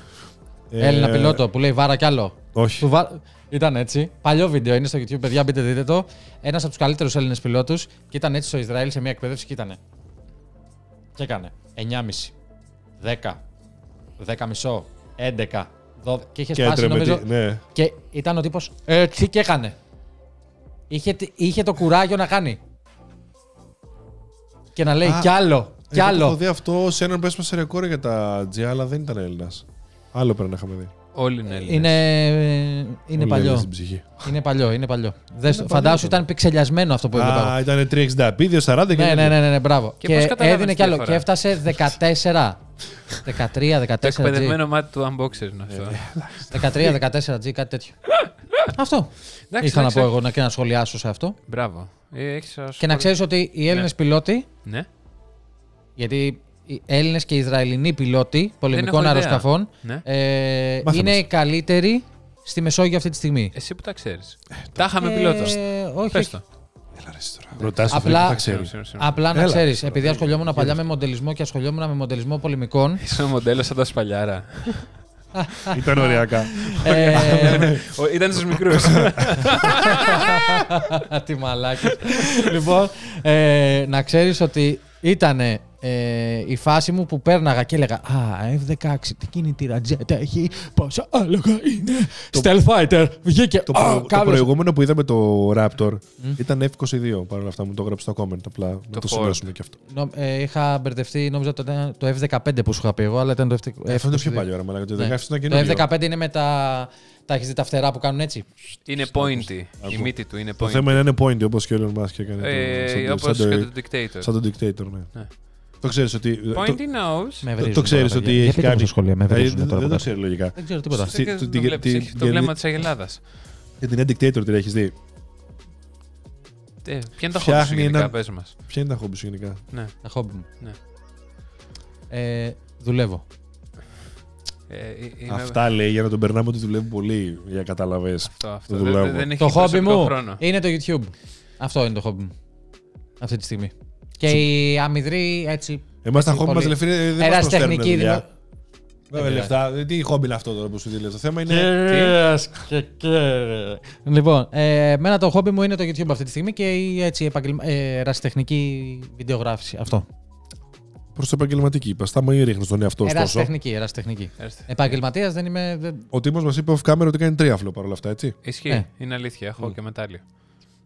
Speaker 1: Ε,
Speaker 2: Έλληνα πιλότο που λέει βάρα κι άλλο.
Speaker 1: Όχι.
Speaker 2: Του βα- Ήταν έτσι. Παλιό βίντεο είναι στο YouTube, παιδιά, μπείτε δείτε το. Ένας από τους καλύτερους Έλληνες πιλότους και ήταν έτσι στο Ισραήλ σε μια εκπαίδευση και ήτανε. Και έκανε 9,5, 10, 10,5, 11, 12. Και είχε
Speaker 1: Και
Speaker 2: σπάσει
Speaker 1: έτρεμε.
Speaker 2: νομίζω.
Speaker 1: τι- Ναι.
Speaker 2: Και ήταν ο τύπος έτσι και έκανε. Είχε, τι- είχε το κουράγιο να κάνει. Και να λέει
Speaker 1: Α,
Speaker 2: κι άλλο, κι
Speaker 1: Εγώ το Έχω
Speaker 2: άλλο.
Speaker 1: δει αυτό σε έναν που έσπασε ρεκόρ για τα G, αλλά δεν ήταν Έλληνας. Άλλο πρέπει να είχαμε δει.
Speaker 3: Όλοι είναι Έλληνες.
Speaker 2: Είναι, είναι
Speaker 1: Όλοι Έλληνες
Speaker 2: παλιό.
Speaker 1: Στην ψυχή.
Speaker 2: Είναι παλιό, είναι παλιό. Δες,
Speaker 1: παλιό
Speaker 2: φαντάσου
Speaker 1: αυτό.
Speaker 2: ήταν πixeliασμένο αυτό που έβλεπα.
Speaker 1: Α, ήταν 360p, 240 και.
Speaker 2: Ναι, ναι, ναι, ναι, ναι, μπράβο.
Speaker 3: Και
Speaker 2: Και,
Speaker 3: πώς καταλάβαινες
Speaker 2: έδινε
Speaker 3: τη
Speaker 2: κι άλλο.
Speaker 3: διαφορά.
Speaker 2: Και έφτασε 14. 13, 14G.
Speaker 3: Το εκπαιδευμένο μάτι του unboxer είναι
Speaker 2: Ε.
Speaker 3: αυτό.
Speaker 2: 13, 14G, κάτι τέτοιο. αυτό.
Speaker 3: Εντάξει,
Speaker 2: Ήθελα να
Speaker 3: εντάξει.
Speaker 2: πω εγώ να, και να σχολιάσω σε αυτό.
Speaker 3: Μπράβο. Ε, έχεις ως-
Speaker 2: Και να ξέρεις ότι οι Έλληνες πιλότοι,
Speaker 3: Ναι.
Speaker 2: γιατί οι Έλληνες και οι Ισραηλινοί πιλότοι πολεμικών
Speaker 3: ιδέα.
Speaker 2: αεροσκαφών
Speaker 3: Ναι.
Speaker 2: ε,
Speaker 1: Μάθε
Speaker 2: είναι
Speaker 1: μας.
Speaker 2: οι καλύτεροι στη Μεσόγειο αυτή τη στιγμή.
Speaker 3: Εσύ που τα ξέρεις. τα είχαμε
Speaker 2: Ε,
Speaker 3: πιλότος.
Speaker 2: όχι,
Speaker 3: Πες
Speaker 2: όχι.
Speaker 3: το.
Speaker 1: Έλα, ρε, εσύ τώρα. Ρωτάς το
Speaker 2: Απλά-
Speaker 1: Απλά... θα
Speaker 3: Συγγνώμη,
Speaker 1: ξέρει.
Speaker 3: συγγνώμη, συγγνώμη.
Speaker 2: Απλά να
Speaker 1: Έλα.
Speaker 2: ξέρεις, επειδή ασχολιόμουν παλιά με μοντελισμό και ασχολιόμουν με μοντελισμό πολεμικών.
Speaker 3: Είσαι ένα μοντέλος σαν τα σπαλιάρα.
Speaker 1: ήταν
Speaker 2: <laughs>
Speaker 1: ωριακά.
Speaker 2: ε,
Speaker 3: Ο- Ήταν στους μικρούς.
Speaker 1: <laughs>
Speaker 2: <laughs> Τι μαλάκι. λοιπόν, ε, να ξέρεις ότι ήταν η φάση μου που πέρναγα και έλεγα Α, F16, τι κινητήρα τζετ έχει, πόσα άλογα είναι. Stealth Fighter, βγήκε.
Speaker 1: το,
Speaker 2: Α,
Speaker 1: προ... το
Speaker 2: κάβλος».
Speaker 1: προηγούμενο που είδαμε το Raptor ήταν F22. Παρ' όλα αυτά μου το έγραψε στο comment. Απλά να το
Speaker 3: Ford.
Speaker 1: σημειώσουμε και αυτό.
Speaker 2: Νο- ε, είχα μπερδευτεί, νόμιζα ότι ήταν το F15 που σου είχα πει εγώ, αλλά ήταν το F22.
Speaker 1: Ε, Αυτό είναι το πιο παλιό, ρε Μαλάκα. Το 16
Speaker 2: Ναι.
Speaker 1: ήταν
Speaker 2: Το
Speaker 1: καινούριο.
Speaker 2: F15 είναι με τα. Τα έχεις δει τα φτερά που κάνουν έτσι.
Speaker 3: Είναι pointy. Η
Speaker 1: Ακούω.
Speaker 3: μύτη του είναι
Speaker 1: Το
Speaker 3: pointy.
Speaker 1: θέμα είναι ένα point όπως και ο Elon Musk έκανε. το- σαν το-
Speaker 3: Όπως
Speaker 1: σαν Ε, το-
Speaker 3: και το dictator.
Speaker 1: Σαν τον dictator, ναι.
Speaker 3: Ναι.
Speaker 1: Το ξέρεις ότι. το-
Speaker 3: Pointy nose.
Speaker 2: Με
Speaker 1: Το,
Speaker 2: βρίζουν
Speaker 1: το
Speaker 2: Ε, τώρα,
Speaker 1: ξέρει
Speaker 2: παιδιά.
Speaker 1: ότι
Speaker 2: Για
Speaker 1: έχει
Speaker 2: πείτε μου
Speaker 1: κάνει.
Speaker 2: στα σχολεία, με
Speaker 1: Δηλαδή,
Speaker 2: βρίζουν
Speaker 1: δεν-
Speaker 2: τώρα.
Speaker 1: Δεν το
Speaker 2: παιδιά.
Speaker 1: ξέρει λογικά.
Speaker 2: Δεν ξέρω τίποτα.
Speaker 1: Στη-
Speaker 3: Και
Speaker 1: τη-
Speaker 3: το
Speaker 1: τη-
Speaker 3: βλέπεις,
Speaker 1: τη-
Speaker 3: έχει Το βλέμμα τη Ελλάδα.
Speaker 1: Και την Ad Dictator την έχεις δει.
Speaker 3: Ε, Ποια είναι τα χώρα
Speaker 1: Φτιάχνει
Speaker 3: σου γενικά,
Speaker 1: ένα-
Speaker 3: πες μας.
Speaker 1: Ποια είναι τα χόμπι σου γενικά.
Speaker 3: Ναι.
Speaker 2: Τα χόμπι μου.
Speaker 3: Ναι.
Speaker 2: Ε, δουλεύω.
Speaker 3: Ε, ε, είμαι-
Speaker 1: Αυτά λέει για να τον περνάμε ότι δουλεύει πολύ για καταλαβέ.
Speaker 3: Αυτό, αυτό.
Speaker 1: δουλεύω.
Speaker 3: Δεν- Δεν έχει
Speaker 2: το χόμπι
Speaker 3: προσωπικό
Speaker 2: μου Ε,
Speaker 3: χρόνο.
Speaker 2: είναι το YouTube. Αυτό είναι το χόμπι μου. Αυτή τη στιγμή. Και η αμυδρή έτσι.
Speaker 1: Εμάς τα
Speaker 2: έτσι
Speaker 1: χόμπι μας
Speaker 2: πολύ.
Speaker 1: λεφτά ε, δεν μας
Speaker 2: Ένας
Speaker 1: προσφέρουν
Speaker 2: τεχνική
Speaker 1: δουλειά.
Speaker 2: δημο-
Speaker 1: Βέβαια
Speaker 2: Δεν
Speaker 1: λεφτά. Ε, Τι χόμπι είναι αυτό τώρα που σου δίνεις. Το θέμα
Speaker 2: Ε.
Speaker 1: είναι.
Speaker 2: Κυρίες και κύριοι. Ναι. Λοιπόν, ε, εμένα το χόμπι μου είναι το YouTube αυτή τη στιγμή και η έτσι, επαγγελμα... ε, ερασιτεχνική βιντεογράφηση. Αυτό.
Speaker 1: Προς το επαγγελματική είπα. Στα μη ρίχνει τον εαυτό σου τόσο.
Speaker 2: Ερασιτεχνική, ερασιτεχνική.
Speaker 3: Έρστε.
Speaker 2: Επαγγελματίας δεν είμαι. δεν-
Speaker 1: Ο Τίμος μας είπε off camera ότι κάνει τρίαφλο παρόλα αυτά, έτσι.
Speaker 3: Ισχύει.
Speaker 2: Ναι.
Speaker 3: Είναι αλήθεια. Έχω και μετάλλιο.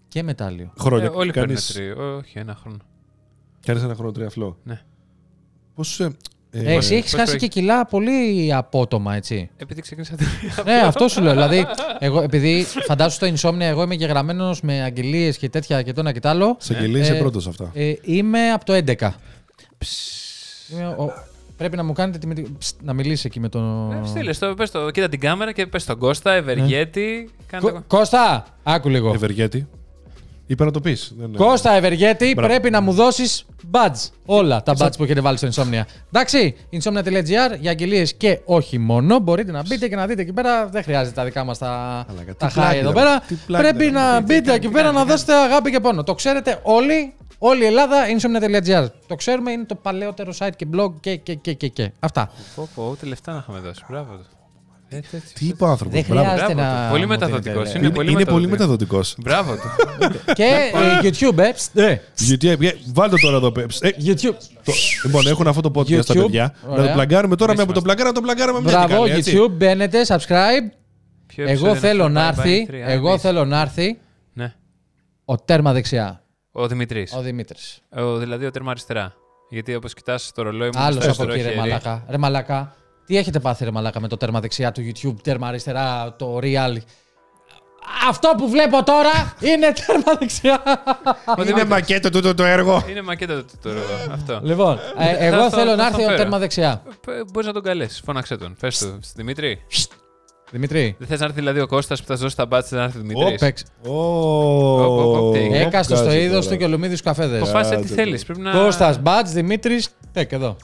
Speaker 2: Και μετάλλιο.
Speaker 3: Ε,
Speaker 1: Χρόνια.
Speaker 3: Όλοι παίρνουν
Speaker 1: κάνεις,
Speaker 3: τρίο. Όχι, ένα χρόνο.
Speaker 1: κάνεις ένα χρόνο τριαφλό.
Speaker 3: Ναι.
Speaker 1: Πώς.
Speaker 2: Ε, εσύ έχεις
Speaker 3: πώς
Speaker 2: χάσει
Speaker 3: το
Speaker 2: και
Speaker 3: έχεις?
Speaker 2: κιλά πολύ απότομα, έτσι.
Speaker 1: <laughs>
Speaker 3: Επειδή ξεκίνησα τρία.
Speaker 2: Ναι, αυτό σου λέω. Δηλαδή, εγώ, επειδή φαντάσου στο insomnia, εγώ είμαι γεγραμμένος με αγγελίες και τέτοια και το ένα και τ' άλλο.
Speaker 1: Σε γελί είσαι
Speaker 2: Ε,
Speaker 1: πρώτο σε αυτά.
Speaker 2: Ε, είμαι από το 11. Είμαι ο- πρέπει να μου κάνετε τη μυτη- Ψ, να μιλήσει εκεί με τον.
Speaker 3: Ε, Στείλε το, πες το, κοίτα την κάμερα και πες τον Κώστα,
Speaker 2: Ναι.
Speaker 3: Ευεργέτη. Κάνε
Speaker 2: Κο-
Speaker 3: το...
Speaker 2: Κώστα, άκου λίγο.
Speaker 1: Ευεργέτη. Είπα Ε, να το πεις.
Speaker 2: Κώστα Ευεργέτη,
Speaker 1: Ναι. Μπράβο.
Speaker 2: πρέπει να μου δώσεις badge. Όλα τα badge που έχετε βάλει στο Insomnia. Εντάξει, insomnia.gr για αγγελίες και όχι μόνο. Μπορείτε να μπείτε και να δείτε εκεί πέρα. Δεν χρειάζεται τα δικά μας τα,
Speaker 1: Μαλάκα, τι
Speaker 2: τα
Speaker 1: πλάκα
Speaker 2: high εδώ
Speaker 1: ήταν,
Speaker 2: πέρα.
Speaker 1: τι πλάκα
Speaker 2: Πρέπει
Speaker 1: ήταν,
Speaker 2: να μπείτε εκεί πέρα να δώσετε αγάπη και πόνο. Το ξέρετε όλοι. Όλη η Ελλάδα, insomnia.gr. Το ξέρουμε, είναι το παλαιότερο site και blog και, και, και, και, και.
Speaker 1: <laughs>
Speaker 2: Αυτά.
Speaker 3: Πω, πω, ούτε λεφτά να είχαμε δώσει. Μπράβο. του. Ε, τέτοιο.
Speaker 1: Τι είπε ο άνθρωπος.
Speaker 2: Δεν χρειάζεται
Speaker 3: μπράβο του.
Speaker 2: να.
Speaker 3: Πολύ
Speaker 2: μου
Speaker 3: μεταδοτικός
Speaker 2: δίνετε,
Speaker 3: είναι.
Speaker 2: λέει.
Speaker 3: πολύ
Speaker 1: Είναι πολύ
Speaker 3: μεταδοτικός.
Speaker 1: μεταδοτικός.
Speaker 3: Μπράβο του.
Speaker 2: Και
Speaker 1: Ναι.
Speaker 2: ε, YouTube, ε. ψ, ε,
Speaker 1: Γιατί ε, βγε- βάλτε τώρα εδώ. πε- ε,
Speaker 2: YouTube.
Speaker 1: το- Λοιπόν, έχουν αυτό το podcast τα
Speaker 2: YouTube,
Speaker 1: παιδιά. Να
Speaker 2: ωραία.
Speaker 1: το πλαγκάρουμε τώρα με
Speaker 3: Εμείς
Speaker 1: από το πλαγκάρα να το πλαγκάρουμε με μια
Speaker 2: Μπράβο,
Speaker 1: τικαλία, έτσι.
Speaker 2: YouTube, μπαίνετε, subscribe.
Speaker 3: Ποιο επεισόδιο
Speaker 2: Εγώ
Speaker 3: είναι
Speaker 2: θέλω
Speaker 3: αυτό,
Speaker 2: να
Speaker 3: Bye Bye
Speaker 2: έρθει,
Speaker 3: 3,
Speaker 2: εγώ
Speaker 3: Elvis.
Speaker 2: θέλω να έρθει
Speaker 3: Ναι.
Speaker 2: ο τέρμα δεξιά,
Speaker 3: Ο Δημητρής.
Speaker 2: ο Δημήτρης.
Speaker 3: Ο, δηλαδή ο τέρμα αριστερά. Γιατί όπως κοιτάς το ρολόι μου.
Speaker 2: Άλλος
Speaker 3: στο
Speaker 2: από
Speaker 3: αριστερό
Speaker 2: εκεί, ρε
Speaker 3: χέρι.
Speaker 2: Μαλάκα. Ρε Μαλάκα, τι έχετε πάθει, ρε Μαλάκα, με το τέρμα δεξιά του YouTube, τέρμα αριστερά, το Real. Αυτό που βλέπω τώρα είναι τέρμα δεξιά.
Speaker 1: Είναι μακέτο τούτο το έργο.
Speaker 3: Είναι μακέτα το, το ρολόι. Αυτό.
Speaker 2: λοιπόν, ε,
Speaker 3: Θα-
Speaker 2: εγώ
Speaker 3: θα-
Speaker 2: θέλω να
Speaker 3: θα το
Speaker 2: έρθει ο
Speaker 3: φέρω.
Speaker 2: τέρμα δεξιά.
Speaker 3: Μπορείς να τον καλέσεις. Φώναξε τον. Πες του. Δημήτρη.
Speaker 2: Δημητρή,
Speaker 3: Δεν θες να έρθει δηλαδή ο Κώστας που θα σου δώσει τα μπάτσε να έρθει ο Δημήτρης.
Speaker 1: Ωπ,
Speaker 2: παίξε. Έκαστος στο είδο του και ο Λουμίδης καφέδες.
Speaker 3: Αποφάσισε τι
Speaker 1: Άντε
Speaker 3: θέλει.
Speaker 1: τώρα.
Speaker 3: Πρέπει να.
Speaker 2: Κώστας Μπατ, Δημήτρης, τεκ, εδώ.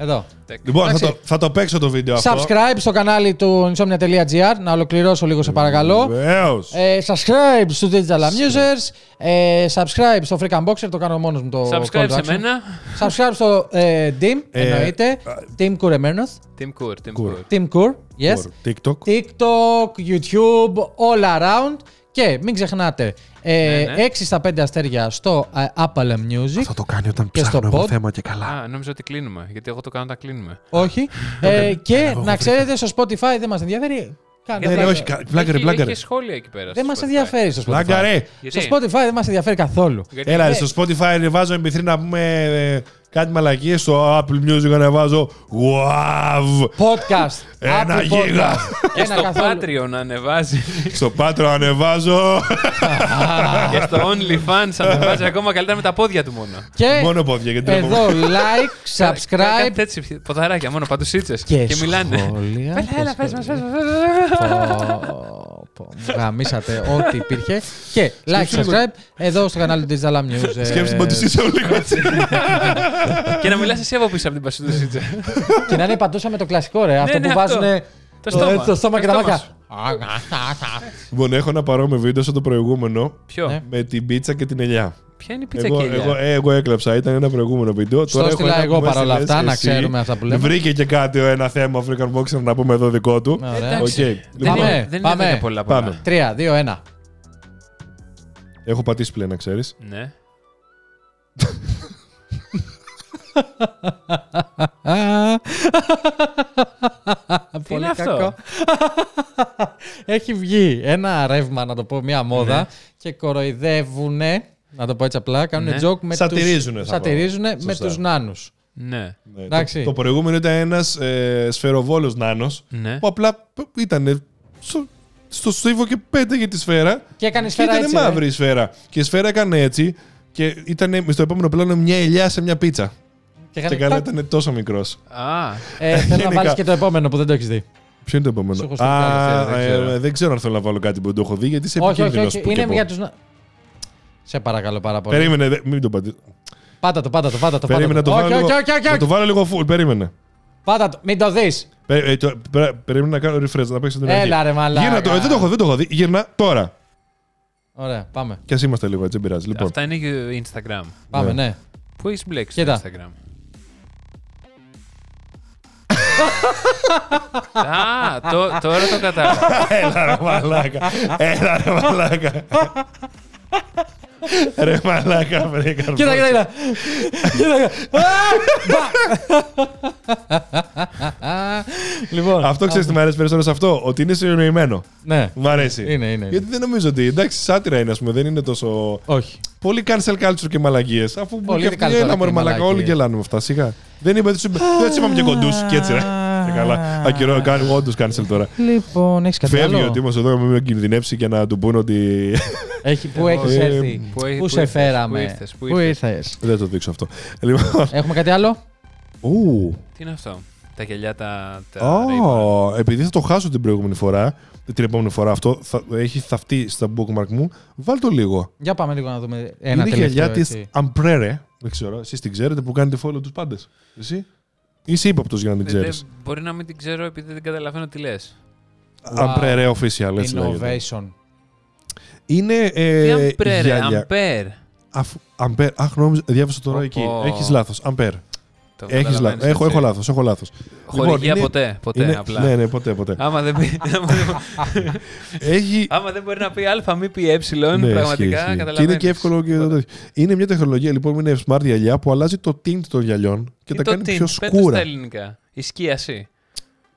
Speaker 2: Εδώ.
Speaker 3: Τεκ.
Speaker 1: Λοιπόν, θα
Speaker 2: Εντάξει.
Speaker 1: το, θα το παίξω το βίντεο αυτό.
Speaker 2: Subscribe στο κανάλι του insomnia.gr να ολοκληρώσω λίγο σε παρακαλώ.
Speaker 1: Βεβαίως.
Speaker 2: Ε, subscribe στους Digital Amusers. Ε, subscribe στο Freak Unboxer, το κάνω μόνος μου το call
Speaker 3: Subscribe
Speaker 2: to
Speaker 3: σε
Speaker 2: action.
Speaker 3: μένα.
Speaker 2: Subscribe στο ε, Team,
Speaker 1: Ε,
Speaker 2: εννοείται. Team Κουρεμένος.
Speaker 3: Team Cour. Team
Speaker 1: Cour.
Speaker 3: Cour.
Speaker 2: Team Kur, yes.
Speaker 1: TikTok.
Speaker 2: TikTok, YouTube, all around. Και μην ξεχνάτε, ε,
Speaker 3: Ναι, ναι.
Speaker 2: 6 στα 5 αστέρια στο ε, Apple Music.
Speaker 1: Θα το κάνει όταν
Speaker 2: Και στο
Speaker 1: ψάχνω εγώ
Speaker 2: pod.
Speaker 1: θέμα και καλά.
Speaker 3: Α, νόμιζα ότι κλείνουμε. Γιατί εγώ το κάνω όταν κλείνουμε.
Speaker 2: Όχι. ε, και να ξέρετε, στο Spotify δεν μας
Speaker 3: Ε,
Speaker 2: ενδιαφέρει. Κάνε
Speaker 1: Ναι, ρε,
Speaker 2: πλάκα.
Speaker 1: όχι, κα- πλάγκαρε,
Speaker 3: Έχει-
Speaker 1: πλάγκαρε.
Speaker 3: Έχει σχόλια εκεί πέρα.
Speaker 2: Ε, Δεν
Speaker 3: στο
Speaker 2: μας
Speaker 3: Spotify.
Speaker 2: ενδιαφέρει στο Spotify.
Speaker 1: Πλάγκαρε.
Speaker 2: Στο
Speaker 3: Γιατί?
Speaker 2: Spotify δεν μας ενδιαφέρει καθόλου.
Speaker 3: Γιατί-
Speaker 1: Έλα, ρε,
Speaker 2: Ναι.
Speaker 1: στο Spotify ανεβάζω MP3 να πούμε ε, κάτι μαλακίες. Στο Apple Music ανεβάζω. Wow!
Speaker 2: Podcast.
Speaker 1: Ένα
Speaker 2: Apple
Speaker 1: γίγα.
Speaker 2: Podcast.
Speaker 3: Και
Speaker 2: Ένα
Speaker 3: στο
Speaker 2: καθόλου.
Speaker 3: Patreon ανεβάζει.
Speaker 1: Στο Πάτρο ανεβάζω.
Speaker 3: και στο OnlyFans ανεβάζει ακόμα καλύτερα με τα πόδια του μόνο.
Speaker 2: Και
Speaker 1: Μόνο πόδια γιατί δεν
Speaker 2: Ε, εδώ like,
Speaker 3: Κάτι
Speaker 2: subscribe
Speaker 3: τέτοιο, ποδαράκια μόνο παντουσίτσες.
Speaker 2: και,
Speaker 3: Και, μιλάνε.
Speaker 2: σχόλια.
Speaker 3: Έλα,
Speaker 2: Και
Speaker 3: έλα, πες μας,
Speaker 2: σχόλια.
Speaker 3: πες μας, πες μας.
Speaker 2: Πω, πω, μου Γαμίσατε ό,τι υπήρχε. Και like,
Speaker 1: Σκέψου λίγο.
Speaker 2: subscribe εδώ στο κανάλι του Digital Alarm News. ε,
Speaker 1: Σκέψτε την παντουσίτσα μου λίγο έτσι.
Speaker 3: Και να μιλάς εσύ από πίσω από την παντουσίτσα.
Speaker 2: Και να είναι παντούσα με το κλασικό ρε. Αυτό
Speaker 3: ναι,
Speaker 2: που
Speaker 3: αυτό.
Speaker 2: βάζουν
Speaker 3: Το στόμα.
Speaker 2: το στόμα
Speaker 3: Το
Speaker 2: και τα
Speaker 3: στόμα
Speaker 2: μάτια.
Speaker 3: σου.
Speaker 1: Λοιπόν, έχω ένα παρόμοιο βίντεο σαν το προηγούμενο
Speaker 3: Ποιο,
Speaker 2: Ναι.
Speaker 1: με την πίτσα και την ελιά.
Speaker 3: ποια είναι η πίτσα
Speaker 1: Εγώ,
Speaker 3: και η
Speaker 1: εγώ,
Speaker 3: ελιά.
Speaker 1: ε, εγώ έκλαψα, ήταν ένα προηγούμενο βίντεο.
Speaker 2: Στο
Speaker 1: Τώρα έχω
Speaker 2: στείλα
Speaker 1: ένα
Speaker 2: εγώ
Speaker 1: που μου
Speaker 2: παρόλα
Speaker 1: έστειλες
Speaker 2: αυτά, να
Speaker 1: εσύ.
Speaker 2: ξέρουμε αυτά που λέμε.
Speaker 1: Βρήκε και κάτι ένα θέμα African Boxer να πούμε εδώ δικό του.
Speaker 2: Ωραία.
Speaker 1: Ε, Οκ.
Speaker 3: Εντάξει. Δεν
Speaker 1: Λοιπόν,
Speaker 2: Πάμε.
Speaker 3: είναι- Δεν είναι
Speaker 2: πάμε.
Speaker 3: δέκα πολλά
Speaker 1: Πάμε.
Speaker 3: πολλά.
Speaker 2: 3, 2, 1.
Speaker 1: έχω πατήσει πλέον, να ξέρεις.
Speaker 3: Ναι. Τι είναι αυτό.
Speaker 2: Έχει βγει ένα ρεύμα, να το πω, μια μόδα και κοροϊδεύουνε, να το πω έτσι απλά, κάνουν
Speaker 3: Ναι.
Speaker 2: joke με
Speaker 1: Σατυρίζουνε,
Speaker 2: τους,
Speaker 1: θα πω.
Speaker 2: σατυρίζουνε με
Speaker 1: Σωστά.
Speaker 2: τους νάνους.
Speaker 3: Ναι.
Speaker 2: Εντάξει.
Speaker 1: Το, το προηγούμενο ήταν ένας ε, σφαιροβόλος νάνος
Speaker 3: Ναι.
Speaker 2: Ε.
Speaker 1: που απλά ήταν στο, στο στίβο και πέταγε τη σφαίρα.
Speaker 2: Και έκανε σφαίρα
Speaker 1: ήταν
Speaker 2: έτσι. ε.
Speaker 1: μαύρη η σφαίρα. Και η σφαίρα έκανε έτσι και ήταν στο επόμενο πλάνο μια ελιά σε μια πίτσα. Και
Speaker 2: Και έκανε
Speaker 1: καλά
Speaker 2: τάκ.
Speaker 1: ήταν τόσο μικρός.
Speaker 3: Α,
Speaker 1: Λοιπόν.
Speaker 2: Ε, θέλω να
Speaker 1: Γενικά.
Speaker 2: βάλεις και το επόμενο που δεν το έχεις δει.
Speaker 1: Ποιο είναι το
Speaker 2: Σου
Speaker 1: επόμενο.
Speaker 2: έχω στείλει
Speaker 1: Α,
Speaker 3: κάτι, δεν
Speaker 1: ε,
Speaker 3: ξέρω.
Speaker 1: ε, δεν ξέρω αν θέλω να βάλω κάτι που δεν το έχω δει, γιατί σε
Speaker 2: όχι, όχι,
Speaker 1: επικίνδυνος
Speaker 2: όχι.
Speaker 1: που και
Speaker 2: Είναι
Speaker 1: που.
Speaker 2: για τους... να- Σε παρακαλώ πάρα πολύ.
Speaker 1: Περίμενε, δε- μην το πατήσω.
Speaker 2: Πάτα το, πάτα το, πάτα το. πάτα
Speaker 1: Περίμενε να το
Speaker 2: Όχι,
Speaker 1: βάλω.
Speaker 2: όχι,
Speaker 1: λίγο-
Speaker 2: όχι, όχι,
Speaker 1: Να το
Speaker 2: όχι.
Speaker 1: βάλω λίγο full, περίμενε.
Speaker 2: Πάτα το, μην το δεις.
Speaker 1: Πε- ε, το- πε- Περίμενε να κάνω refresh, να παίξω την αρχή.
Speaker 2: Έλα, ρε μαλάκα.
Speaker 1: Γύρνα το, ε, δεν το έχω, δεν το έχω δει. Γύρνα τώρα.
Speaker 2: Ωραία, πάμε.
Speaker 1: Κι ας είμαστε λίγο έτσι, δεν πειράζει. Λοιπόν,
Speaker 3: αυτά είναι και Instagram.
Speaker 2: Πάμε,
Speaker 1: Ναι.
Speaker 2: ναι.
Speaker 3: Πού έχεις μπλέξει στο
Speaker 2: Κοίτα. <laughs>
Speaker 3: Instagram. Α, το- τώρα το κατάλαβα.
Speaker 1: έλα ρε μαλάκα. Έλα ρε μαλάκα. Ρε μαλάκα, βρε καρπό.
Speaker 2: Κοίτα, κοίτα, κοίτα. Κοίτα, κοίτα. Α, μπα. Λοιπόν,
Speaker 1: Αυτό ξέρεις τι μου αρέσει περισσότερο σε αυτό, ότι είναι συνεννοημένο.
Speaker 2: ναι.
Speaker 1: Μ' αρέσει.
Speaker 2: Είναι, είναι, είναι.
Speaker 1: Γιατί δεν νομίζω ότι. Εντάξει, σάτυρα είναι, ας πούμε, δεν είναι τόσο.
Speaker 2: Όχι.
Speaker 1: Πολύ cancel culture και μαλαγίες. Αφού
Speaker 2: Πολύ
Speaker 1: πολύ και
Speaker 2: cancel
Speaker 1: αυτοί έλα μωρέ
Speaker 2: και
Speaker 1: μαλακά, όλοι
Speaker 2: μαλαγίες.
Speaker 1: γελάνε με αυτά. Σιγά. Δεν είπα ότι σου Δεν του είπαμε και κοντούς. Και έτσι, ρε. Και καλά. Ακυρώ, κάνω όντως cancel τώρα.
Speaker 2: Λοιπόν, έχεις κάτι
Speaker 1: Φεύγει ο
Speaker 2: άλλο.
Speaker 1: Τίμος εδώ να μην κινδυνεύσει και να του πούνε ότι. <laughs>
Speaker 2: Έχει, πού έχεις
Speaker 1: Ε,
Speaker 2: έρθει,
Speaker 3: πού έ-
Speaker 2: πού
Speaker 3: πού
Speaker 2: σε
Speaker 3: ήρθες, πού
Speaker 2: φέραμε,
Speaker 3: ήρθες, πού
Speaker 2: πού
Speaker 3: ήρθες.
Speaker 2: ήρθες.
Speaker 1: Δεν θα το δείξω αυτό. Λοιπόν.
Speaker 2: Έχουμε κάτι άλλο.
Speaker 1: Ου.
Speaker 3: Τι είναι αυτό. Τα γελιά τα. τα Ray-Ban.
Speaker 1: Ω, επειδή θα το χάσω την προηγούμενη φορά, την επόμενη φορά αυτό θα, έχει θαυτεί στα bookmark μου, βάλ το λίγο.
Speaker 2: Για πάμε λίγο να δούμε ένα
Speaker 1: είναι η γυαλιά
Speaker 2: τελευταίο.
Speaker 1: της
Speaker 2: έτσι.
Speaker 1: Αμπρέρε. Δεν ξέρω, εσείς την ξέρετε που κάνετε follow τους πάντες. Εσύ. Είσαι ύποπτος για να την
Speaker 3: Ε, Δεν-
Speaker 1: ξέρει.
Speaker 3: δεν- Μπορεί να μην την ξέρω επειδή δεν καταλαβαίνω τι λες.
Speaker 2: Wow.
Speaker 1: Αμπρέρε official, έτσι λέγεται.
Speaker 2: Innovation.
Speaker 1: Είναι
Speaker 3: Τι
Speaker 1: ε,
Speaker 3: αμπρέρε,
Speaker 1: γυαλιά.
Speaker 3: αμπέρ.
Speaker 1: Αφού- Αμπέρ. Αχ, νόμιζα, διάβασα τώρα
Speaker 3: Πω,
Speaker 1: εκεί.
Speaker 3: πω.
Speaker 1: Έχεις λάθος. Αμπέρ.
Speaker 3: Το
Speaker 1: Έχεις
Speaker 3: καταλαβαίνεις,
Speaker 1: λάθο. Έχω,
Speaker 3: έτσι.
Speaker 1: έχω λάθος. Έχω λάθος.
Speaker 3: Χορηγία
Speaker 1: είναι-
Speaker 3: ποτέ, ποτέ
Speaker 1: είναι-
Speaker 3: απλά.
Speaker 1: Ναι, ναι, ποτέ,
Speaker 3: <laughs>
Speaker 1: ποτέ.
Speaker 3: Άμα δεν, πει- άμα δεν-
Speaker 1: Έχει.
Speaker 3: άμα δεν μπορεί να πει α, μη πει ε,
Speaker 1: Ναι, ισχύει,
Speaker 3: πραγματικά
Speaker 1: ισχύει.
Speaker 3: καταλαβαίνεις.
Speaker 1: Και είναι και εύκολο και
Speaker 3: Τίποτα.
Speaker 1: τέτοιο. Είναι μια τεχνολογία λοιπόν που είναι smart γυαλιά που αλλάζει το tint των γυαλιών και
Speaker 3: Τι
Speaker 1: τα
Speaker 3: το
Speaker 1: κάνει
Speaker 3: tint,
Speaker 1: πιο
Speaker 3: πες το στα
Speaker 1: σκούρα.
Speaker 3: ελληνικά. Η σκίαση.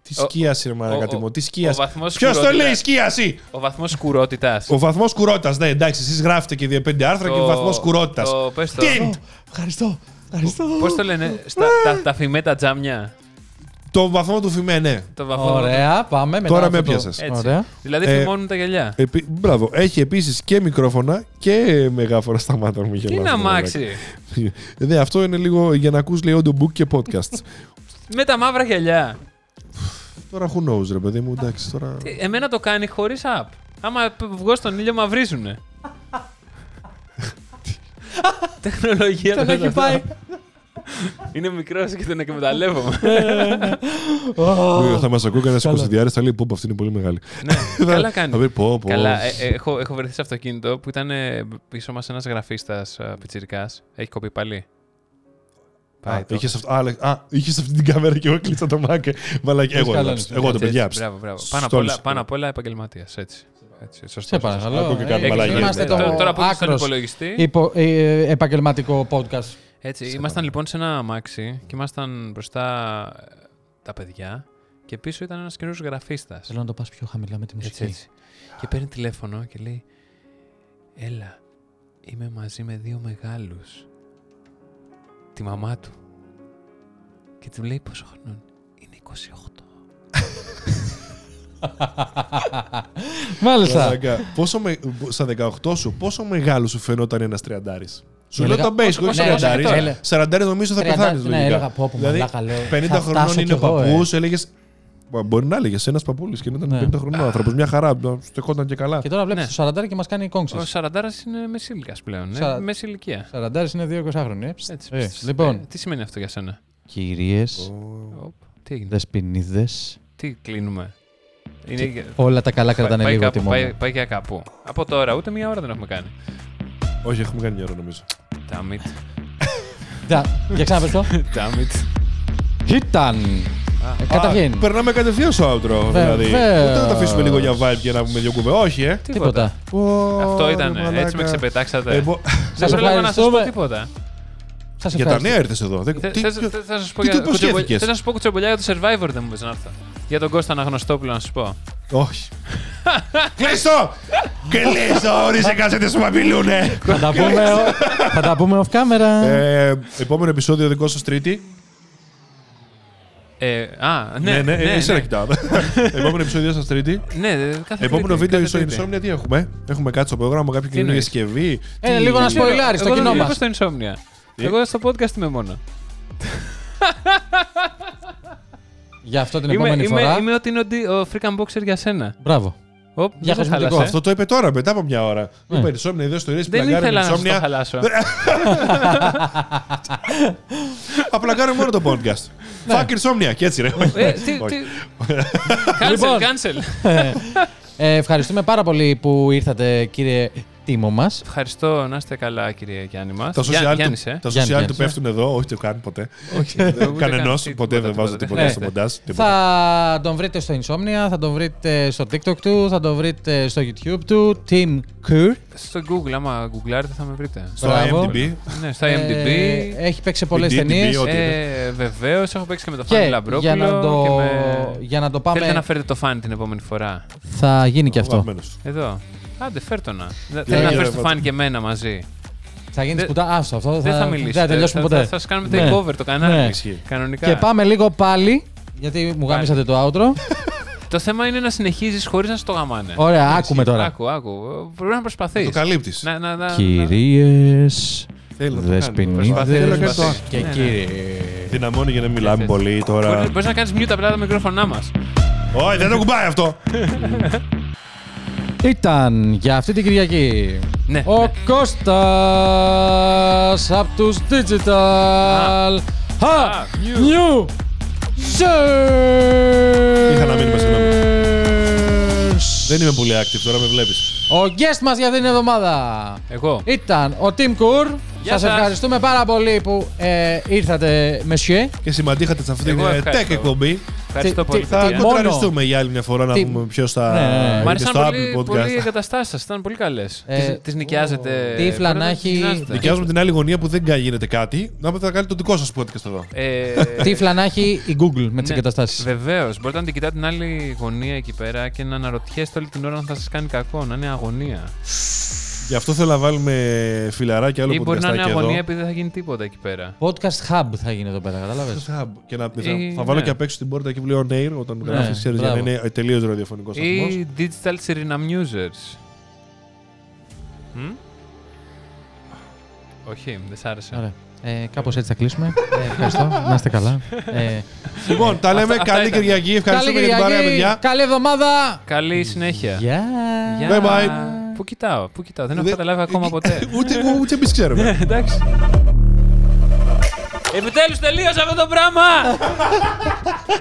Speaker 1: Τι Τι
Speaker 3: Ο-
Speaker 1: σκίαση, ρε
Speaker 3: ο-
Speaker 1: μάνα,
Speaker 3: ο-
Speaker 1: κατημό. Τι
Speaker 3: ο
Speaker 1: σκίαση.
Speaker 3: βαθμός
Speaker 1: Ποιος το
Speaker 3: σκουρότητας.
Speaker 1: λέει σκίαση.
Speaker 3: Ο βαθμός σκουρότητας.
Speaker 1: Ο βαθμός κουρότητα. Ναι, εντάξει, εσείς γράφετε και δύο πέντε άρθρα και βαθμό κουρότητα.
Speaker 3: Το, πες το.
Speaker 1: Τι είναι
Speaker 2: Ευχαριστώ. Ευχαριστώ.
Speaker 3: Πώς το λένε, στα, τα, τα φημέ τα τζάμια.
Speaker 1: το βαθμό του φημέ, ναι.
Speaker 3: Το βαθμό.
Speaker 2: Ωραία, πάμε. μετά
Speaker 1: Τώρα
Speaker 2: αυτό
Speaker 1: με
Speaker 2: το-
Speaker 1: πιάσες.
Speaker 3: Έτσι.
Speaker 2: Ωραία.
Speaker 3: Δηλαδή
Speaker 1: Ε,
Speaker 3: φημώνουν τα γυαλιά.
Speaker 1: Επί... Μπράβο. Έχει επίσης και μικρόφωνα και μεγάφωνα στα μάτια μου.
Speaker 3: Τι να μάξει.
Speaker 1: Δε, Ναι, αυτό είναι λίγο για να ακούς λέει audio book και podcasts.
Speaker 3: Με τα μαύρα γυαλιά.
Speaker 1: τώρα who knows, ρε παιδί μου, εντάξει τώρα.
Speaker 3: Τι, Ε, Εμένα το κάνει χωρίς app. Άμα π- βγω στον ήλιο μαυρίζουνε. Τεχνολογία
Speaker 2: Τον
Speaker 3: δεν
Speaker 2: έχει πάει.
Speaker 3: Είναι μικρός και τον εκμεταλλεύομαι.
Speaker 1: <laughs> Ε, θα μας ακούει κανένα
Speaker 2: Καλά.
Speaker 1: 20 διάρρες, θα λέει Πώ, αυτή είναι πολύ μεγάλη. Ε,
Speaker 3: ναι, <laughs> καλά κάνει.
Speaker 1: Θα πει πω, πω.
Speaker 3: Καλά, ε, ε, έχω, έχω βρεθεί σε αυτοκίνητο που ήταν ε, πίσω μας ένας γραφίστας πιτσυρικά. ε, Έχει κοπεί πάλι.
Speaker 1: Α,
Speaker 3: το.
Speaker 1: είχες, αυ- α, λέ- α, είχες αυτή την κάμερα και εγώ έκλεισα το μάκα. Μαλάκι, εγώ,
Speaker 2: καλό,
Speaker 1: έλαψα.
Speaker 2: ναι,
Speaker 1: εγώ το
Speaker 2: έτσι,
Speaker 1: παιδιά.
Speaker 3: Έτσι, Μπράβο, μπράβο. Πάνω απ'
Speaker 1: Στόλισε.
Speaker 3: όλα, πάνω απ' όλα επαγγελματίας. Έτσι. έτσι σωστό,
Speaker 2: Σε
Speaker 3: σωστό.
Speaker 1: Άκου
Speaker 2: παρακαλώ.
Speaker 1: και
Speaker 2: Ε,
Speaker 1: κάνουμε
Speaker 3: Ε,
Speaker 1: μαλακίες.
Speaker 2: Είμαστε
Speaker 1: Τώρα-
Speaker 2: το
Speaker 3: τώρα που είσαι στον
Speaker 2: άκρος
Speaker 3: υπολογιστή.
Speaker 2: υπο- ε, επαγγελματικό podcast.
Speaker 3: Έτσι, ήμασταν λοιπόν σε ένα αμάξι και ήμασταν μπροστά ε, τα παιδιά και πίσω ήταν ένας καινούριος γραφίστας.
Speaker 2: Θέλω να το πας πιο χαμηλά με τη
Speaker 3: Έτσι,
Speaker 2: μουσική.
Speaker 3: έτσι. Και παίρνει τηλέφωνο και λέει Έλα, είμαι μαζί με δύο μεγάλους. Τη μαμά του. Και του λέει πόσο χρονών. Είναι 28.
Speaker 2: Μάλιστα.
Speaker 1: Μαλάκα, πόσο με- στα 18 σου, πόσο μεγάλο σου φαινόταν ένας τριαντάρης. Σου
Speaker 2: Ναι,
Speaker 1: λέω
Speaker 2: έλεγα-
Speaker 1: τα basic, όχι
Speaker 2: ναι, ναι,
Speaker 1: σαραντάρι.
Speaker 2: έλεγα-
Speaker 1: Σαραντάρι νομίζω θα
Speaker 2: Τριαντάρι,
Speaker 1: πεθάνεις.
Speaker 2: ναι, έλεγα, πω, πω, μαλάκα, λέω,
Speaker 1: 50
Speaker 2: θα
Speaker 1: χρονών
Speaker 2: φτάσω
Speaker 1: είναι ο
Speaker 2: κι εγώ, ε.
Speaker 1: παππούς, έλεγες. Μπορεί να έλεγες ένας παππούλης και να ήταν
Speaker 2: Ναι.
Speaker 1: 50 χρονών άνθρωπος. Μια χαρά, να στεκόταν και καλά.
Speaker 2: Και τώρα
Speaker 3: Ναι.
Speaker 2: βλέπεις το σαραντάρι και μας κάνει
Speaker 3: Ο
Speaker 2: κόγκσες.
Speaker 3: Σαραντάρας είναι μεσήλικας πλέον.
Speaker 2: Σαρα-
Speaker 3: Ε, μεσήλικια.
Speaker 2: Σαραντάρις είναι 2-20χρονοι. ε.
Speaker 3: Έτσι,
Speaker 2: Ε,
Speaker 3: ψ, ε,
Speaker 2: Λοιπόν, Ε,
Speaker 3: τι σημαίνει αυτό για σένα.
Speaker 2: κυρίες,
Speaker 3: Οπ, τι έγινε.
Speaker 2: δεσποινίδες,
Speaker 3: Τι κλείνουμε. Είναι... για-
Speaker 2: όλα τα καλά κρατάνε
Speaker 3: πάει,
Speaker 2: λίγο
Speaker 3: κάπου,
Speaker 2: τη
Speaker 3: πάει,
Speaker 2: μόνη.
Speaker 3: πάει για κάπου. Από τώρα, ούτε μία ώρα δεν έχουμε κάνει.
Speaker 1: Όχι, έχουμε κάνει μια ώρα νομίζω.
Speaker 3: Damn
Speaker 1: <laughs>
Speaker 3: it.
Speaker 2: Για ξανά πες το.
Speaker 3: Damn <laughs> it.
Speaker 2: Ήταν. Ε, Καταρχήν.
Speaker 1: Α, Περνάμε κατευθείαν στο outro. Δηλαδή.
Speaker 2: Βεβαίως.
Speaker 1: Ούτε να τα αφήσουμε λίγο για vibe και να πούμε δύο κουβέ. Όχι, ε.
Speaker 2: Τίποτα.
Speaker 3: Αυτό
Speaker 1: Ω,
Speaker 3: ήταν.
Speaker 1: ρε
Speaker 3: Έτσι με
Speaker 1: μαλάκα.
Speaker 3: ξεπετάξατε.
Speaker 1: Ε, μπο-
Speaker 3: Δεν πρόλαβα να σας πω
Speaker 2: ευχαριστούμε.
Speaker 3: τίποτα.
Speaker 2: Σας
Speaker 1: Για τα νέα
Speaker 2: ευχαριστώ.
Speaker 1: ήρθε εδώ. Δεν-
Speaker 3: Θε
Speaker 1: τι-
Speaker 3: θες- θες να σας πω
Speaker 1: τι
Speaker 3: για
Speaker 1: του υποσχέθηκες?
Speaker 3: Θες να σας πω κουτσομπολιά για το survivor δεν μου πες να έρθω. Για τον Κώστα Αναγνωστόπουλο να σου πω. <laughs>
Speaker 1: Όχι. Κλείστο! Κλείστο! Ορίστε, κάτσετε σου μαπιλούνε!
Speaker 2: Θα τα πούμε, θα τα πούμε off camera.
Speaker 1: Ε, επόμενο επεισόδιο δικό σας τρίτη.
Speaker 3: Ε, α, ναι, ναι, ναι.
Speaker 1: εσύ να κοιτάω. <laughs> επόμενο επεισόδιο σας τρίτη.
Speaker 3: Ναι, ναι, κάθε
Speaker 1: Ε, Επόμενο
Speaker 3: τρίτη,
Speaker 1: βίντεο
Speaker 3: κάθε
Speaker 1: στο
Speaker 3: τρίτη.
Speaker 1: Insomnia τι έχουμε. Έχουμε κάτι στο πρόγραμμα, κάποια καινούργια
Speaker 3: εννοείς?
Speaker 1: συσκευή.
Speaker 2: Ε, λίγο να
Speaker 3: Εγώ-
Speaker 2: σποϊλάρει στο
Speaker 3: εγώ
Speaker 2: κοινό
Speaker 3: δεν
Speaker 2: μα.
Speaker 3: βλέπω στο Insomnia.
Speaker 1: Ε.
Speaker 3: Εγώ στο podcast είμαι μόνος.
Speaker 2: Για αυτό την
Speaker 3: Είμαι,
Speaker 2: επόμενη
Speaker 3: είμαι,
Speaker 2: φορά.
Speaker 3: είμαι ότι είναι ο ντι- ο freak unboxer για σένα.
Speaker 2: Μπράβο.
Speaker 3: Οπ,
Speaker 2: Για
Speaker 3: δεν σε
Speaker 2: κοσμητικό
Speaker 3: χάλασε.
Speaker 1: Αυτό το είπε τώρα, μετά από μια ώρα.
Speaker 2: Ναι.
Speaker 1: Είπα Insomnia, δύο ιστορίες,
Speaker 3: Δεν
Speaker 1: πλακάρε με
Speaker 3: ήθελα να σου το
Speaker 1: Insomnia.
Speaker 3: χαλάσω.
Speaker 1: Απλά κάνω μόνο το podcast. Fuck Insomnia, και έτσι ρε.
Speaker 3: Ναι. Ε, τι- τι-
Speaker 1: <laughs>
Speaker 3: Cancel,
Speaker 2: Λοιπόν.
Speaker 3: cancel.
Speaker 2: Ε, ευχαριστούμε πάρα πολύ που ήρθατε, κύριε Τίμο μας.
Speaker 3: Ευχαριστώ, να είστε καλά, κύριε Γιάννη μας.
Speaker 1: Τα social του,
Speaker 3: Γιάννης, ε.
Speaker 1: τα
Speaker 2: Γιάννη,
Speaker 1: social
Speaker 2: Γιάννη,
Speaker 1: του
Speaker 2: ε.
Speaker 1: πέφτουν εδώ, όχι το κάνουν ποτέ.
Speaker 3: Ούτε
Speaker 1: Κανενό,
Speaker 3: καν-
Speaker 1: ποτέ δεν βάζω τίποτα στο
Speaker 2: Ναι.
Speaker 1: μοντάζ. τίποτα.
Speaker 2: Θα τον βρείτε στο Insomnia, θα τον βρείτε στο TikTok του, θα τον βρείτε στο YouTube του. Tim Kerr.
Speaker 3: Στο Google, άμα γκουγκλάρετε θα με βρείτε.
Speaker 1: Στο
Speaker 2: Μπράβο.
Speaker 1: IMDb.
Speaker 3: Ναι, στα
Speaker 2: Ε,
Speaker 3: MDB.
Speaker 2: έχει παίξει πολλές
Speaker 1: DDB,
Speaker 2: ταινίες.
Speaker 1: ό,τι είναι.
Speaker 3: Ε, Βεβαίως, έχω παίξει και με το Φάνη
Speaker 2: Και
Speaker 3: Λαμπρόπουλο.
Speaker 2: για να το,
Speaker 3: και με...
Speaker 2: για να το
Speaker 3: Θέλετε να
Speaker 2: πάμε.
Speaker 3: φέρετε το Φάνη την επόμενη φορά.
Speaker 2: Θα γίνει και αυτό.
Speaker 1: Βαμμένος.
Speaker 3: Εδώ. Άντε, φέρ το να.
Speaker 1: ναι,
Speaker 3: Δε- Θέλετε να
Speaker 1: ναι,
Speaker 3: φέρετε το
Speaker 1: ναι.
Speaker 3: Φάνη και εμένα μαζί.
Speaker 2: Θα γίνει
Speaker 3: Δεν-
Speaker 2: σπουδά. Άστο αυτό.
Speaker 3: Δεν θα μιλήσετε.
Speaker 2: Δεν θα τελειώσουμε
Speaker 3: θα,
Speaker 2: ποτέ.
Speaker 3: Θα σας κάνουμε
Speaker 2: Ναι.
Speaker 3: takeover το
Speaker 2: Ναι.
Speaker 3: κανάλι.
Speaker 1: Ισχύει.
Speaker 3: Κανονικά.
Speaker 2: Και πάμε λίγο πάλι. Γιατί μου γάμισατε το outro.
Speaker 3: Το θέμα είναι να συνεχίζεις χωρίς να στο γαμάνε.
Speaker 2: Ωραία, άκουμε τώρα.
Speaker 3: Άκου, άκου. Πρέπει να προσπαθείς.
Speaker 1: Το καλύπτεις.
Speaker 3: Ε, Να, να, να,
Speaker 2: Κυρίες,
Speaker 1: Θέλω να το
Speaker 2: δεσποινίδες
Speaker 3: Προσπαθεί,
Speaker 1: θέλω να κάνει το
Speaker 3: προσπαθεί.
Speaker 2: και
Speaker 3: Ναι, ναι.
Speaker 2: κύριοι.
Speaker 1: Δυναμώνει για να μιλάμε
Speaker 3: Έτσι.
Speaker 1: πολύ
Speaker 2: Ε.
Speaker 1: τώρα.
Speaker 3: Μπορεί να κάνεις mute απλά τα μικρόφωνά μας.
Speaker 1: Όχι, δεν το κουμπάει αυτό.
Speaker 2: Ήταν για αυτή την Κυριακή
Speaker 3: Ναι,
Speaker 2: ο
Speaker 3: ναι.
Speaker 2: Κώστας από τους Digital
Speaker 3: Α,
Speaker 2: Ha New
Speaker 1: Είχα ένα μήνυμα, συγγνώμη.
Speaker 2: Zeus.
Speaker 1: Δεν είμαι πολύ active, τώρα με βλέπεις.
Speaker 2: Ο guest μας για αυτήν την εβδομάδα
Speaker 3: Εγώ.
Speaker 2: ήταν ο Tim Κουρ.
Speaker 3: Γεια
Speaker 2: Σας
Speaker 3: σας.
Speaker 2: ευχαριστούμε πάρα πολύ που ε, ήρθατε, μεσιέ.
Speaker 1: Και συμμετείχατε σε αυτή την
Speaker 3: Εγώ
Speaker 1: ε,
Speaker 3: ευχαριστώ.
Speaker 1: tech εκπομπή.
Speaker 3: Ευχαριστώ
Speaker 2: Τι-
Speaker 3: πολύ.
Speaker 2: τι-
Speaker 1: Θα
Speaker 2: τι-
Speaker 3: παιδιά.
Speaker 2: μόνο-
Speaker 1: κοντραριστούμε για άλλη μια φορά να
Speaker 2: Τι-
Speaker 1: δούμε ποιος θα.
Speaker 2: Ναι, ναι, ναι.
Speaker 1: είναι
Speaker 2: Μ'
Speaker 3: Μ' άρεσαν
Speaker 1: στο
Speaker 3: πολύ,
Speaker 1: Apple Podcast.
Speaker 3: πολύ οι εγκαταστάσεις σας. Ήταν πολύ καλές.
Speaker 2: Ε,
Speaker 3: Ε, Τις νοικιάζετε.
Speaker 2: Τύφλα
Speaker 3: πρέπει
Speaker 2: να
Speaker 3: τις
Speaker 2: έχει-
Speaker 3: νοικιάζετε.
Speaker 1: Νοικιάζουμε την άλλη γωνία που δεν κα- γίνεται κάτι. Να θα κάνει το δικό σας podcast εδώ.
Speaker 3: Ε,
Speaker 2: Τι φλανάχει η Google με τις
Speaker 3: ναι,
Speaker 2: εγκαταστάσεις.
Speaker 3: Βεβαίως. Μπορείτε να την κοιτάτε την άλλη γωνία εκεί πέρα και να αναρωτιέστε όλη την ώρα αν θα σας κάνει κακό, να είναι αγωνία.
Speaker 1: Γι' αυτό θέλω να βάλουμε φιλαράκι άλλο
Speaker 3: Ή μπορεί να είναι
Speaker 1: podcastάκι
Speaker 3: αγωνία
Speaker 1: εδώ.
Speaker 3: επειδή δεν θα γίνει τίποτα εκεί πέρα.
Speaker 2: Podcast Hub θα γίνει εδώ πέρα, κατάλαβες.
Speaker 1: Θα- Και να, θα,
Speaker 3: Ή-
Speaker 1: θα βάλω
Speaker 3: ναι.
Speaker 1: και απ' έξω την πόρτα εκεί που λέει on air όταν
Speaker 2: Ναι,
Speaker 1: γράφεις. Ξέρεις, για να
Speaker 2: μπράβο.
Speaker 1: είναι τελείως ραδιοφωνικός σταθμό.
Speaker 3: Ή digital Serena Musers. Μμ? Όχι, δεν σ' άρεσε.
Speaker 2: Ωραία. Ε, Κάπως έτσι θα κλείσουμε. Ε, ευχαριστώ. Να είστε καλά. Ε,
Speaker 1: Λοιπόν, τα λέμε.
Speaker 3: αυτά
Speaker 1: Καλή
Speaker 3: ήταν.
Speaker 1: Κυριακή. Ευχαριστούμε για την
Speaker 2: Κυριακή,
Speaker 1: παρέα, παιδιά.
Speaker 2: Καλή εβδομάδα.
Speaker 3: Καλή συνέχεια.
Speaker 2: Γεια.
Speaker 3: Γεια.
Speaker 1: Bye bye.
Speaker 3: Πού κοιτάω, πού κοιτάω, δεν έχω
Speaker 1: Δεν-
Speaker 3: καταλάβει ακόμα ποτέ.
Speaker 1: Ε, Ούτε, ούτε εμείς ξέρουμε.
Speaker 3: Εντάξει. Επιτέλους τελείωσε αυτό το πράγμα!